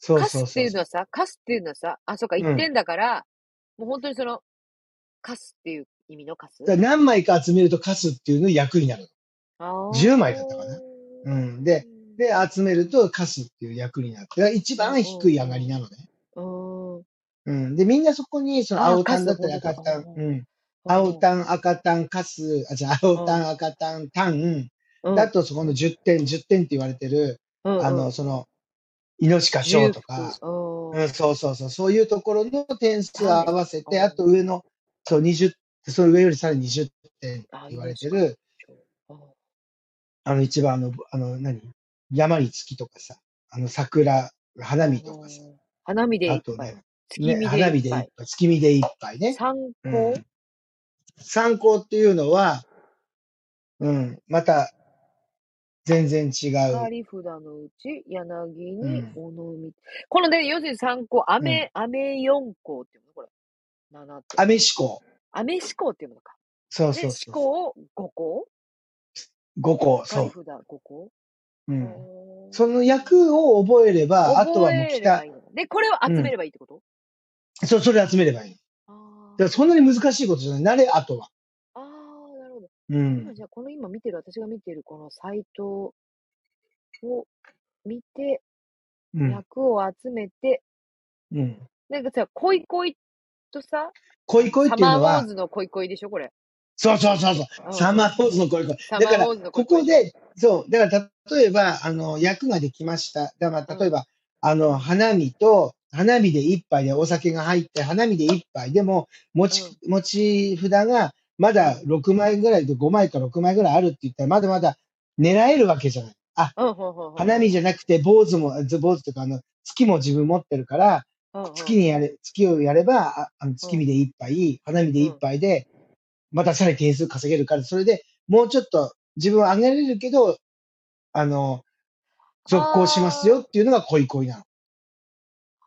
B: そう
A: カ
B: そ
A: ス
B: う
A: って
B: そう
A: いうの
B: そう。
A: はさ、カスっていうのはさ、あ、そうか、
B: うん
A: 1点だから、もう本当にその、カスっていう意味のカス
B: だから何枚か集めるとカスっていうの役になる。
A: あー
B: 10枚だったかなうんで、で、集めるとカスっていう役になる。だから一番低い上がりなのね。
A: うん。
B: うん。で、みんなそこに、その
A: あー
B: 青タンだったり
A: カス
B: 赤
A: 本当だ
B: タン、
A: うん
B: うん。青タン、赤タン、カス、あ、じゃ青タ
A: う
B: ン、赤タン、タン。
A: うん、
B: だとそこの10点、10点って言われてる、
A: うん、
B: あの、その、イノシカショウ
A: 重
B: と
A: 複、
B: か、
A: うん。
B: うん、そうそうそう、そういうところの点数を合わせて、
A: 単位
B: あと上の、そう、20、その上よりさらに20点って
A: あ
B: 言われて
A: イノシ
B: る、
A: カあ
B: あの一番あの、あの何、山に月とかさ、あの桜、花見とかさ、
A: うん花見で
B: あ
A: いっ
B: と
A: ぱい。
B: ね、
A: 月
B: ね、
A: 見で
B: 花
A: い
B: 見
A: っ
B: で
A: ぱ
B: 一
A: い。
B: 杯、月見で一杯ね。
A: 参
B: う
A: 考、
B: ん。参考っていうのは、うん、また全然違う。
A: 光札のうち、柳
B: う
A: に、
B: ん、
A: おのみ。このね、要するに参考、
B: うん。
A: 飴、飴四項っていうのこれ。7点。
B: アメ思考。
A: 飴四項っていうのか。
B: そう
A: で、
B: そう
A: 四
B: そうそ
A: 項五項
B: う。5個、
A: 光
B: そ
A: 札五項
B: う。う
A: あ
B: ん。その
A: ー
B: 役を覚えれば、あ
A: 覚
B: とはもう
A: えれば
B: 北、
A: いいの。で、これを
B: う
A: 集め
B: ん。
A: ればいいってこと
B: そう、それ集めればいい。だ
A: あー
B: からそんなに難しいことじゃない。慣れ、あとは。
A: あー、なるほど。
B: う
A: 今、
B: ん。
A: じゃあ、この今見てる、私が見てるこのサイトを見て、
B: うん。
A: 役を集めて、
B: うん。
A: なんかさ、恋恋とさ、
B: 恋恋っ
A: サ
B: ていう
A: マー
B: の
A: ウォー
B: は、
A: ズの恋恋でしょ、これ。
B: そうそうそうそう。
A: うん
B: サ
A: う
B: マ
A: ん。
B: ーウォーズの恋恋。
A: サ
B: だ
A: マー
B: か
A: ウ
B: ら、
A: ォーズの恋
B: ここ
A: 恋でしょ。
B: で、そう、だから例えば、あの、役ができました。だから、
A: う
B: 例え
A: ん。
B: ば、あの、花見と、花見で一杯でお酒が入って、花見で一杯でも、持
A: うん。
B: ち、持ち札がま
A: う
B: だ
A: ん。
B: 6枚ぐらいで5枚か6枚ぐらいあるって言ったら、まだまだ狙えるわけじゃない。あ、
A: うん、ほんほんほん
B: 花
A: ほん。
B: 見じゃなくて、坊主も、あず坊主とか、あの、月も自分持ってるから、
A: うんう
B: 月にやれ、月をやれば、ああの
A: ん
B: 月見で一杯、花見で
A: う
B: 一
A: ん
B: 杯で、またさらに点数稼げるから、それでもうちょっと自分は上げられるけど、あの、続行しますよ
A: あ
B: っていうのが恋恋なの。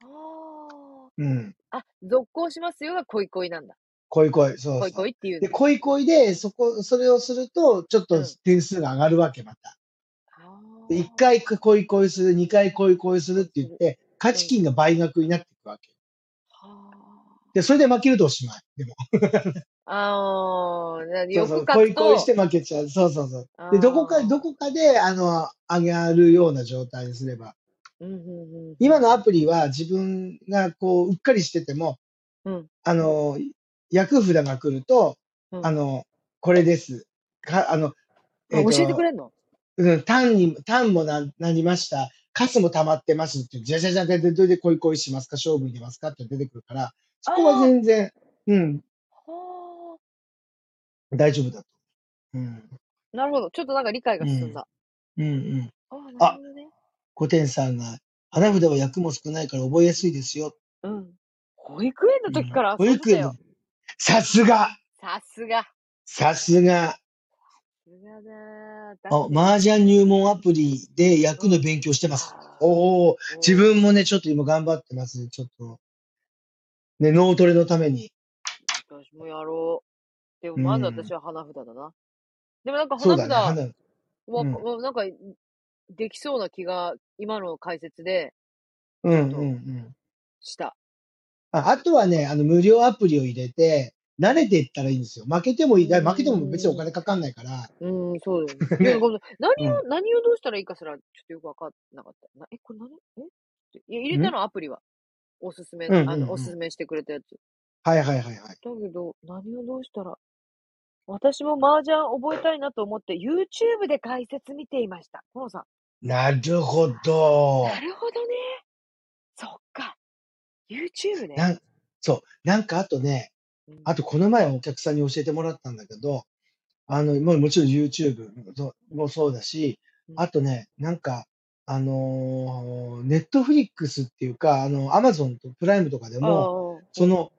A: ーあ
B: うん。
A: ーあ続行しますよが恋恋なんだ。
B: 恋恋、そう
A: 恋
B: そう。
A: 恋っていうん
B: で、
A: だ。
B: 恋恋で、そこ、それをすると、ちょっ
A: う
B: と
A: ん。
B: 点数が上がるわけ、また。
A: あ
B: で、一回
A: あ、
B: 恋恋する、二回恋恋するっ
A: 恋
B: て
A: す
B: 言っ
A: る。
B: て、勝
A: う
B: ち
A: ん。
B: 金が倍額になっていくわけ。
A: は
B: で、それで負けるとおしまい。でも、
A: あ。ああ、な
B: そう
A: よ
B: そ
A: く
B: う、
A: 勝つ
B: 恋恋
A: と、
B: して負けちゃう。そうそうそう。で、どこか、
A: あ
B: ど
A: あ、
B: こかで、あの、上がるような状態にすれば。
A: うんうんうんう
B: 今
A: ん
B: のアプリは自分がこう、うっかりしてても、
A: うん。
B: あの、役札が来ると、
A: うんう
B: あ
A: ん。
B: の、これです。か、あの、え
A: あ、
B: っ、
A: 教えてく
B: と、
A: れんの
B: うん、単に、単もな、なりました。カスも溜まってますっていう、じゃじゃじゃで、で、で、で、恋恋しますか勝負に出ますかって出てくるから、そ
A: あ
B: こは
A: あ、
B: 全然、うん、
A: は
B: 大丈夫だと。うん、
A: あ。なるほど。ちょっとなんか理解
B: う
A: が進ん
B: ん、
A: だ。
B: うん、うん。
A: ああ、なる
B: あ、
A: ほどね。
B: 古典さんが、花札は役も少ないから覚えやすいですよ。
A: うん。保育園の
B: う
A: 時
B: ん、
A: から
B: 保
A: 遊んで
B: 育
A: た
B: 園の、
A: よ。
B: さすが、
A: さすが。
B: さす
A: さす
B: が、
A: がだ。だっ
B: あ、
A: て、
B: 麻雀入門アプリで
A: う
B: 役
A: ん。
B: の勉強してます。
A: ああ、
B: おお、自
A: お
B: 分もね、ちょっと今頑張ってます。ちょっと、ね、脳トレのために。
A: 私もやろう。でも
B: う
A: まだ
B: ん。
A: 私は花札だな。でもなんか
B: そう
A: 花
B: だ
A: 札、
B: ね、
A: わ、
B: 花。うん。
A: わなんか、できそうな気が、今の解説で、
B: う
A: ちょっ
B: んうんう
A: と、
B: ん。
A: した。
B: あ、あとはね、あの、無料アプリを入れて、慣れていったらいいんですよ。負けても
A: う
B: いい。だ負けても別にお
A: ーん。
B: 金かかんないから。
A: うーん、そうだよね。い や、なん
B: ね。
A: か何を、
B: うん。
A: 何をどうしたらいいかすら、ちょっとよくわかんなかった。なえ、これ何えっていや、入れ
B: う
A: た
B: ん
A: の、アプリは。おすすめ、
B: うんうん
A: あの、お
B: う
A: すす
B: ん。
A: めしてくれたやつ。
B: はいはいはいはい。
A: だけど、何をどうしたら、私も麻雀覚えたいなと思って、YouTube で解説見ていました。このさん。
B: なるほ
A: な
B: ど。
A: るほどね。そっか。YouTube ね。
B: なん、そう。なんかあとね、
A: うん。
B: あとこの前お客さんに教えてもらったんだけど、あの、もうもちろん YouTube もそうもそうだし、あとね、なんか、あのネットフリックスっていうか、あの、アマゾンとプライムとかでも、
A: も
B: そ、の、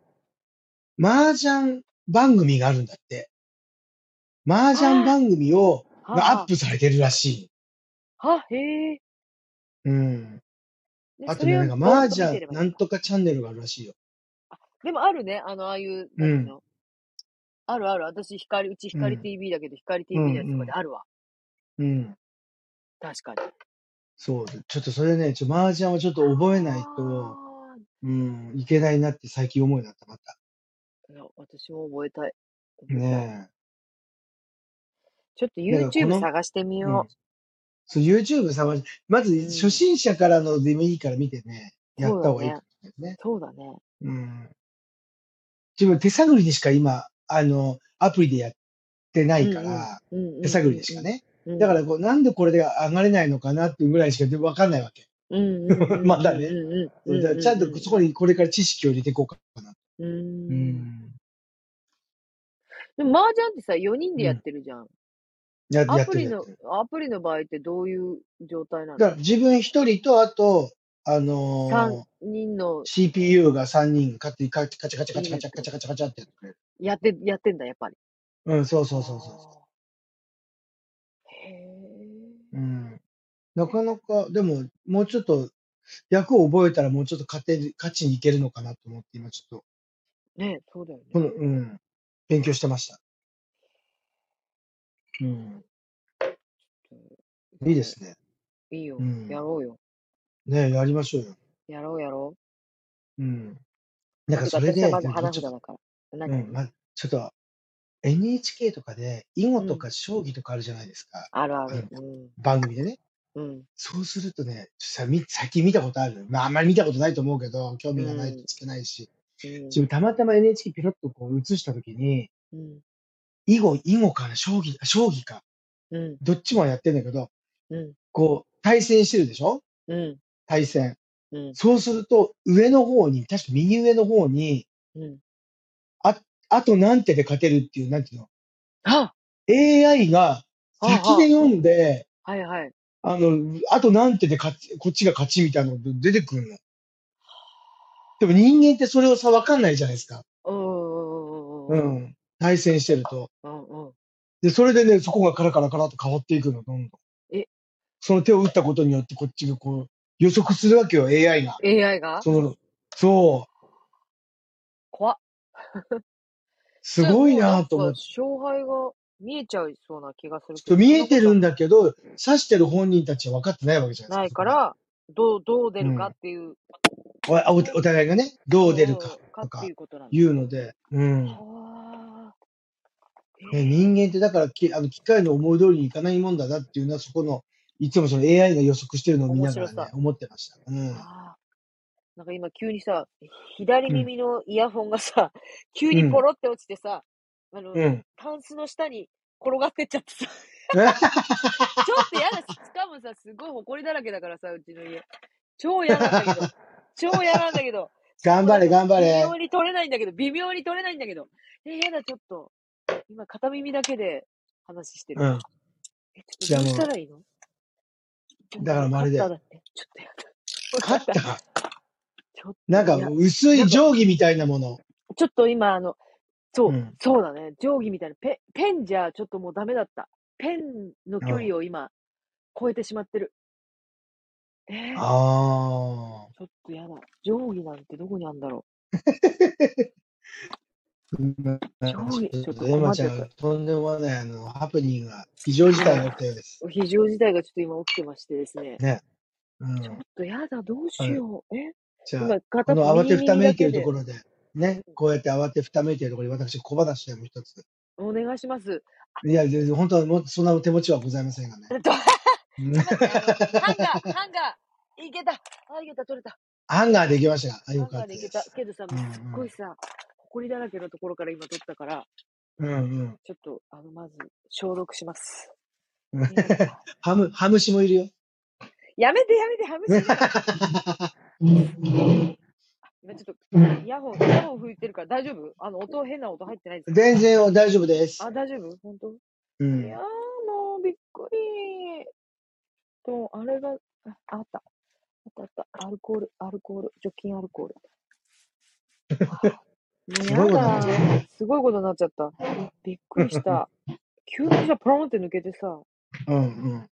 B: 麻雀番組があるんだって。麻雀番組を、
A: あー
B: がアッ。
A: は
B: プされてるらし
A: あはあ、へえ。
B: い。うん。
A: で
B: あと
A: そ
B: ね、
A: れ
B: な
A: を
B: んか
A: どん
B: 麻
A: どん見てれ
B: 雀
A: ばい
B: ない
A: の
B: ん
A: か。
B: とかチャンネルがあるらしいよ。
A: でもあるね、あの、ああいう、
B: う。
A: なんていうんのあるある。私、光、うち
B: う
A: 光
B: ん。
A: TV だけど、光
B: う
A: TV のやつとかで
B: ん
A: あるわ。
B: うん。うん。
A: 確かに。
B: そう。ちょっとそれね、ちょ、麻雀はちょっと覚えないと、
A: あ
B: うん、いけないなって最近思うようになった、また。
A: あ。いや、私も覚えたい。覚えたい。
B: ね
A: ちょっと
B: え。だからこ
A: YouTube
B: の、
A: 探してみ
B: うん。
A: よ
B: そう、YouTube 探し、ま
A: う。う
B: ず初
A: ん。
B: 心者からのでもいいから見てね、やっ
A: そう
B: た
A: だ
B: 方がいい
A: ね。
B: かもしれないです
A: そうだね。
B: ね。うん。自分手探りにしか今、あの、アプリでやってな
A: う
B: い
A: ん
B: から、
A: うん。うんう
B: 手
A: ん
B: 探り
A: う
B: でしか
A: ん
B: ね。
A: うん。う
B: だか
A: ん
B: らこう、なんでこれで上がれないのかなっていうぐらいしかでわかんないわけ。
A: うんうんう
B: まだ
A: ん
B: ね。
A: うんうん
B: そうう、だからちゃんとそこ
A: ん
B: にこれから知識を入れていこうかな。
A: うんうんうんうんう
B: う
A: ん。
B: ん。
A: でも、麻雀ってさ、4人で
B: う
A: やっ
B: ん。
A: てるじゃん。
B: や、
A: ア
B: やっ
A: プ
B: てる
A: リ
B: やっ
A: の、
B: てる。
A: アプリの場合ってどういう状態なの
B: だから自分一人と、あと、あ
A: ?3
B: のー
A: 人の
B: CPU が3人カチカチカチカチカ
A: い
B: チ
A: る
B: カ
A: っ
B: チ
A: て
B: カ
A: こ
B: チ
A: と
B: カチカチってやってくれる。
A: やって、やってんだ、やっぱり。
B: うん、そうそうそうそうそ
A: ああ。へえ。
B: う。うん。なかなか、でも、もうちょっと、役を覚えたらもうちょっと勝てる、勝ちにいけるのかなと思って、今ちょっと、
A: ねそうだよね。
B: この、うん、勉強してました。うん。
A: うん
B: いいで
A: ね
B: すね。
A: いいうよ。や
B: ん。
A: ろうよ。
B: ねやりましょうよ。
A: やろうやろ
B: うん。な
A: う。あ、
B: んか
A: てか、
B: それ
A: 私は
B: で、
A: まず
B: でもこれ
A: 花
B: ちょ
A: 札
B: っと、
A: だから。何
B: う
A: 何
B: ん、ま、ちょっと NHK とかで、囲碁
A: う
B: と
A: ん。
B: か将棋とかあるじゃないですか。
A: あるあ
B: あの、
A: る。うん。
B: 番組でね。
A: うん。
B: そうするとね、さ、み、最近見たことある。まあ、あんまり見たことないと思うけど、興
A: う
B: 味がないと
A: ん。
B: つけないし。
A: う
B: 自
A: ん。
B: 分たまたま NHK ピロッとこう映したときに、
A: うん。
B: 囲碁、囲碁かな、将棋、将棋か。
A: うん。
B: どっちもやってんだけど、
A: うん。
B: こう、対戦してるでしょ
A: うん。
B: 対戦。
A: うん。
B: そうすると、上の方に、確か右上の方に、
A: うん。
B: あ、あと何手で勝てるっていう、なんていうの
A: あ
B: ?AI が
A: あ
B: 先で
A: あ
B: 読んで、
A: あはいはい。
B: あの、あと何手で勝ち、こっちが勝ちみたいなの出てくるの。でも人間ってそれをさ、わかんないじゃないですか。
A: う。
B: うんん。対戦してると。
A: うんうん。
B: で、それでね、そこがカラカラカラと変わっていくの、どんどん。
A: え、
B: その手を打ったことによって、こっちがこう、予測するわけよ、AI が。
A: AI が
B: その、そう、
A: 怖っ。
B: す
A: じゃあ
B: ごい
A: もうな
B: なんと
A: か
B: 思って。
A: 勝敗が見えちゃいそうな気がするけ
B: そ
A: ど、
B: う見
A: そん
B: え
A: なこ
B: て
A: と
B: る
A: は
B: んだけど、指してる本人たちは分かってないわけじゃないです
A: な
B: か、
A: い
B: そ
A: か
B: こ
A: ら、
B: で。
A: どう、どう出
B: う
A: るかっ
B: ん。
A: ていう、
B: おおお互いがね、ど
A: う
B: う出る
A: んう
B: か
A: ん、か
B: と
A: っていう
B: か
A: ことなんだ。
B: 言うので、うん。
A: はあ、え
B: ね、人
A: え
B: 間ってだからき、あの、機械の思い通りにいかないもんだなっていうのは、そこの、いつもその AI が予測してるのを見
A: 面
B: なが
A: 白
B: らね、
A: さ。
B: 思ってました。うん。
A: ああ、なんか今急にさ、左
B: うん。
A: 耳のイヤホンがさ、急
B: う
A: にポ
B: ん。
A: ロって落ちてさ、あの、
B: うん。
A: タンスの下に転がってっちゃ ってさ、ちょっと嫌だし、しかもさ、すごい埃だらけだからさ、うちの家。超嫌なんだけど、超嫌なんだけど、しか
B: 頑
A: も
B: 張
A: なん
B: れ、
A: か
B: 頑張
A: 微
B: れ。
A: 妙に取れないんだけど、微妙に取れないんだけど、え、やだ、ちょっと、今片耳だけで話してる。
B: うん。
A: え、ちょっと
B: じゃ
A: ど
B: あ
A: うし
B: も
A: た
B: う、
A: らいいのちょっ
B: だ
A: と
B: から
A: 今
B: もうあ
A: カッ
B: れだ
A: ター
B: よ。
A: だって。ちょっとやだ。わか
B: 勝
A: っ。
B: ったたか。
A: ちょっ
B: なん
A: と、い
B: か、
A: や、
B: 薄
A: ないんか、
B: 定規みたいなもの。
A: ちょっと今、あの、そうう、
B: ん。
A: そうだね。定規みたいな。ペ、ペンじゃちょっともうダメだった。ペンの
B: う
A: 距
B: ん。
A: 離を今、超えてしまってる。えー、
B: ああ。
A: ちょっとやだ。定規なんてどこにあるんだろ
B: うん
A: う。 定規、ち
B: ちょ
A: ょっ
B: っ
A: と
B: とエマ
A: 困っ
B: ち
A: ちゃ
B: ゃ
A: っ
B: んが
A: た。
B: とんでもないあのハプニングが、非常事態が
A: は
B: 起きたようです。
A: い。非常事態がちょっと今起きてましてですね。
B: ね。う
A: ちょっ
B: ん。
A: とやだ、どう
B: あ
A: し
B: れ、
A: よう。え
B: じゃあ、
A: 今、
B: こ
A: 片、
B: の慌
A: 右
B: てふた
A: 耳
B: め
A: だ
B: いてい
A: け
B: るとこ
A: で、
B: ろで、
A: う
B: ね、
A: ん
B: こうやって慌てふためいているところに私小話でも一つ。
A: お願いします。
B: いや、全然本当はもうそんなお手持ちはございません がね。
A: え っと、
B: うん
A: すいません、あの、ハンガー、ハンガー、いけた。あ、いけた、取れた。
B: ハンガーできましたあ、よ
A: ハン
B: か
A: ガ
B: っ
A: ーでい
B: たで
A: けた。
B: す。
A: けどさ、
B: う
A: もうすっごい
B: ん
A: さ、埃だらけのところから今取ったから、
B: うん。うん
A: ちょっと、あの、まず、消毒します。
B: うん。
A: やだ。
B: ハム、ハムシもい るよ。
A: やめて、やめて、ハムシいるの。今ちょっと、イヤホン、イヤホン吹いてるから大丈夫あの、音、変な音入ってないですか
B: 全然大丈夫です。
A: あ、大丈夫本当
B: う
A: いやー、
B: ん。
A: もう、びっくり。と、あれが、ああった。あったあった。アルコール、アルコール、除菌アルコール。もう
B: す
A: や
B: ごいことになっ
A: だ
B: ちゃった。
A: すごいことになっちゃった。びびっくりした。急にさ、ポロンって抜けてさ。
B: うんうん。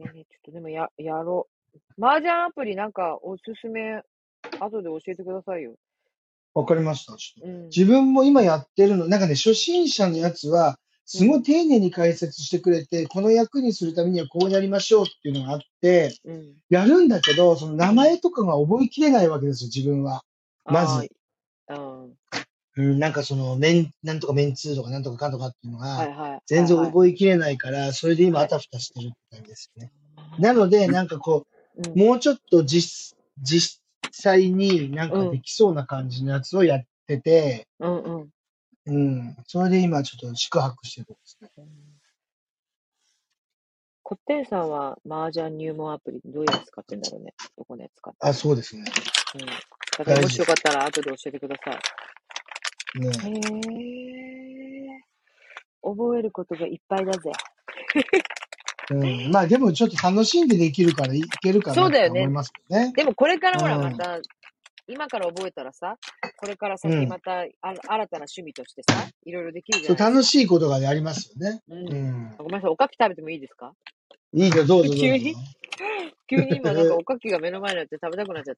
A: えー、ちょっとでもや、やろう。麻雀アプリなんかおすすめ、後で教えてくださいよ。
B: わかりました。ちょっと
A: うん。
B: 自分も今やってるの、なんかね、初心者のやつは、
A: う
B: すご
A: ん。
B: い丁寧に解説してくれて、この役にするためにはこうやりましょうっていうのがあって、
A: うん。
B: やるんだけど、その
A: う
B: 名
A: ん。
B: 前とかが覚えきれないわけですよ、自分は。ま
A: あ
B: ず。
A: あ、うん。
B: うん、なんかその、メン、なんとかメンツーとかなんとかかんとかっていうの
A: は
B: が、
A: いはい、は
B: 全
A: い
B: 然
A: はい。
B: 覚えきれないから、それで今
A: は
B: あ
A: い。
B: たふたしてるって感じですよね。なので、
A: あ
B: なんかこ
A: ーう
B: う、
A: ん。
B: もうちょっと実、実際になん
A: う
B: か
A: ん。
B: できそうな感じのやつをやってて、
A: うんうん。
B: うん。それで今ちょっと宿泊してるとこですね。
A: うんこってんさんは麻雀入門アプリどういうやつ使ってんだろうね。どこのやつ使って
B: あ、
A: んだろ
B: そうですね。
A: う。うん。だから
B: 大
A: も
B: 事
A: し
B: で
A: よかっ
B: す。
A: たら後で教えてください。へ
B: ね
A: え。覚えることがいっぱいだぜ。
B: うん。まあでもちょっと楽しんでできるからいけるか
A: そ
B: な
A: う
B: と
A: だよ
B: は思い
A: ね。
B: ますけどね。
A: でもこれから
B: う
A: ほらま
B: ん。
A: た、今から覚えたらさ、これから
B: う
A: 先
B: ん。
A: またあ新たな趣味としてさ、いろいろできるじゃ
B: そう、
A: ないです
B: 楽
A: か。
B: しいことがねありますよね。
A: うん。
B: うん。
A: ごめんなさい、おかき食べてもいいですか
B: いいよ、どうぞどう
A: 急
B: ぞ。
A: に、急に今なんかおかきが目の前になって食べたくなっちゃっ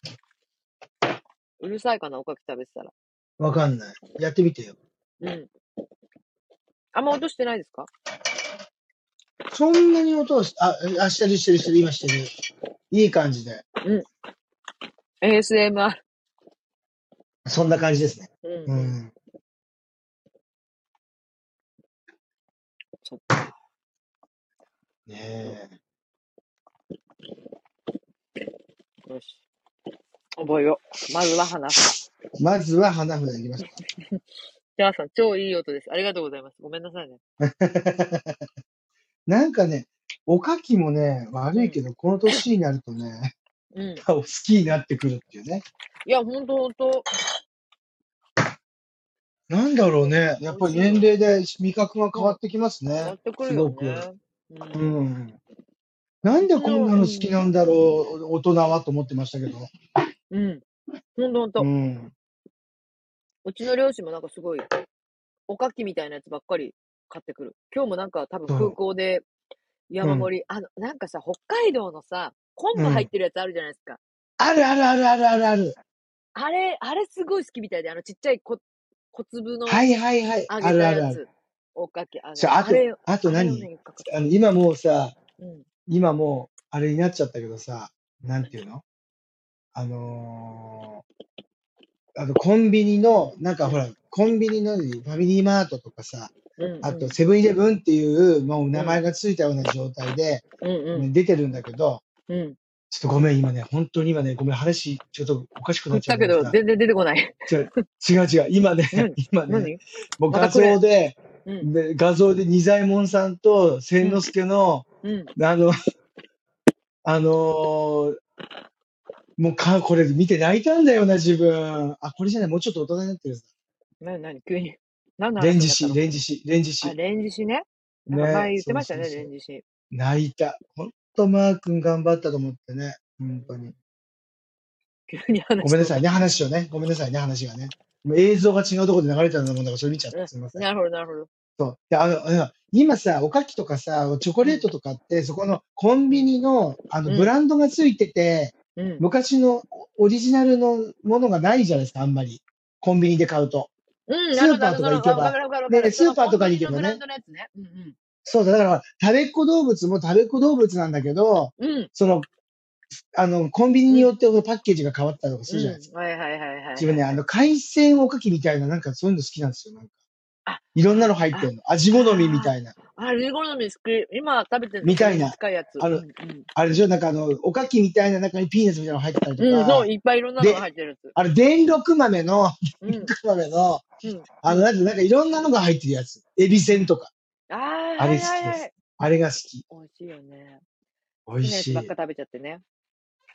A: た。うるさいかな、おかき食べてたら。
B: わかんない。やってみてよ。
A: うん。あんま音してないですか
B: そんなに音をし、あ、あ、してるしてるしてる、今してる。いい感じで。
A: うん。ASMR。
B: そんな感じですね。
A: うん
B: う
A: うん。
B: ん。
A: そっか。
B: ねえ。
A: よし。覚えよう。まずは花札。
B: まずは花札いきますか。
A: ジャーさん、超いい音です。ありがとうございます。ごめんなさいね。
B: なんかね、おかきもね、
A: う
B: 悪い
A: ん。
B: けど、この年になるとね、
A: うん。
B: 好きになってくるっていうね。
A: いや、ほんとほんと。
B: なんだろうね。
A: 美
B: やっ
A: 味
B: ぱり
A: しい
B: 年
A: よね。
B: 齢で味覚が変わ
A: そ
B: ってきます
A: う。変わ
B: ね。
A: ってくる
B: す
A: よ
B: ごく。
A: ね。う。
B: うんん。なんで
A: 私
B: こん
A: の、
B: な
A: う
B: の好き
A: ん。
B: なんだろう、大人はと思ってましたけど。
A: うん。ほんとほん
B: う
A: と。
B: ん。
A: うちの両親もなんかすごい、おかきみたいなやつばっかり買ってくる。今日もなんか多分空
B: そ
A: 港で
B: う。う
A: 山
B: ん。
A: 盛り。あの、なんかさ、北海道のさ、昆
B: う
A: 布入っ
B: ん。
A: てるやつあるじゃないですか。
B: あるあるあるあるあるある。
A: あれ、あれすごい好きみたいで、あのちっちゃいこ小粒の
B: はいはいはい。
A: 揚
B: あ
A: げ
B: る
A: た
B: あ
A: や
B: るある。
A: つ、おかき、あ
B: じ
A: の、
B: ゃあ、あ
A: あ
B: と、
A: れ、
B: あと
A: あれをね、
B: 何
A: よくかけ
B: あ
A: て
B: の、
A: く
B: 今もうさ、
A: る。うん。
B: 今もう、あれになっちゃったけどさ、なんていうのあのー、あとコンビニの、なんか
A: う
B: ほ
A: ん。
B: ら、コンビニのファミリーマートとかさ、
A: うん
B: あ
A: う
B: と
A: ん。
B: セブンイレブンっていうもう
A: う
B: 名
A: ん。
B: 前がついたような状態で、
A: うん
B: ね、出てるんだけど、
A: うん。うん。
B: ちょっとごめん、今ね、本当に今ね、ごめん、話、ちょっとおかしくな
A: 振
B: っ
A: っ
B: ちゃう
A: た
B: か
A: け
B: ら
A: ど、
B: さ、
A: 全然出てこない。
B: 違う、違う違う、今ね、
A: 何
B: 今ね、
A: 何
B: もう
A: また
B: 画
A: 来る。
B: 像で、
A: うん。
B: で画像で仁左衛門さんと
A: う
B: 千之
A: ん。
B: 助の、
A: うん。
B: あの、あのーもうか、これ見て泣いたんだよな、自分。あ、これじゃない、もうちょっと大人になってるやつだ。
A: 何何急に。何の
B: レ
A: 話
B: ン
A: に
B: ジ
A: なったの
B: し、レンジし、レンジ
A: あ、
B: し。
A: レンジしね。なんか
B: ね、
A: 前言って
B: そう
A: ました
B: そう
A: ね、
B: そ
A: レン
B: う。
A: ジし。
B: 泣いた。ほんと、マー君頑張ったと思ってね。
A: う
B: 本当
A: ん。
B: に。
A: 急に
B: ご
A: 話
B: めんな
A: 飛
B: さ
A: ぶ。
B: いね、話をね。ごめんなさいね、話がね。もう映像が違うところで流れてたようなもんだから、それ見ちゃった。
A: うん。
B: すみません。
A: なるほど、なるほど。
B: そう。で、あの、あの今さ、おかきとかさ、チョコ
A: う
B: レー
A: ん。
B: トとかって、そこのコン
A: う
B: ビ
A: ん。
B: ニの、あの、
A: う
B: ブ
A: ん。
B: ランドがついてて、
A: うん。
B: 昔のオリジナルのものがないじゃないですか、あんまり。コンビニで買うと。
A: うん、
B: ス
A: なる
B: ー
A: ほど、な
B: パ
A: る
B: ー
A: ほど。
B: とか行け
A: あわか
B: ば、
A: る、わかる、わか
B: ね、
A: る。そ
B: スー
A: の
B: パー
A: コ
B: と
A: ン
B: か
A: ビ
B: に
A: ニ
B: 行け
A: のブ
B: ば
A: ラン
B: ね、
A: ドのやつね。うん
B: そうだ、だから、食べっ子動物も食べっ子動物なんだけど、
A: うん。
B: その、あの、コンビニ
A: う
B: に
A: ん。
B: よってパッケージが変わったりとかするじゃないうです
A: ん。
B: か。
A: はいはいはいはいはい
B: 自分ね、あ
A: はい。
B: の、海鮮おかきみたいな、なんかそういうの好きなんですよ。なんか
A: あ、
B: いろんなの入っ
A: あ、
B: てんの。味好みみ
A: あ
B: たいな。
A: あ、あ、リゴのミスク、今食べてるの
B: み
A: そ
B: た
A: れ
B: い
A: に
B: な。
A: 近いやつ。
B: あ
A: う
B: の、
A: ん
B: あれでしょ、なんかあの、おかきみたいな中にピーナッツみたいなの入ってたりと
A: うん。うん、そう、
B: か、
A: いっぱいいろんなのが
B: で、
A: 入ってるやつ。
B: あれ、電力豆の、
A: う
B: 電
A: ん、
B: 力豆の、
A: うん、 う
B: あの、
A: ん。
B: なんてなんかいろんなのが入ってるやつ。エビせんとか。
A: ああ、
B: あ
A: は
B: れ
A: い
B: 好
A: は
B: き
A: い
B: で
A: は
B: す。
A: い。
B: あれが好き。
A: 美味しいよね。
B: 美
A: 好き
B: 味
A: なやつ
B: し
A: ばっか
B: い。
A: 食べちゃってね。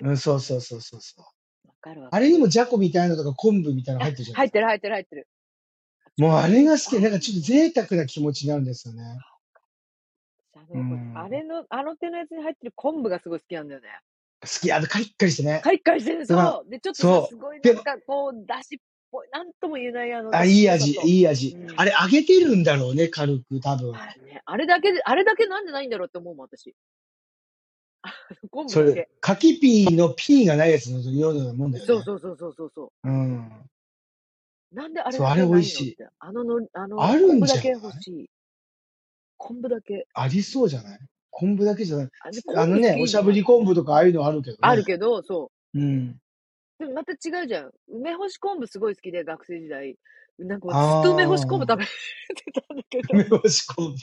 B: うん、そうそうそうそうそう。
A: わかるわ
B: あ
A: か
B: れに
A: る。
B: もじゃこみたいなのとか昆布みたいなの
A: あ、
B: 入ってるじゃない
A: 入っ
B: です
A: て
B: か。
A: る入ってる入ってる。
B: もうあれが好
A: あ
B: きで、なんかちょっと
A: あ、
B: 贅沢な気持ちになるんですよね。
A: あ
B: うん
A: の、あれの、あの手のやつに入ってる昆布がすごい好きなんだよね。
B: 好き、あの、カリッカリしてね。
A: カリッカリしてる。
B: だから
A: そう。で、ちょっと
B: そう
A: さすごい、
B: で
A: なんか、こう、だしっぽい、なんとも言えない、あの、
B: あ、いい味、
A: そうそう
B: いい味
A: う。ん
B: あれ、揚げてるんだろうね、軽く、多分。
A: あれね、あれだけで、あれだけなんでないんだろうって思うもん、私。あの昆
B: そ
A: 布だけ
B: れ。、カキピーのピーがないやつのようなもんだよね。
A: そうそうそうそうそうそう。
B: うん。
A: なんであれ
B: そう
A: だ
B: あ
A: け
B: れ
A: ないのっ
B: 美味しい
A: て。あののり、あの、
B: ある
A: 昆
B: ん
A: 布
B: じ
A: だ
B: ゃない
A: け欲しい。昆布だけ。
B: ありそうじゃない昆布だけじゃない。
A: あれ、
B: あ
A: 昆布好
B: のね、
A: き
B: おし
A: じゃ
B: ゃぶ
A: ない
B: り昆布とかああいうのあるけどね。
A: あるけど、そう。
B: うん。
A: でもまた違うじゃん。梅干し昆布すごい好きで、学生時代。なんかもうずっと
B: あ
A: 梅干し昆布
B: あ
A: 食。べてたんだけど。
B: 梅干し昆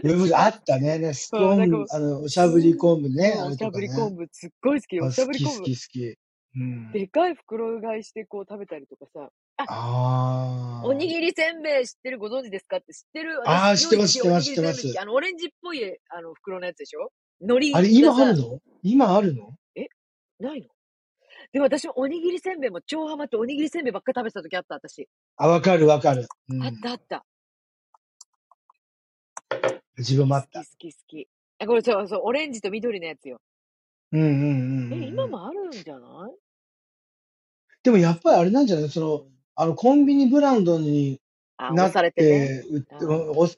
B: 布。梅干し、あったね。ねスコ
A: うんなんかも
B: ーン
A: う、
B: あの、おし
A: す
B: ゃぶり昆布 ね。
A: そう、
B: あ
A: お
B: れ
A: しゃ
B: とか
A: ぶり
B: ね。
A: 昆布すっごい好き。
B: あ
A: お
B: 好
A: しゃぶり
B: き、
A: 昆
B: 好
A: 布、
B: き、好き。うん。
A: でかい袋買いしてこう食べたりとかさ。あ、
B: あ
A: おにぎりせんべい知ってるご存知ですかって知ってる
B: あ。ああ、
A: 私、
B: 知
A: 料
B: ってま
A: 理
B: す、
A: 好
B: 知
A: き、
B: って
A: お
B: ま
A: に
B: す、
A: ぎりせんべいっ
B: 知ってます
A: て、。あの、オレンジっぽい、あの、袋のやつでしょ海
B: あれ、
A: 苔が
B: 今あ
A: さ
B: る、の今あるの
A: ないので、私もおにぎりせんべいも超ハマって、おにぎりせんべいばっか食べてた時あった、私。
B: あ、わかる、わかる。う
A: あっ
B: ん。
A: たあった。
B: 自分もあっ
A: 好
B: た。
A: き好き好き。あ、これそうそう、オレンジと緑のやつよ。
B: うんうん
A: え、
B: うんうん
A: 今
B: うん。
A: もあるんじゃない
B: でもやっぱりあれなんじゃないその、
A: うん
B: あの、コンビニブランドに
A: あ、
B: な
A: 押
B: っ
A: されてね。
B: て売って、
A: う
B: うん
A: ん。
B: お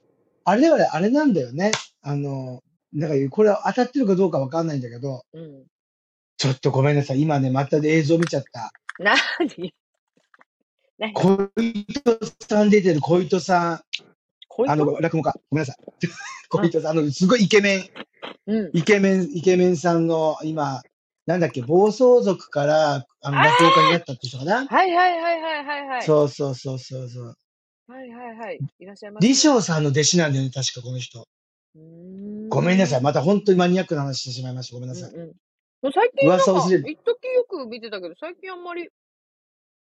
B: あれだよね、あれなんだよね。あの、なんかこれ当たってるかどうかわかんないんだけど、
A: うん。
B: ちょっとごめんなさい。今ね、また映像見ちゃった。
A: なになに
B: 小糸さん出てる、小糸さん。
A: 小
B: あ
A: 糸
B: の、落語家。ごめんなさい。 小
A: うん。
B: 糸さん、あの、すごいイケメン。
A: うん。
B: イケメン、イケメンさんの、今、なんだっけ、暴走族から、あ
A: あ
B: の、落語家になったって人かな
A: ーはいはいはいはいはいはい。
B: そうそうそうそうそう。
A: はいはいはい。いらっしゃいます
B: 李
A: ね。
B: 翔さんの弟子なんだよね、確かこの人。
A: うー
B: ごめんなさい。
A: ん。
B: また本当にマニアックな話してしまいました。ごめん
A: う
B: なんさい。
A: うん。もう最近なん
B: 噂をす
A: か、
B: れば。
A: 一時よく見てたけど、最近あんまり、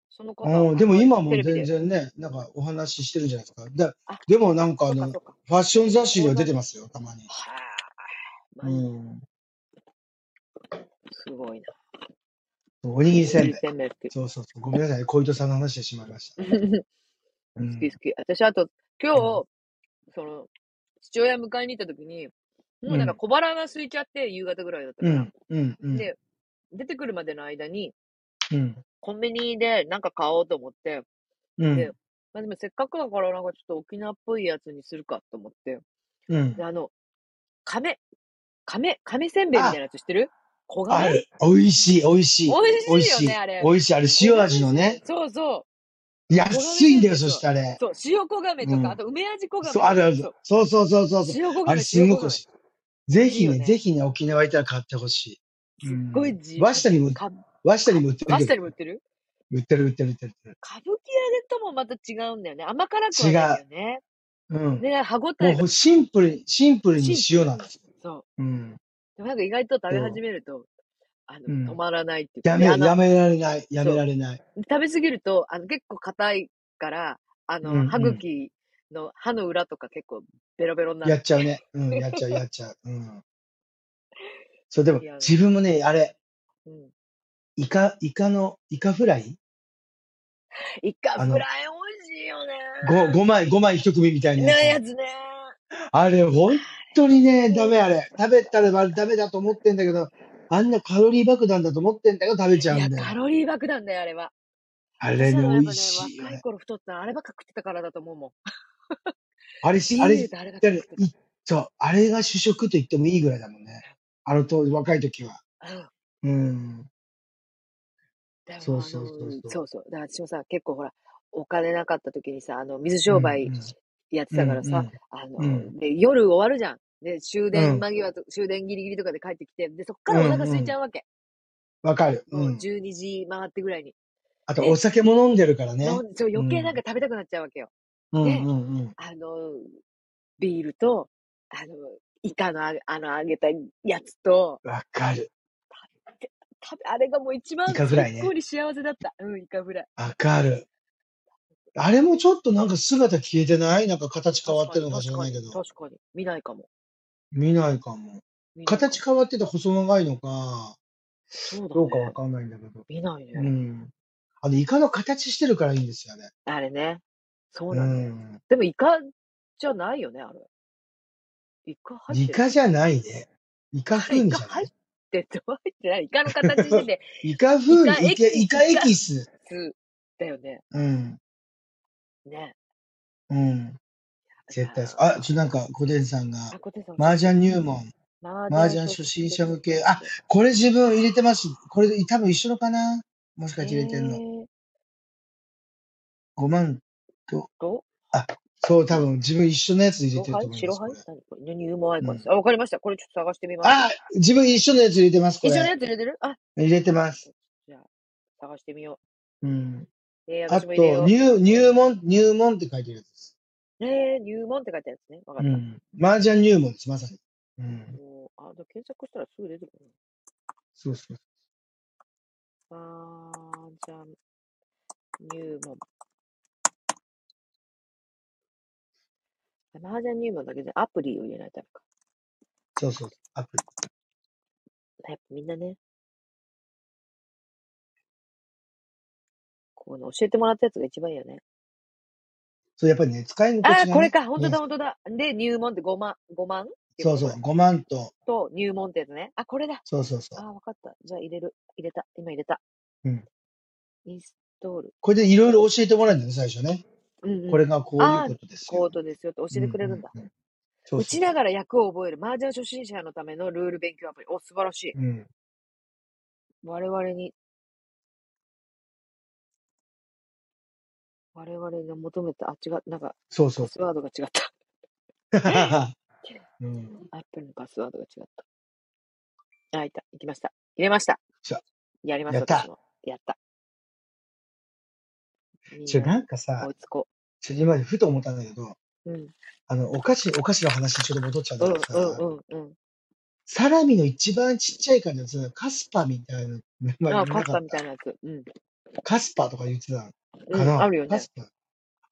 A: その方、
B: う
A: あ
B: ん、で
A: ん
B: も
A: まり
B: 今
A: テ
B: も
A: レビ
B: 全
A: で。
B: 然ね、なんかお話ししてるんじゃないですか。で
A: あ、
B: でもなんかあ
A: そうか
B: の、
A: そうか。
B: ファッション雑誌に
A: そう
B: は
A: な
B: 出
A: ん
B: て
A: だ。
B: ますよ、たまに。
A: はあ、マ
B: う
A: ジ
B: ん。
A: すごいな。
B: おにぎり
A: おに
B: せ
A: ぎ
B: ん
A: り
B: べい。
A: せんべい 好き。
B: そうそうそう。ごめんなさい。小糸さんの話してしまいました。う
A: 好き
B: ん。
A: 好き。私、あと、今
B: うん。
A: 日、その、父親迎えに行った時に、も
B: う
A: うなんか
B: ん。
A: 小腹が空いちゃって、夕方ぐらいだった
B: う
A: から。
B: ん。うん。うん。
A: で、出てくるまでの間に、
B: うん。
A: コンビニでなんか買おうと思って、
B: う
A: で、
B: ん。
A: まあ、でもせっかくだからなんかちょっと沖縄っぽいやつにするかと思って、
B: うん。
A: で、あの、亀、亀、亀せんべいみたい
B: あ、
A: なやつ知ってる小亀
B: ある。美味しい、美味しい。
A: 美味
B: 美味
A: しいよ
B: し
A: ね、
B: い。
A: あれ。
B: 美味しい。あれ、
A: めち
B: 塩
A: ゃめ
B: 味
A: ち
B: の
A: ゃ、
B: ね。
A: そうそう。小亀
B: 安い
A: せ
B: ん
A: ん
B: だ
A: べ
B: よ、
A: い、
B: そ
A: そ
B: し
A: う。
B: たらあれ。
A: そう、塩小亀
B: う
A: とか、あ
B: ん。
A: と梅味小
B: そう、
A: 亀
B: あ
A: と
B: る
A: か、
B: ある。
A: そう。
B: そうそうそうそうそう。
A: 塩小
B: あれ
A: 亀、
B: す
A: 塩
B: ご
A: 小
B: く美味
A: 亀。
B: しい。ぜ
A: いい
B: ひ
A: よ
B: ね、
A: ね。
B: ぜひね、沖縄行ったら買ってほしい。う
A: すっごい
B: ん。
A: じ、
B: 和下にも、
A: か、
B: 和下に
A: か、
B: も売ってる
A: バ
B: け
A: ス
B: ど
A: タにも売っ
B: ね。
A: てる
B: 売ってる、売ってる、売ってる。売っ
A: 歌舞伎屋でともまた違うんだよね。甘辛く
B: て
A: は
B: る
A: ないん
B: 違
A: だよね。
B: う。うん。
A: ね、歯ごた
B: も
A: え
B: う
A: が
B: ほシンプルに、シンプルに
A: シンプ
B: 塩
A: ル。
B: なんです。
A: そう。
B: うん。
A: でもなんか意外と食べ
B: そ
A: 始めると、あの、
B: う。う
A: 止
B: ん。
A: まらないっていうか、
B: や
A: で、
B: め、
A: あの、
B: やめられない。やめ
A: そ
B: られない。
A: う。食べ過ぎると、あの、結構硬いから、あ
B: う
A: の、
B: ん、
A: 歯
B: うん。
A: 茎の歯の裏とか結構ベロベロになっ
B: やっちゃう
A: て。
B: ね。うん、やっちゃう、やっちゃう。うん。 そう、で
A: 好
B: も
A: きやな。
B: 自分もね、あれ、
A: うん。
B: イカ、イカの、イカフライ
A: イカ
B: あ
A: フ
B: の、
A: ライ美味しいよね。
B: ご5枚、5枚1組みたいなや
A: な
B: つ。
A: やつね。
B: あれ、本当にね、ダ
A: 美
B: メ
A: 味
B: あ
A: し
B: れ。食べたらまダメだと思ってんだけど、あんなカロリー爆弾だと思ってんだけど食べち
A: い。い
B: ゃう
A: や、
B: んだ
A: カ
B: よ。
A: ロリー爆弾だよ、あれは。
B: あれ
A: 私
B: ね、
A: はもうやっ
B: 美味
A: ぱね、
B: しいよ
A: 若い
B: ね。
A: 頃太ったらあればっか食ってたからだと思うもん。
B: あれし、あ
A: ビ
B: れ、
A: ールとあればっか
B: だ
A: 食っ
B: ね
A: てた。
B: い、そう、あれが主食と言ってもいいぐらいだもんね。あの当時、若い時は。
A: うん
B: うん。
A: で
B: そ
A: も
B: う
A: あ
B: そう
A: の、
B: そうそう。
A: そうそう。だから私もさ、結構ほら、お金なかった時にさ、あの、水
B: う
A: 商売
B: ん、
A: やって
B: うん、
A: たから
B: う
A: さ、
B: ん、
A: あ
B: う
A: の、
B: ん、
A: で、夜終わるじゃん。で、終
B: う
A: 電
B: ん、
A: 間際と、終電ギリギリとかで帰ってきて、で、そっか
B: う
A: らお
B: ん、
A: 腹
B: う
A: 空いち
B: ん。
A: ゃうわけ。
B: わかる。う。
A: もうん12時回ってぐらいに。
B: あと、お
A: で、
B: 酒も飲んでるから
A: 飲
B: ね。
A: ん、そう
B: う
A: 余計なん
B: ん。
A: か食べたくなっちゃうわけよ。
B: うん、
A: で、
B: うん、うん。
A: あの、ビールと、あの、イカのあ、あの、揚げたやつと、
B: わかる。
A: で食べ、あれがもう一
B: イ
A: 番
B: カフラ
A: 最
B: イ
A: 高
B: ね。
A: に幸せだった。うん、イカフライ。
B: わかる。あれもちょっとなんか姿消えてないなんか形変わ
A: 確か
B: ってる
A: に、
B: のか知
A: 確
B: ら
A: か
B: な
A: に、
B: いけど。
A: 確かに。見ないかも。
B: 見ないかも。
A: 見ないか
B: 形
A: も。
B: 変わってて細長いのか、
A: そうだ
B: どうかわ
A: ね。
B: かんないんだけど。
A: 見ないうね。
B: ん。あの、イカの形してるからいいんですよね。
A: あれね。そう
B: う
A: なのよ。
B: ん。
A: でも、イカじゃないよね、あれ。イカ入っ
B: イ
A: てる。
B: カじゃないね。イカ風味
A: イ
B: じ
A: カ
B: ゃな
A: 入っ
B: い。
A: てて、入ってない。イカの形してて、
B: イカ風味、イカ、
A: イ
B: イ
A: カ
B: カ
A: エ
B: エ
A: キ
B: キス。
A: スだよね。
B: うん。
A: ね。
B: うん。絶対そう。あ、ちょ、なんか、コデンさんが、
A: あ、小手さん、
B: 麻雀入門、
A: マ
B: 麻雀初心者向け、あ、これ自分入れてます。これ多分一緒のかなもしかして入れてんの。
A: えーっ
B: 5万と、
A: と、
B: そう、多分自分一緒のやつ入
A: 白
B: れてると
A: 灰
B: 思いま
A: 白
B: す、こ
A: 灰
B: れ。
A: 何これ入門アイコンで
B: う
A: す。あ、わかりました。これちょっと探してみます。
B: あ、自分一緒のやつ入れてます、こ
A: 一緒の
B: れ。
A: やつ入れてるあ、
B: 入れてます。
A: じゃあ、探してみよ
B: うん。
A: う。えー、
B: あ
A: 私も入れ
B: と、
A: よ
B: 入、入門、入門って書いてるやつです。
A: う。えー、入門って書いてあるんですね。わか
B: う
A: った。
B: ん。麻雀入門です、まさに。うん。
A: もう、あ、でも検索したらすぐ出てくる
B: そうそう。
A: な。あー、じゃあ、入門。マージャン入門だけでアプリを入れないタイプか。
B: そうそう。アプリ。
A: やっぱみんなね、この教えてもらったやつが一番いいよね。
B: そう、やっぱりね、使い心
A: あ
B: 地
A: ー、
B: が
A: これ
B: ね、
A: か。本
B: い
A: 当
B: いんで
A: だ、
B: す
A: 本当だ。で、入門って5万、5万っていう
B: そ
A: こ
B: う
A: と
B: そ
A: これ。
B: う。5万と、
A: と、入門ってやつね。あ、これだ。
B: そうそうそ
A: あー、わかった。じゃあ入れる。入れた。今入れた。
B: う。うん。
A: インストール。
B: これでいろいろ教えてもらえるんだね、最初ね。
A: うんう
B: こ
A: ん。
B: れがこういう
A: あー、
B: ことですよ。
A: コートですよって教
B: う
A: え
B: んう
A: てくれるん
B: ん
A: だ。
B: うん。そう
A: 打
B: そう
A: ち
B: そ
A: ながら役を覚える。マージャン初心者のためのルール勉強アプリ。お、素晴らしい。
B: う。うん。
A: 我々に、我々が求めた、あ、違う、なんか、
B: そうそ
A: パ
B: う
A: スワードが違った。
B: そう。 うん。
A: アップルのパスワードが違った。あ、いた。行きました。入れました。
B: じゃあ、
A: やります、
B: やっ
A: 私
B: た。
A: も。やった。みん
B: ちょ、
A: な
B: な
A: で
B: んかさ、
A: 追いつこ
B: ちょ、今までふと思ったんだけど、
A: う。うん。
B: あの、お菓子、お菓子の話にちょっと戻っちゃうん
A: う
B: だ
A: ん、
B: け
A: う
B: ど
A: ん、う
B: さ、
A: ん、うん。
B: サラミの一番ちっちゃい感じのさ、カスパみたいなの、まあ、
A: あ、
B: な
A: パス
B: かっ
A: タみた
B: た。
A: いなやつ。うん。
B: カスパとか言ってたのか
A: うん、あ
B: な
A: るよ
B: カ
A: ね。
B: スパ。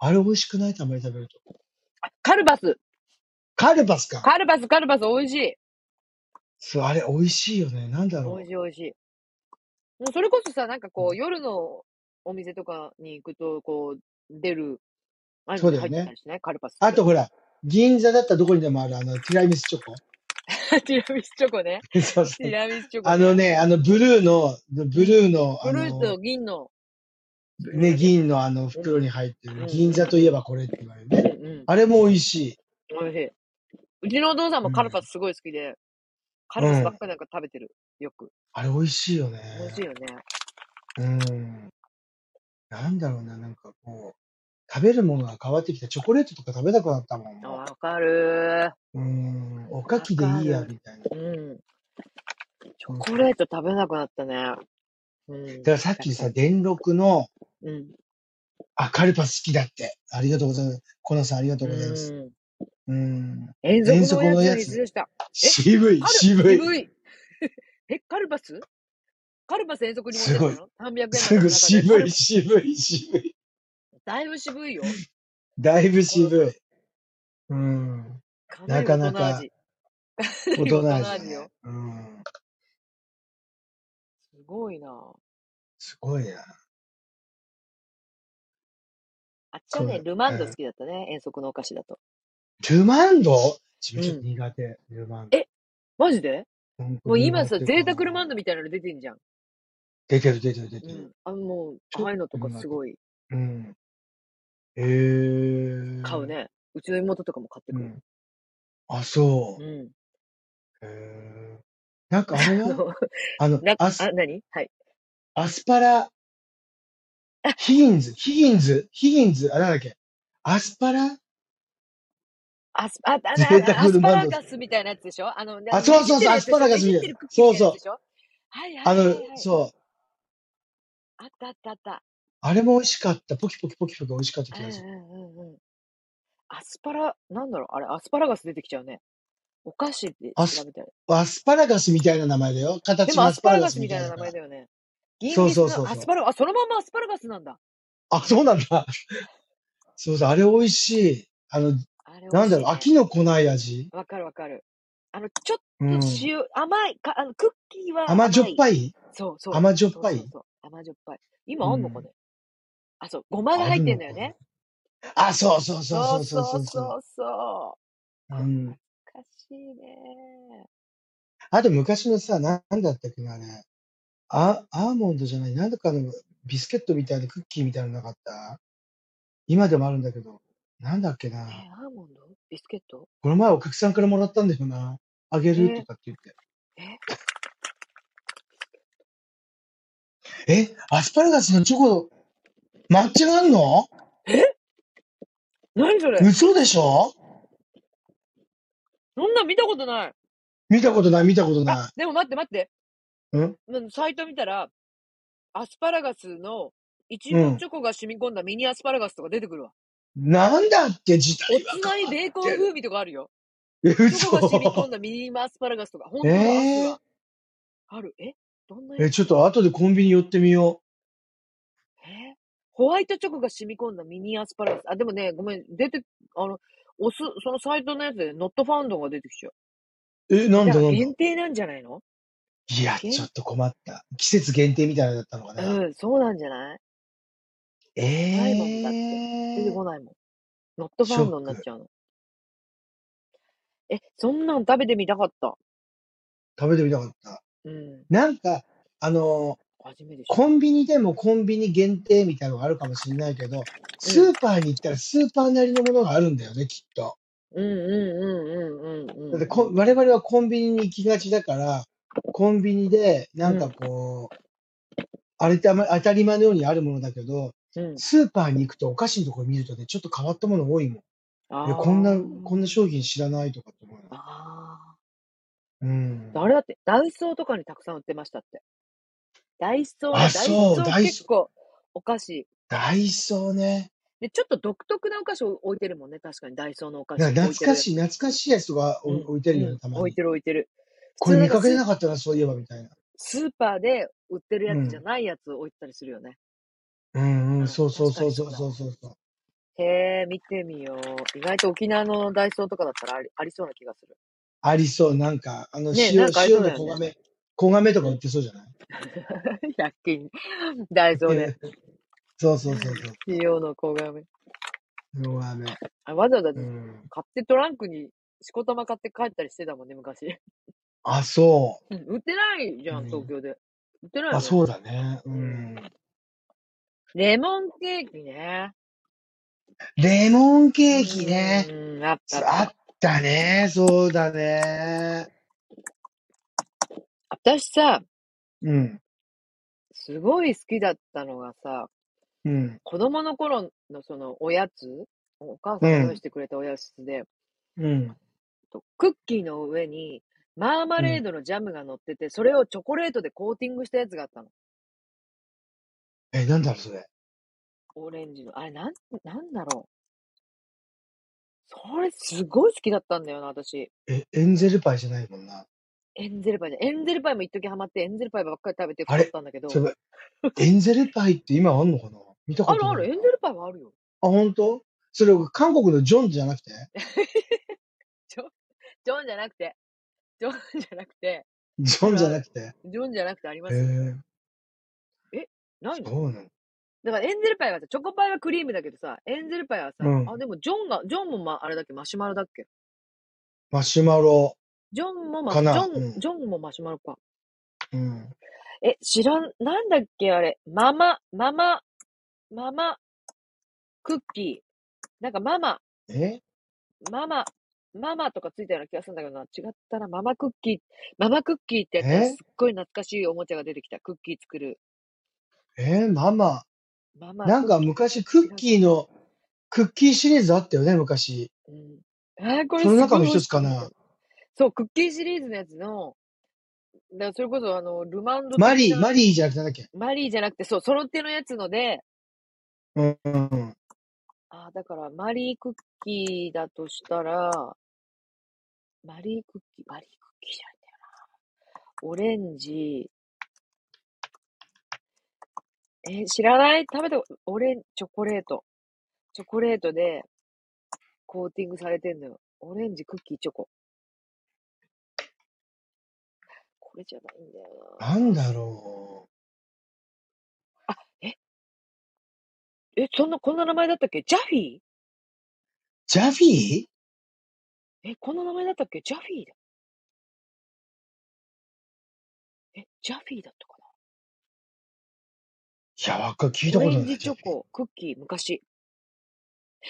B: あれ美味しくないたまに食べると。
A: あカルバス
B: カルパスか。
A: カルバス、カルバス、美味しい
B: そう、あれ美味しいよね。なんだ
A: 美味
B: ろ
A: しい、美味しい。もうそれこそさ、なんか
B: う。う
A: こう、
B: ん
A: 夜のお店とかに行くと、こう、出る、ああいうの
B: そう
A: に
B: だ
A: 入って
B: よね。
A: たりしないカルバスっ
B: あ
A: て。
B: とほら、銀座だったらどこにでもある、あの、ティラミスチョコ。
A: ティラミスチョコね。
B: そうそ
A: ティ
B: う。
A: ラミスチョコ
B: あの
A: ね。
B: ね、あの、ブルーの、
A: う
B: ブ
A: ん。
B: ルーの、
A: ブ
B: あ
A: ルー
B: の、
A: と銀の袋
B: ね、
A: だね。
B: 銀のあの
A: うん、
B: 袋に入ってる、
A: うん、
B: 銀座といえばこれって言われる
A: うん、
B: ね。
A: うん、うん。
B: あれも美味しい。
A: 美味しい。うちのお父さん
B: う
A: もカルパ
B: ん。
A: スすごい好きで、カル
B: う
A: パスばっ
B: ん。
A: かりなんか食べてる。よく。
B: あれ美味しいよね。
A: 美味しいよね。
B: うん。なんだろうな、なんかこう、食べるものが変わってきて、チョコレートとか食べたくなったもん、
A: あ
B: も
A: わかる
B: う。うん。お
A: ー。
B: か
A: わ
B: きで
A: か
B: いいや、
A: る。
B: みたいな。
A: うん。チョ
B: そう
A: コ
B: そう。
A: レ
B: だ
A: ート食べなくなったね。うん。
B: からさっ
A: 確
B: き
A: か
B: さ、
A: に。
B: 電録の、
A: うん。
B: あ、カルパス好きだって。ありがとうございます。コナさん、ありがとうございます。
A: うん。
B: うん。
A: 遠
B: 遠
A: 足のおやつ
B: 足の
A: の
B: や
A: リ
B: つ。
A: スでした。え、
B: 渋い、
A: カル、
B: 渋い。
A: 渋い。 え、カルパスカルパス遠足に持っ
B: す
A: てっ
B: ご
A: た
B: い。
A: の ?300 円
B: す
A: 玉
B: ぐ
A: の中で。カ
B: 渋
A: ル
B: い、
A: パス、
B: 渋い、渋い。
A: だいぶ渋いよ。
B: だいぶ
A: この、
B: 渋い。うん。
A: かな
B: な
A: り
B: か
A: 大
B: な
A: 人
B: か
A: 味。かなり
B: 大
A: 大
B: 人
A: 人
B: 味だ
A: 味
B: ね。
A: よ。
B: うん。
A: すごいなぁ。
B: すごいな。
A: あっちは
B: そ
A: ね、
B: う、
A: ルマ
B: う
A: ンド好
B: ん。
A: きだったね。遠足のお菓子だと。
B: ルマンド自分
A: う
B: ちょっと
A: ん。
B: 苦手。ルマン
A: え、マジで
B: ド。なんか
A: もう今
B: 苦
A: さ、
B: 手か
A: 贅
B: な。
A: 沢ルマンドみたいなの出てんじゃん。
B: 出てる、出てる、出
A: う
B: てる。
A: ん。あ、もう、
B: ち
A: あ
B: ょっ
A: あいうのと
B: と
A: かす
B: 苦手。
A: ごい
B: うん。え
A: 買う
B: ー。
A: ね。うちの妹とかも買って
B: う
A: くる。
B: ん。あ、そ
A: うん。
B: う。へえ。なんかあれ
A: あ
B: は
A: の、
B: あ の、
A: な、
B: ア
A: あ、
B: ス、
A: 何はい。
B: アスパラ、ヒギンズ、ヒギンズ、ヒギンズ、あ、なんだっけ。アスパラ
A: アス、あ、あ、
B: 贅
A: あ、
B: 沢
A: あア
B: ル
A: スパ
B: マン
A: ラ
B: ド。
A: ガスみたいなやつでしょあの、ね
B: あ、
A: ね
B: そう
A: じっ
B: そう
A: て
B: そう、
A: る
B: ア
A: やつ
B: ス
A: でしょねじっ
B: パラガスみ
A: た
B: い
A: てる
B: な。
A: クッキー
B: そう
A: のやつ
B: そ
A: で
B: う。
A: しょはいは
B: あ
A: いは
B: の、
A: いはい。
B: そう。
A: あったあったあった。
B: あれも美味しかった。ポキポキポキポキ美味しかった
A: うん
B: 気がする。
A: うんうんうん。アスパラ、なんだろうあれ、アスパラガス出てきちゃうね。お菓子で
B: ア
A: 調
B: ス、
A: べたら。
B: アスパラガスみたいな名前だよ。
A: で
B: 形
A: も
B: も
A: ア
B: ア
A: ス
B: ス
A: パラ
B: パラガ
A: ガス
B: ス
A: み
B: み
A: たい
B: たい
A: な
B: だ
A: 名
B: か
A: 前
B: ら。
A: だよね。銀
B: そう
A: ビス
B: そう
A: の
B: そう
A: ア
B: そ
A: ス
B: う。
A: パラ、あ、そのままアスパラガスなんだ。
B: あ、そうなんだ。そうそう。あれ美味しい。あの、
A: あれ美
B: な
A: 味し
B: んだろ、
A: いう
B: 飽
A: ね。
B: きのこない味。
A: わかるわかる。あの、ちょっ
B: う
A: と
B: ん。
A: 塩、甘い、か、あの、クッキーは
B: 甘じょ
A: 甘
B: っ
A: い。
B: ぱい
A: そうそう。
B: 甘じょっ
A: そう
B: ぱ
A: そう
B: い
A: そう。甘じょっぱい。
B: う
A: 今あんのか
B: ん。
A: ねあ、そう。ごまが
B: あ
A: 入っ
B: る
A: てん
B: の
A: だよ
B: か
A: ね。
B: な。あ、そうそうそう
A: そう
B: そうそ
A: そう
B: うそうそ
A: そうそう。
B: う。うん。
A: かしいね。
B: あと昔のさ、ななんだったっけな、あれ。あ、アーモンドじゃない、なんだかのビスケットみたいなクッキーみたいなのなかった今でもあるんだけど、なんだっけ
A: え、
B: な。
A: アーモンドビスケット
B: この前お客さんからもらったんだよな。あげるとかって言って。
A: え
B: え、アスパラガスのチョコ、マッチがあんの
A: 何それ
B: 嘘でしょ
A: そんなん見たことない。
B: 見たことない、見たこと
A: あ
B: な、
A: でも待って待って。
B: い。ん
A: うんサイト見たら、アスパラガスのイチゴチョコが染み込んだミニアスパラガスとか出てくるわ。
B: なんだって時代
A: お
B: は
A: つまみベーコン
B: 変わっ
A: 風味とかあるよ。
B: てる。
A: チョコが染み込ん
B: 嘘。
A: だミニアスパラガスとか、本当だ、ある
B: え
A: わ。ある。えどんな
B: ー、
A: や
B: え、
A: つ
B: ちょっと後でコンビニ寄ってみよ
A: えホワイトチョコが染み込んだミニアスパラガス。あ、でもね、ごめん、出て、あの、押す、そのサイトのやつで、ノットファウンドが出てきちゃう。
B: う。え、なん
A: だか
B: だ
A: ら
B: なんだ
A: 限定なんじゃないの
B: いや、ちょ
A: 限
B: っと困った。季節限定みたいなのだったのかな。
A: うん、そうなんじゃないないもんだって。出て
B: えー、
A: こないもん。ノットフ
B: シ
A: ァウ
B: ョ
A: ン
B: ッ
A: ドになっ
B: ク。
A: ちゃうの。え、そんなん食べてみたかった。
B: 食べてみたかった。
A: うん。
B: なんか、あのー
A: 初めて知っ
B: コンビニでもコンビニ限定みたいなのがあるかもしれないけ
A: た。
B: ど、
A: う
B: ス
A: ん。
B: ーパーに行ったらスーパーなりのものがあるんだよね、きっと。
A: うんうんうんうん
B: だって
A: うん
B: こ、我々はコンビニに行きがちだから、コンビニで、
A: う
B: なん
A: ん。
B: かこう、あれってあま当たり前のようにあるものだけど、
A: うん。
B: スーパーに行くとお菓子のところ見るとね、ちょっと変わったもの多いもん。
A: うん。
B: え、こん
A: あ
B: な、こんな商品知らないとかって思うよ
A: あ。
B: ね。
A: ああ。
B: う
A: あ
B: ん。
A: れだって、ダイソーとかにたくさん売ってましたって。ダイソーね、
B: あ、
A: ダイ
B: そう、
A: ソー
B: ダイ
A: 結
B: ソー、
A: 構お菓子。
B: ダイソーね。
A: で、ちょっと独特なお菓子を置いてるもんね。確かにダイソーのお菓
B: な
A: 子
B: 懐
A: 置いて
B: か
A: る。
B: しい、懐かしいやつとか
A: う
B: お
A: ん、
B: 置いてる
A: う
B: よね、
A: ん。
B: たま
A: 置い
B: に。
A: てる置いてる。普
B: これ
A: 通なん
B: 見
A: か
B: かけ
A: ス
B: て
A: ー、
B: なかったな、そういえば、みたいな。
A: スーパーで売ってるや
B: う
A: つじゃ
B: ん。
A: ないやつを置いてたりするよね。
B: うんう、
A: うんん、
B: そうそう
A: 確か
B: そう
A: にそ
B: そう
A: だわ。
B: うそうそうそう。
A: へえ、見てみよう。意外と沖縄のダイソーとかだったらありありそうな気が する。
B: ありそう、なんか、あの、
A: ねえ、な
B: 塩、
A: んかありそ
B: 塩
A: うだ
B: の
A: よ
B: 黄
A: ね。
B: 金、黄金と
A: う
B: か売っ
A: ん。
B: てそうじゃない
A: 100均。ダイソーで。
B: そうそうそうそう。
A: 用の小亀。
B: 黄金。
A: あわざわざ
B: うん。
A: 買ってトランクにしこたま買って帰ったりしてたもんね、昔。
B: あ、そ
A: うん、売ってないじ
B: う。
A: ゃ、
B: うん
A: 東
B: ん。
A: 京で。売ってない
B: あ、
A: よね。
B: そうだね。う
A: うん。
B: ん。
A: レモンケーキね。
B: レモン
A: う
B: ケーキね。
A: ーん、あったあ
B: そ
A: っ
B: あ
A: た。
B: ったね。そうだね。
A: 私さ、
B: うん。
A: すごい好きだったのがさ、
B: うん。
A: 子供の頃のそのおやつ、お母
B: う
A: さんが用意し
B: ん。
A: てくれたおやつで、
B: うん。
A: とクッキーの上にマーマ
B: う
A: レー
B: ん。
A: ドのジャムが乗ってて、それをチョコレートでコーティングしたやつがあったの。
B: え、なんだろう、それ。
A: オレンジの。あれ、なん、なんだろう。それすごい好きだったんだよな、私。
B: え、エンゼルパイじゃないもんな。
A: エンゼルパイじゃん。エンゼルパイも一時ハマって、エンゼルパイばっかり食べて
B: あ
A: 太っ
B: れ
A: たんだけ
B: そ
A: ど、
B: れ、エンゼルパイって今あんのかな見た
A: あ
B: こ
A: る
B: と
A: あ
B: ない
A: る、エ
B: な。
A: ンゼルパイはあるよ。
B: あ、本当？それ、韓国のジョンじゃなくて
A: ジョン、ジョンじゃなくて、ジョンじゃなくて、
B: ジ
A: あ
B: ョン
A: る
B: じ
A: あ
B: ゃな
A: る。
B: くて。
A: ジョンじゃなくてありま
B: へ
A: すよ。
B: え、
A: え、ないの
B: そうなの。
A: だからエンゼルパイはさ、チョコパイはクリームだけどさ、エンゼルパイは
B: う
A: さ、あ、
B: ん。
A: でもジョンが、ジョンもま、あれだっけ、マシュマロだっけ
B: マシュマロ
A: ジョンもマ
B: か
A: シ、ジョ
B: な。
A: ン、
B: う
A: ジ
B: ん。
A: ョンもマシュマロか。
B: うん。
A: え、知らん、なんだっけ、あれ。ママ、ママ、ママ、クッキー。なんかママ、
B: え
A: ママ、ママとかついたような気がするんだけどな。違ったらママクッキー、ママクッキーってやったら
B: え
A: すっごい懐かしいおもちゃが出てきた。クッキー作る。
B: えママ。
A: ママ
B: なん
A: クッ
B: か
A: キ
B: 昔ク
A: ー。
B: ッ
A: 違う
B: キーの、クッキーシリーズあったよね、昔。
A: うん。あー、これ
B: その
A: す
B: 中
A: ご
B: の
A: い美
B: 一
A: 味
B: つ
A: しく
B: か
A: 食べた
B: な。
A: の。そう、クッキーシリーズのやつの、だからそれこそあの、ルマンド
B: マ
A: 的
B: リー、
A: な、
B: マリーじゃなくてなんだっけ。
A: マリーじゃなくて、そう、その手のやつので、
B: うん。うん
A: ああ、だからマリークッキーだとしたら、マリークッキー、マリークッキーじゃないんだよ。オレンジ、えー知らない食べたこと、オレン、チョコレート。チョコレートでコーティングされてんのよ。オレンジ、クッキー、チョコ。これじゃないんだよ
B: なんだろ
A: な。あ、え、え、そんな、こんな名前だったっけジャフィー
B: う。ジャフィー
A: え、この名前だったっけジャフィーだ。え、ジャフィーだったかない
B: や、わか聞いた
A: オ
B: こと
A: レ
B: ない。
A: ンジチョコ、クッキー、昔。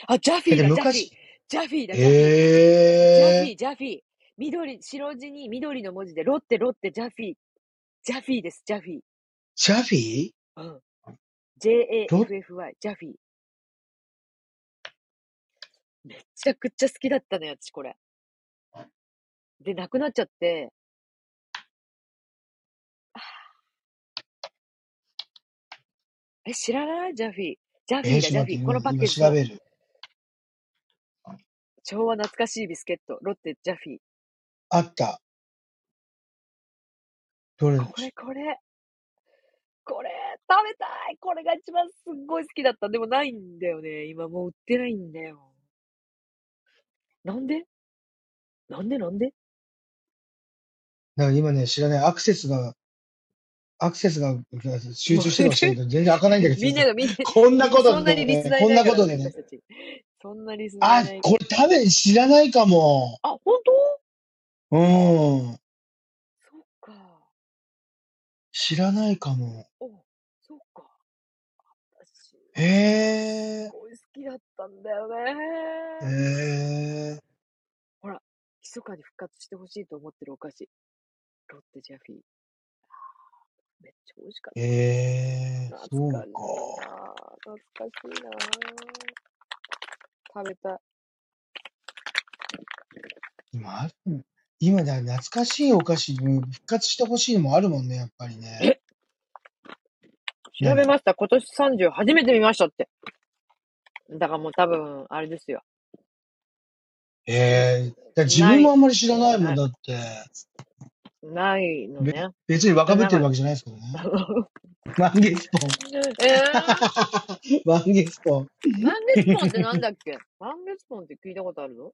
A: あ、ジャフィ
B: だっ
A: ー
B: て
A: だ、ジャフィー
B: 昔。、
A: ジャフィーだ、ジャフィー。ジャフィ
B: え
A: ー、ジャフィー。緑、白地に緑の文字で、ロッテ、ロッテ、ジャフィー。ジャフィーです、ジャフィー。
B: ー、ジャフィー
A: うん。
B: ロ
A: J-A-F-F-Y、ジャフィー。めっちゃくちゃ好きだったのよ、私、これ。で、なくなっちゃって、え、知らないジャフィー。ジャフ
B: え
A: ィ
B: ー、
A: ーだ、
B: ち
A: ジャ
B: ょっ
A: フ
B: と
A: ィー。
B: 待
A: この
B: って、
A: パッ
B: 今、
A: ケージ
B: 今調
A: そう。
B: べる。
A: 昭和懐かしいビスケット。ロッテ、ジャフィー。
B: あった。どれで
A: こ
B: し
A: れ、
B: ょ
A: これ。これ、食べたいこれが一番すっごい好きだった。でもないんだよね。今もう売ってないんだよ。なんでなんでなんで
B: う。なんか今ね、知らない。アクセスが、アクセスが集
A: も
B: 中してるかもし
A: う
B: れないけど、全然開かないんだけど、
A: み
B: 全
A: ん
B: 然。
A: ながみんな、
B: こんな
A: みん
B: こ
A: な、そ
B: と
A: んな
B: で
A: にリス
B: ね、
A: ナーい
B: こん
A: ないか
B: なこ
A: ら、
B: とで
A: 私
B: ね。
A: たち。そんなリスナーい
B: あ、
A: ない。
B: これ食べ、知らないかも。
A: あ、本当
B: う
A: そ
B: ん。
A: っか。
B: 知らないかも。
A: お、そっか。私、す
B: へえ。
A: ごい好きだったんだよ
B: へ
A: ね。
B: え。
A: ほら、密かに復活してほしいと思ってるお菓子。ロッテジャフィー。めっちゃ美味しかっ
B: え
A: た。
B: え、
A: 懐
B: そう
A: かしいな
B: か。
A: ぁ。懐かしいなぁ。食べたい。
B: 今ある、今だ、懐かしいお菓子、うん復活してほしいのもあるもんね、やっぱりね。
A: え、調べ
B: 何
A: ました。今年30、初めて見ましたって。だからもう多分、あれですよ。
B: ええだから自
A: な
B: 分も
A: い、
B: あんまり知らないもん
A: な、
B: だって、
A: ないの
B: べ、
A: ね。
B: 別に若ぶっ
A: な
B: て
A: か
B: る
A: っ
B: わけじゃないで すけどね。
A: た。
B: 満月ポン。
A: え
B: 満月ポン。
A: ー、満月ポンってなんだっけ満月ポンって聞いたことあるの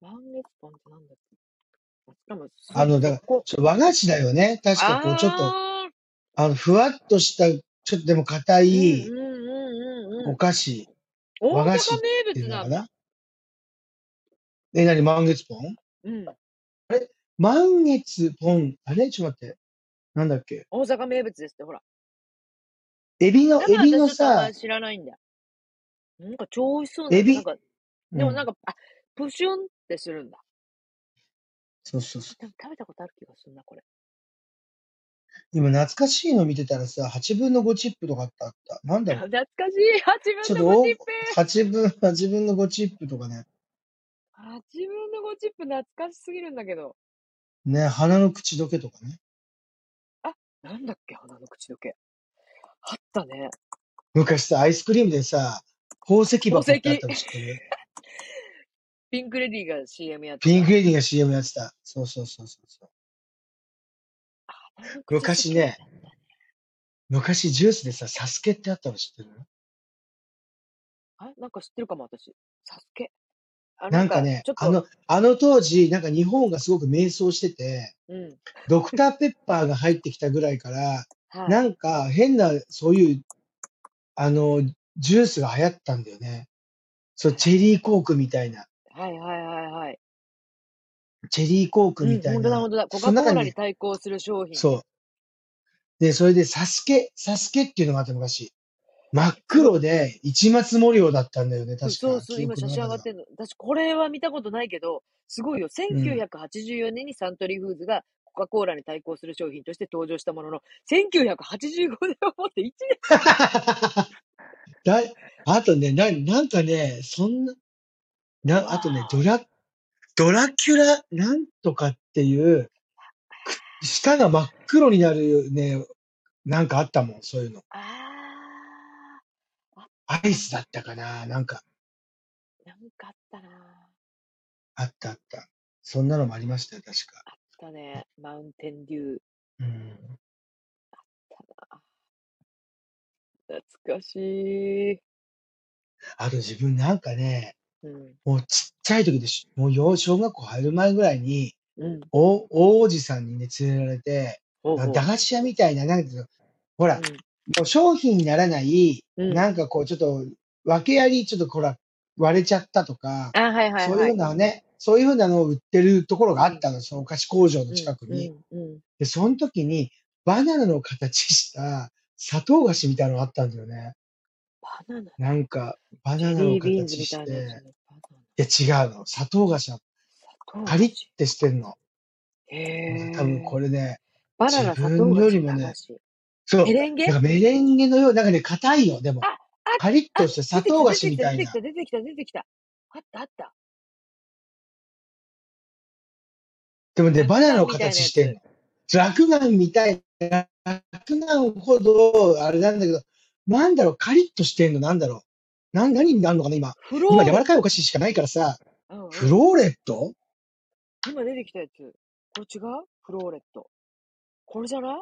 A: 満月ポンってなんだっけしかも、す、
B: あの、だ
A: そ
B: から、
A: こ。
B: ちょっと和菓子だよね。確かこう、ちょっと、
A: あ
B: あの、ふわっとした、ちょっとでも硬
A: ー、うんうんう
B: い
A: んうんう
B: お
A: ん。
B: 菓子、
A: 大
B: 和
A: 阪
B: 菓子って
A: 名
B: い
A: 物
B: うの
A: な
B: か
A: んだ。
B: なえ、なに、満月ポン
A: うん。
B: あれ満月ポン。あれちょっと待って。なんだっけ
A: 大阪名物ですって、ほら。
B: エビの、
A: だ
B: エ
A: から
B: ビ
A: 私
B: の
A: ちょっとあんま
B: さ、
A: り知らないんだよ。なんか超美味しそうな
B: エ
A: の。なん
B: ビ、
A: か、
B: う
A: でもなん
B: ん。
A: か、あ、プシュンってするんだ。
B: そうそうそう。
A: でも食べたことある気がするな、これ。
B: 今、懐かしいの見てたらさ、8分の5チップとかあった。あったなんだろう。
A: 懐かしい !8
B: ち
A: 分
B: ょっ
A: の
B: と
A: 5チッ
B: お、
A: プ
B: 8分、8分の5チップとかね。
A: !8 分の5チップ懐かしすぎるんだけど。
B: ね、花の口どけとかね。
A: あ、なんだっけ鼻の口どけ。あったね。
B: 昔さ、アイスクリームでさ、宝石
A: 宝
B: 箱ってあっ
A: 石
B: たの知ってる
A: ピンクレディーが CM やって
B: ピン
A: た。
B: クレディーが CM やってた。そうそうそうそうそう。
A: 鼻の口好きだっ
B: 昔ね、
A: たんだ。
B: 昔ジュースでさ、サスケってあったの知ってる
A: あ、なんか知ってるかも、私。サスケ。あ、な
B: なんんか
A: か、
B: ね、
A: ちょっ
B: あ
A: と、
B: の、あの当時、なんか日本がすごく迷走してて、
A: うん。
B: ドクターペッパーが入ってきたぐらいから、
A: はい。
B: なんか変な、そういう、あの、ジュースが流行ったんだよね。そう、チェリーコークみたいな。
A: はいはいはいはい。
B: チェリーコーク
A: う
B: み
A: ん、
B: たい
A: 本当だ、
B: な。
A: 本当だ。コ
B: そ
A: カ・
B: の
A: コ
B: 中
A: ー
B: に
A: ラに
B: ね、
A: 対抗する商品。
B: そう。で、それでサスケ、サスケっていうのがあって昔。真
A: う
B: っ
A: わ、
B: 黒で、市松模様だったんだよね、
A: そう
B: 確
A: そう
B: か、
A: そう、
B: 記
A: 今
B: 憶
A: 写
B: の
A: 真上
B: 中
A: が
B: で
A: っ
B: は。
A: てるの。私、これは見たことないけど、すごいよ。
B: うん。
A: 1984年にサントリーフーズがコカ・コーラに対抗する商品として登場したものの、1985年をもって1年。
B: だあとね、な、なんかね、そんな、
A: う
B: な、
A: わ
B: あとね、ドラ、ドラキュラ、なんとかっていう、舌が真っ黒になるね、なんかあったもん、そういうの。
A: ああー、あっ
B: ア
A: た
B: イ
A: な。
B: スだったかな、なんか、
A: なんかあったな。
B: あったあった。そんなのもありましたよ、確か。
A: あったね。マウンテンデュー。
B: うん。
A: あ懐かしい。
B: あと自分なんかね、
A: うん、
B: もうちっちゃい時でし、もう幼小学校入る前ぐらいに、
A: うん。
B: お、大おじさんにね、連れられて、
A: ほう
B: あ
A: ほ
B: 駄菓子屋みたいな、なんていうの、
A: う。
B: ほ
A: う
B: ら、
A: ん、
B: もう商品にならない、
A: うん、
B: なんかこう、ちょっと、訳あり、ちょっとほら、割れちゃったとか、
A: あ、はいはいはい。
B: そういうのはね、そういうふうなのを売ってるところがあったの、そのお菓子工場
A: う
B: の
A: ん
B: 近くに。。
A: うんうん
B: で、その時に、バナナの形した砂糖菓子みたいなのがあったんだよね。
A: バナナ。
B: なんか、バ
A: ジ
B: ナ
A: ェ
B: ナの
A: リービーンズ
B: 形
A: み
B: した
A: い
B: て、
A: なやつ
B: い
A: ね。
B: や違うの。砂糖菓子は
A: バナナ
B: カリッてしてんの。
A: へー
B: 多分これね、
A: バナナ
B: 自
A: 砂
B: 分
A: 糖菓
B: よ
A: 子
B: り
A: の
B: もね
A: 話。
B: そう
A: メ。レンゲ
B: なんかメレンゲのよう、なんかね、硬いよ、でも
A: あ。
B: カリッとして
A: 出
B: 砂
A: てき
B: 糖
A: た
B: 菓
A: 出てき
B: 子み
A: た
B: た
A: 出て
B: いな
A: き。た出てきた出てきた。あったあった。
B: でもね、
A: 落
B: バ
A: 雁
B: ナナの
A: みたいなやつ
B: 形してんの。落眼みたいな、落眼ほど、あれなんだけど、なんだろう、カリッとしてんの、なんだろう。なん、何になるのかな、今。
A: フロー
B: 今、
A: レ
B: 柔らかいお菓子しかないからさ、
A: うんうん
B: フローレット
A: 今出てきたやつ。これ違うフローレット。これじゃない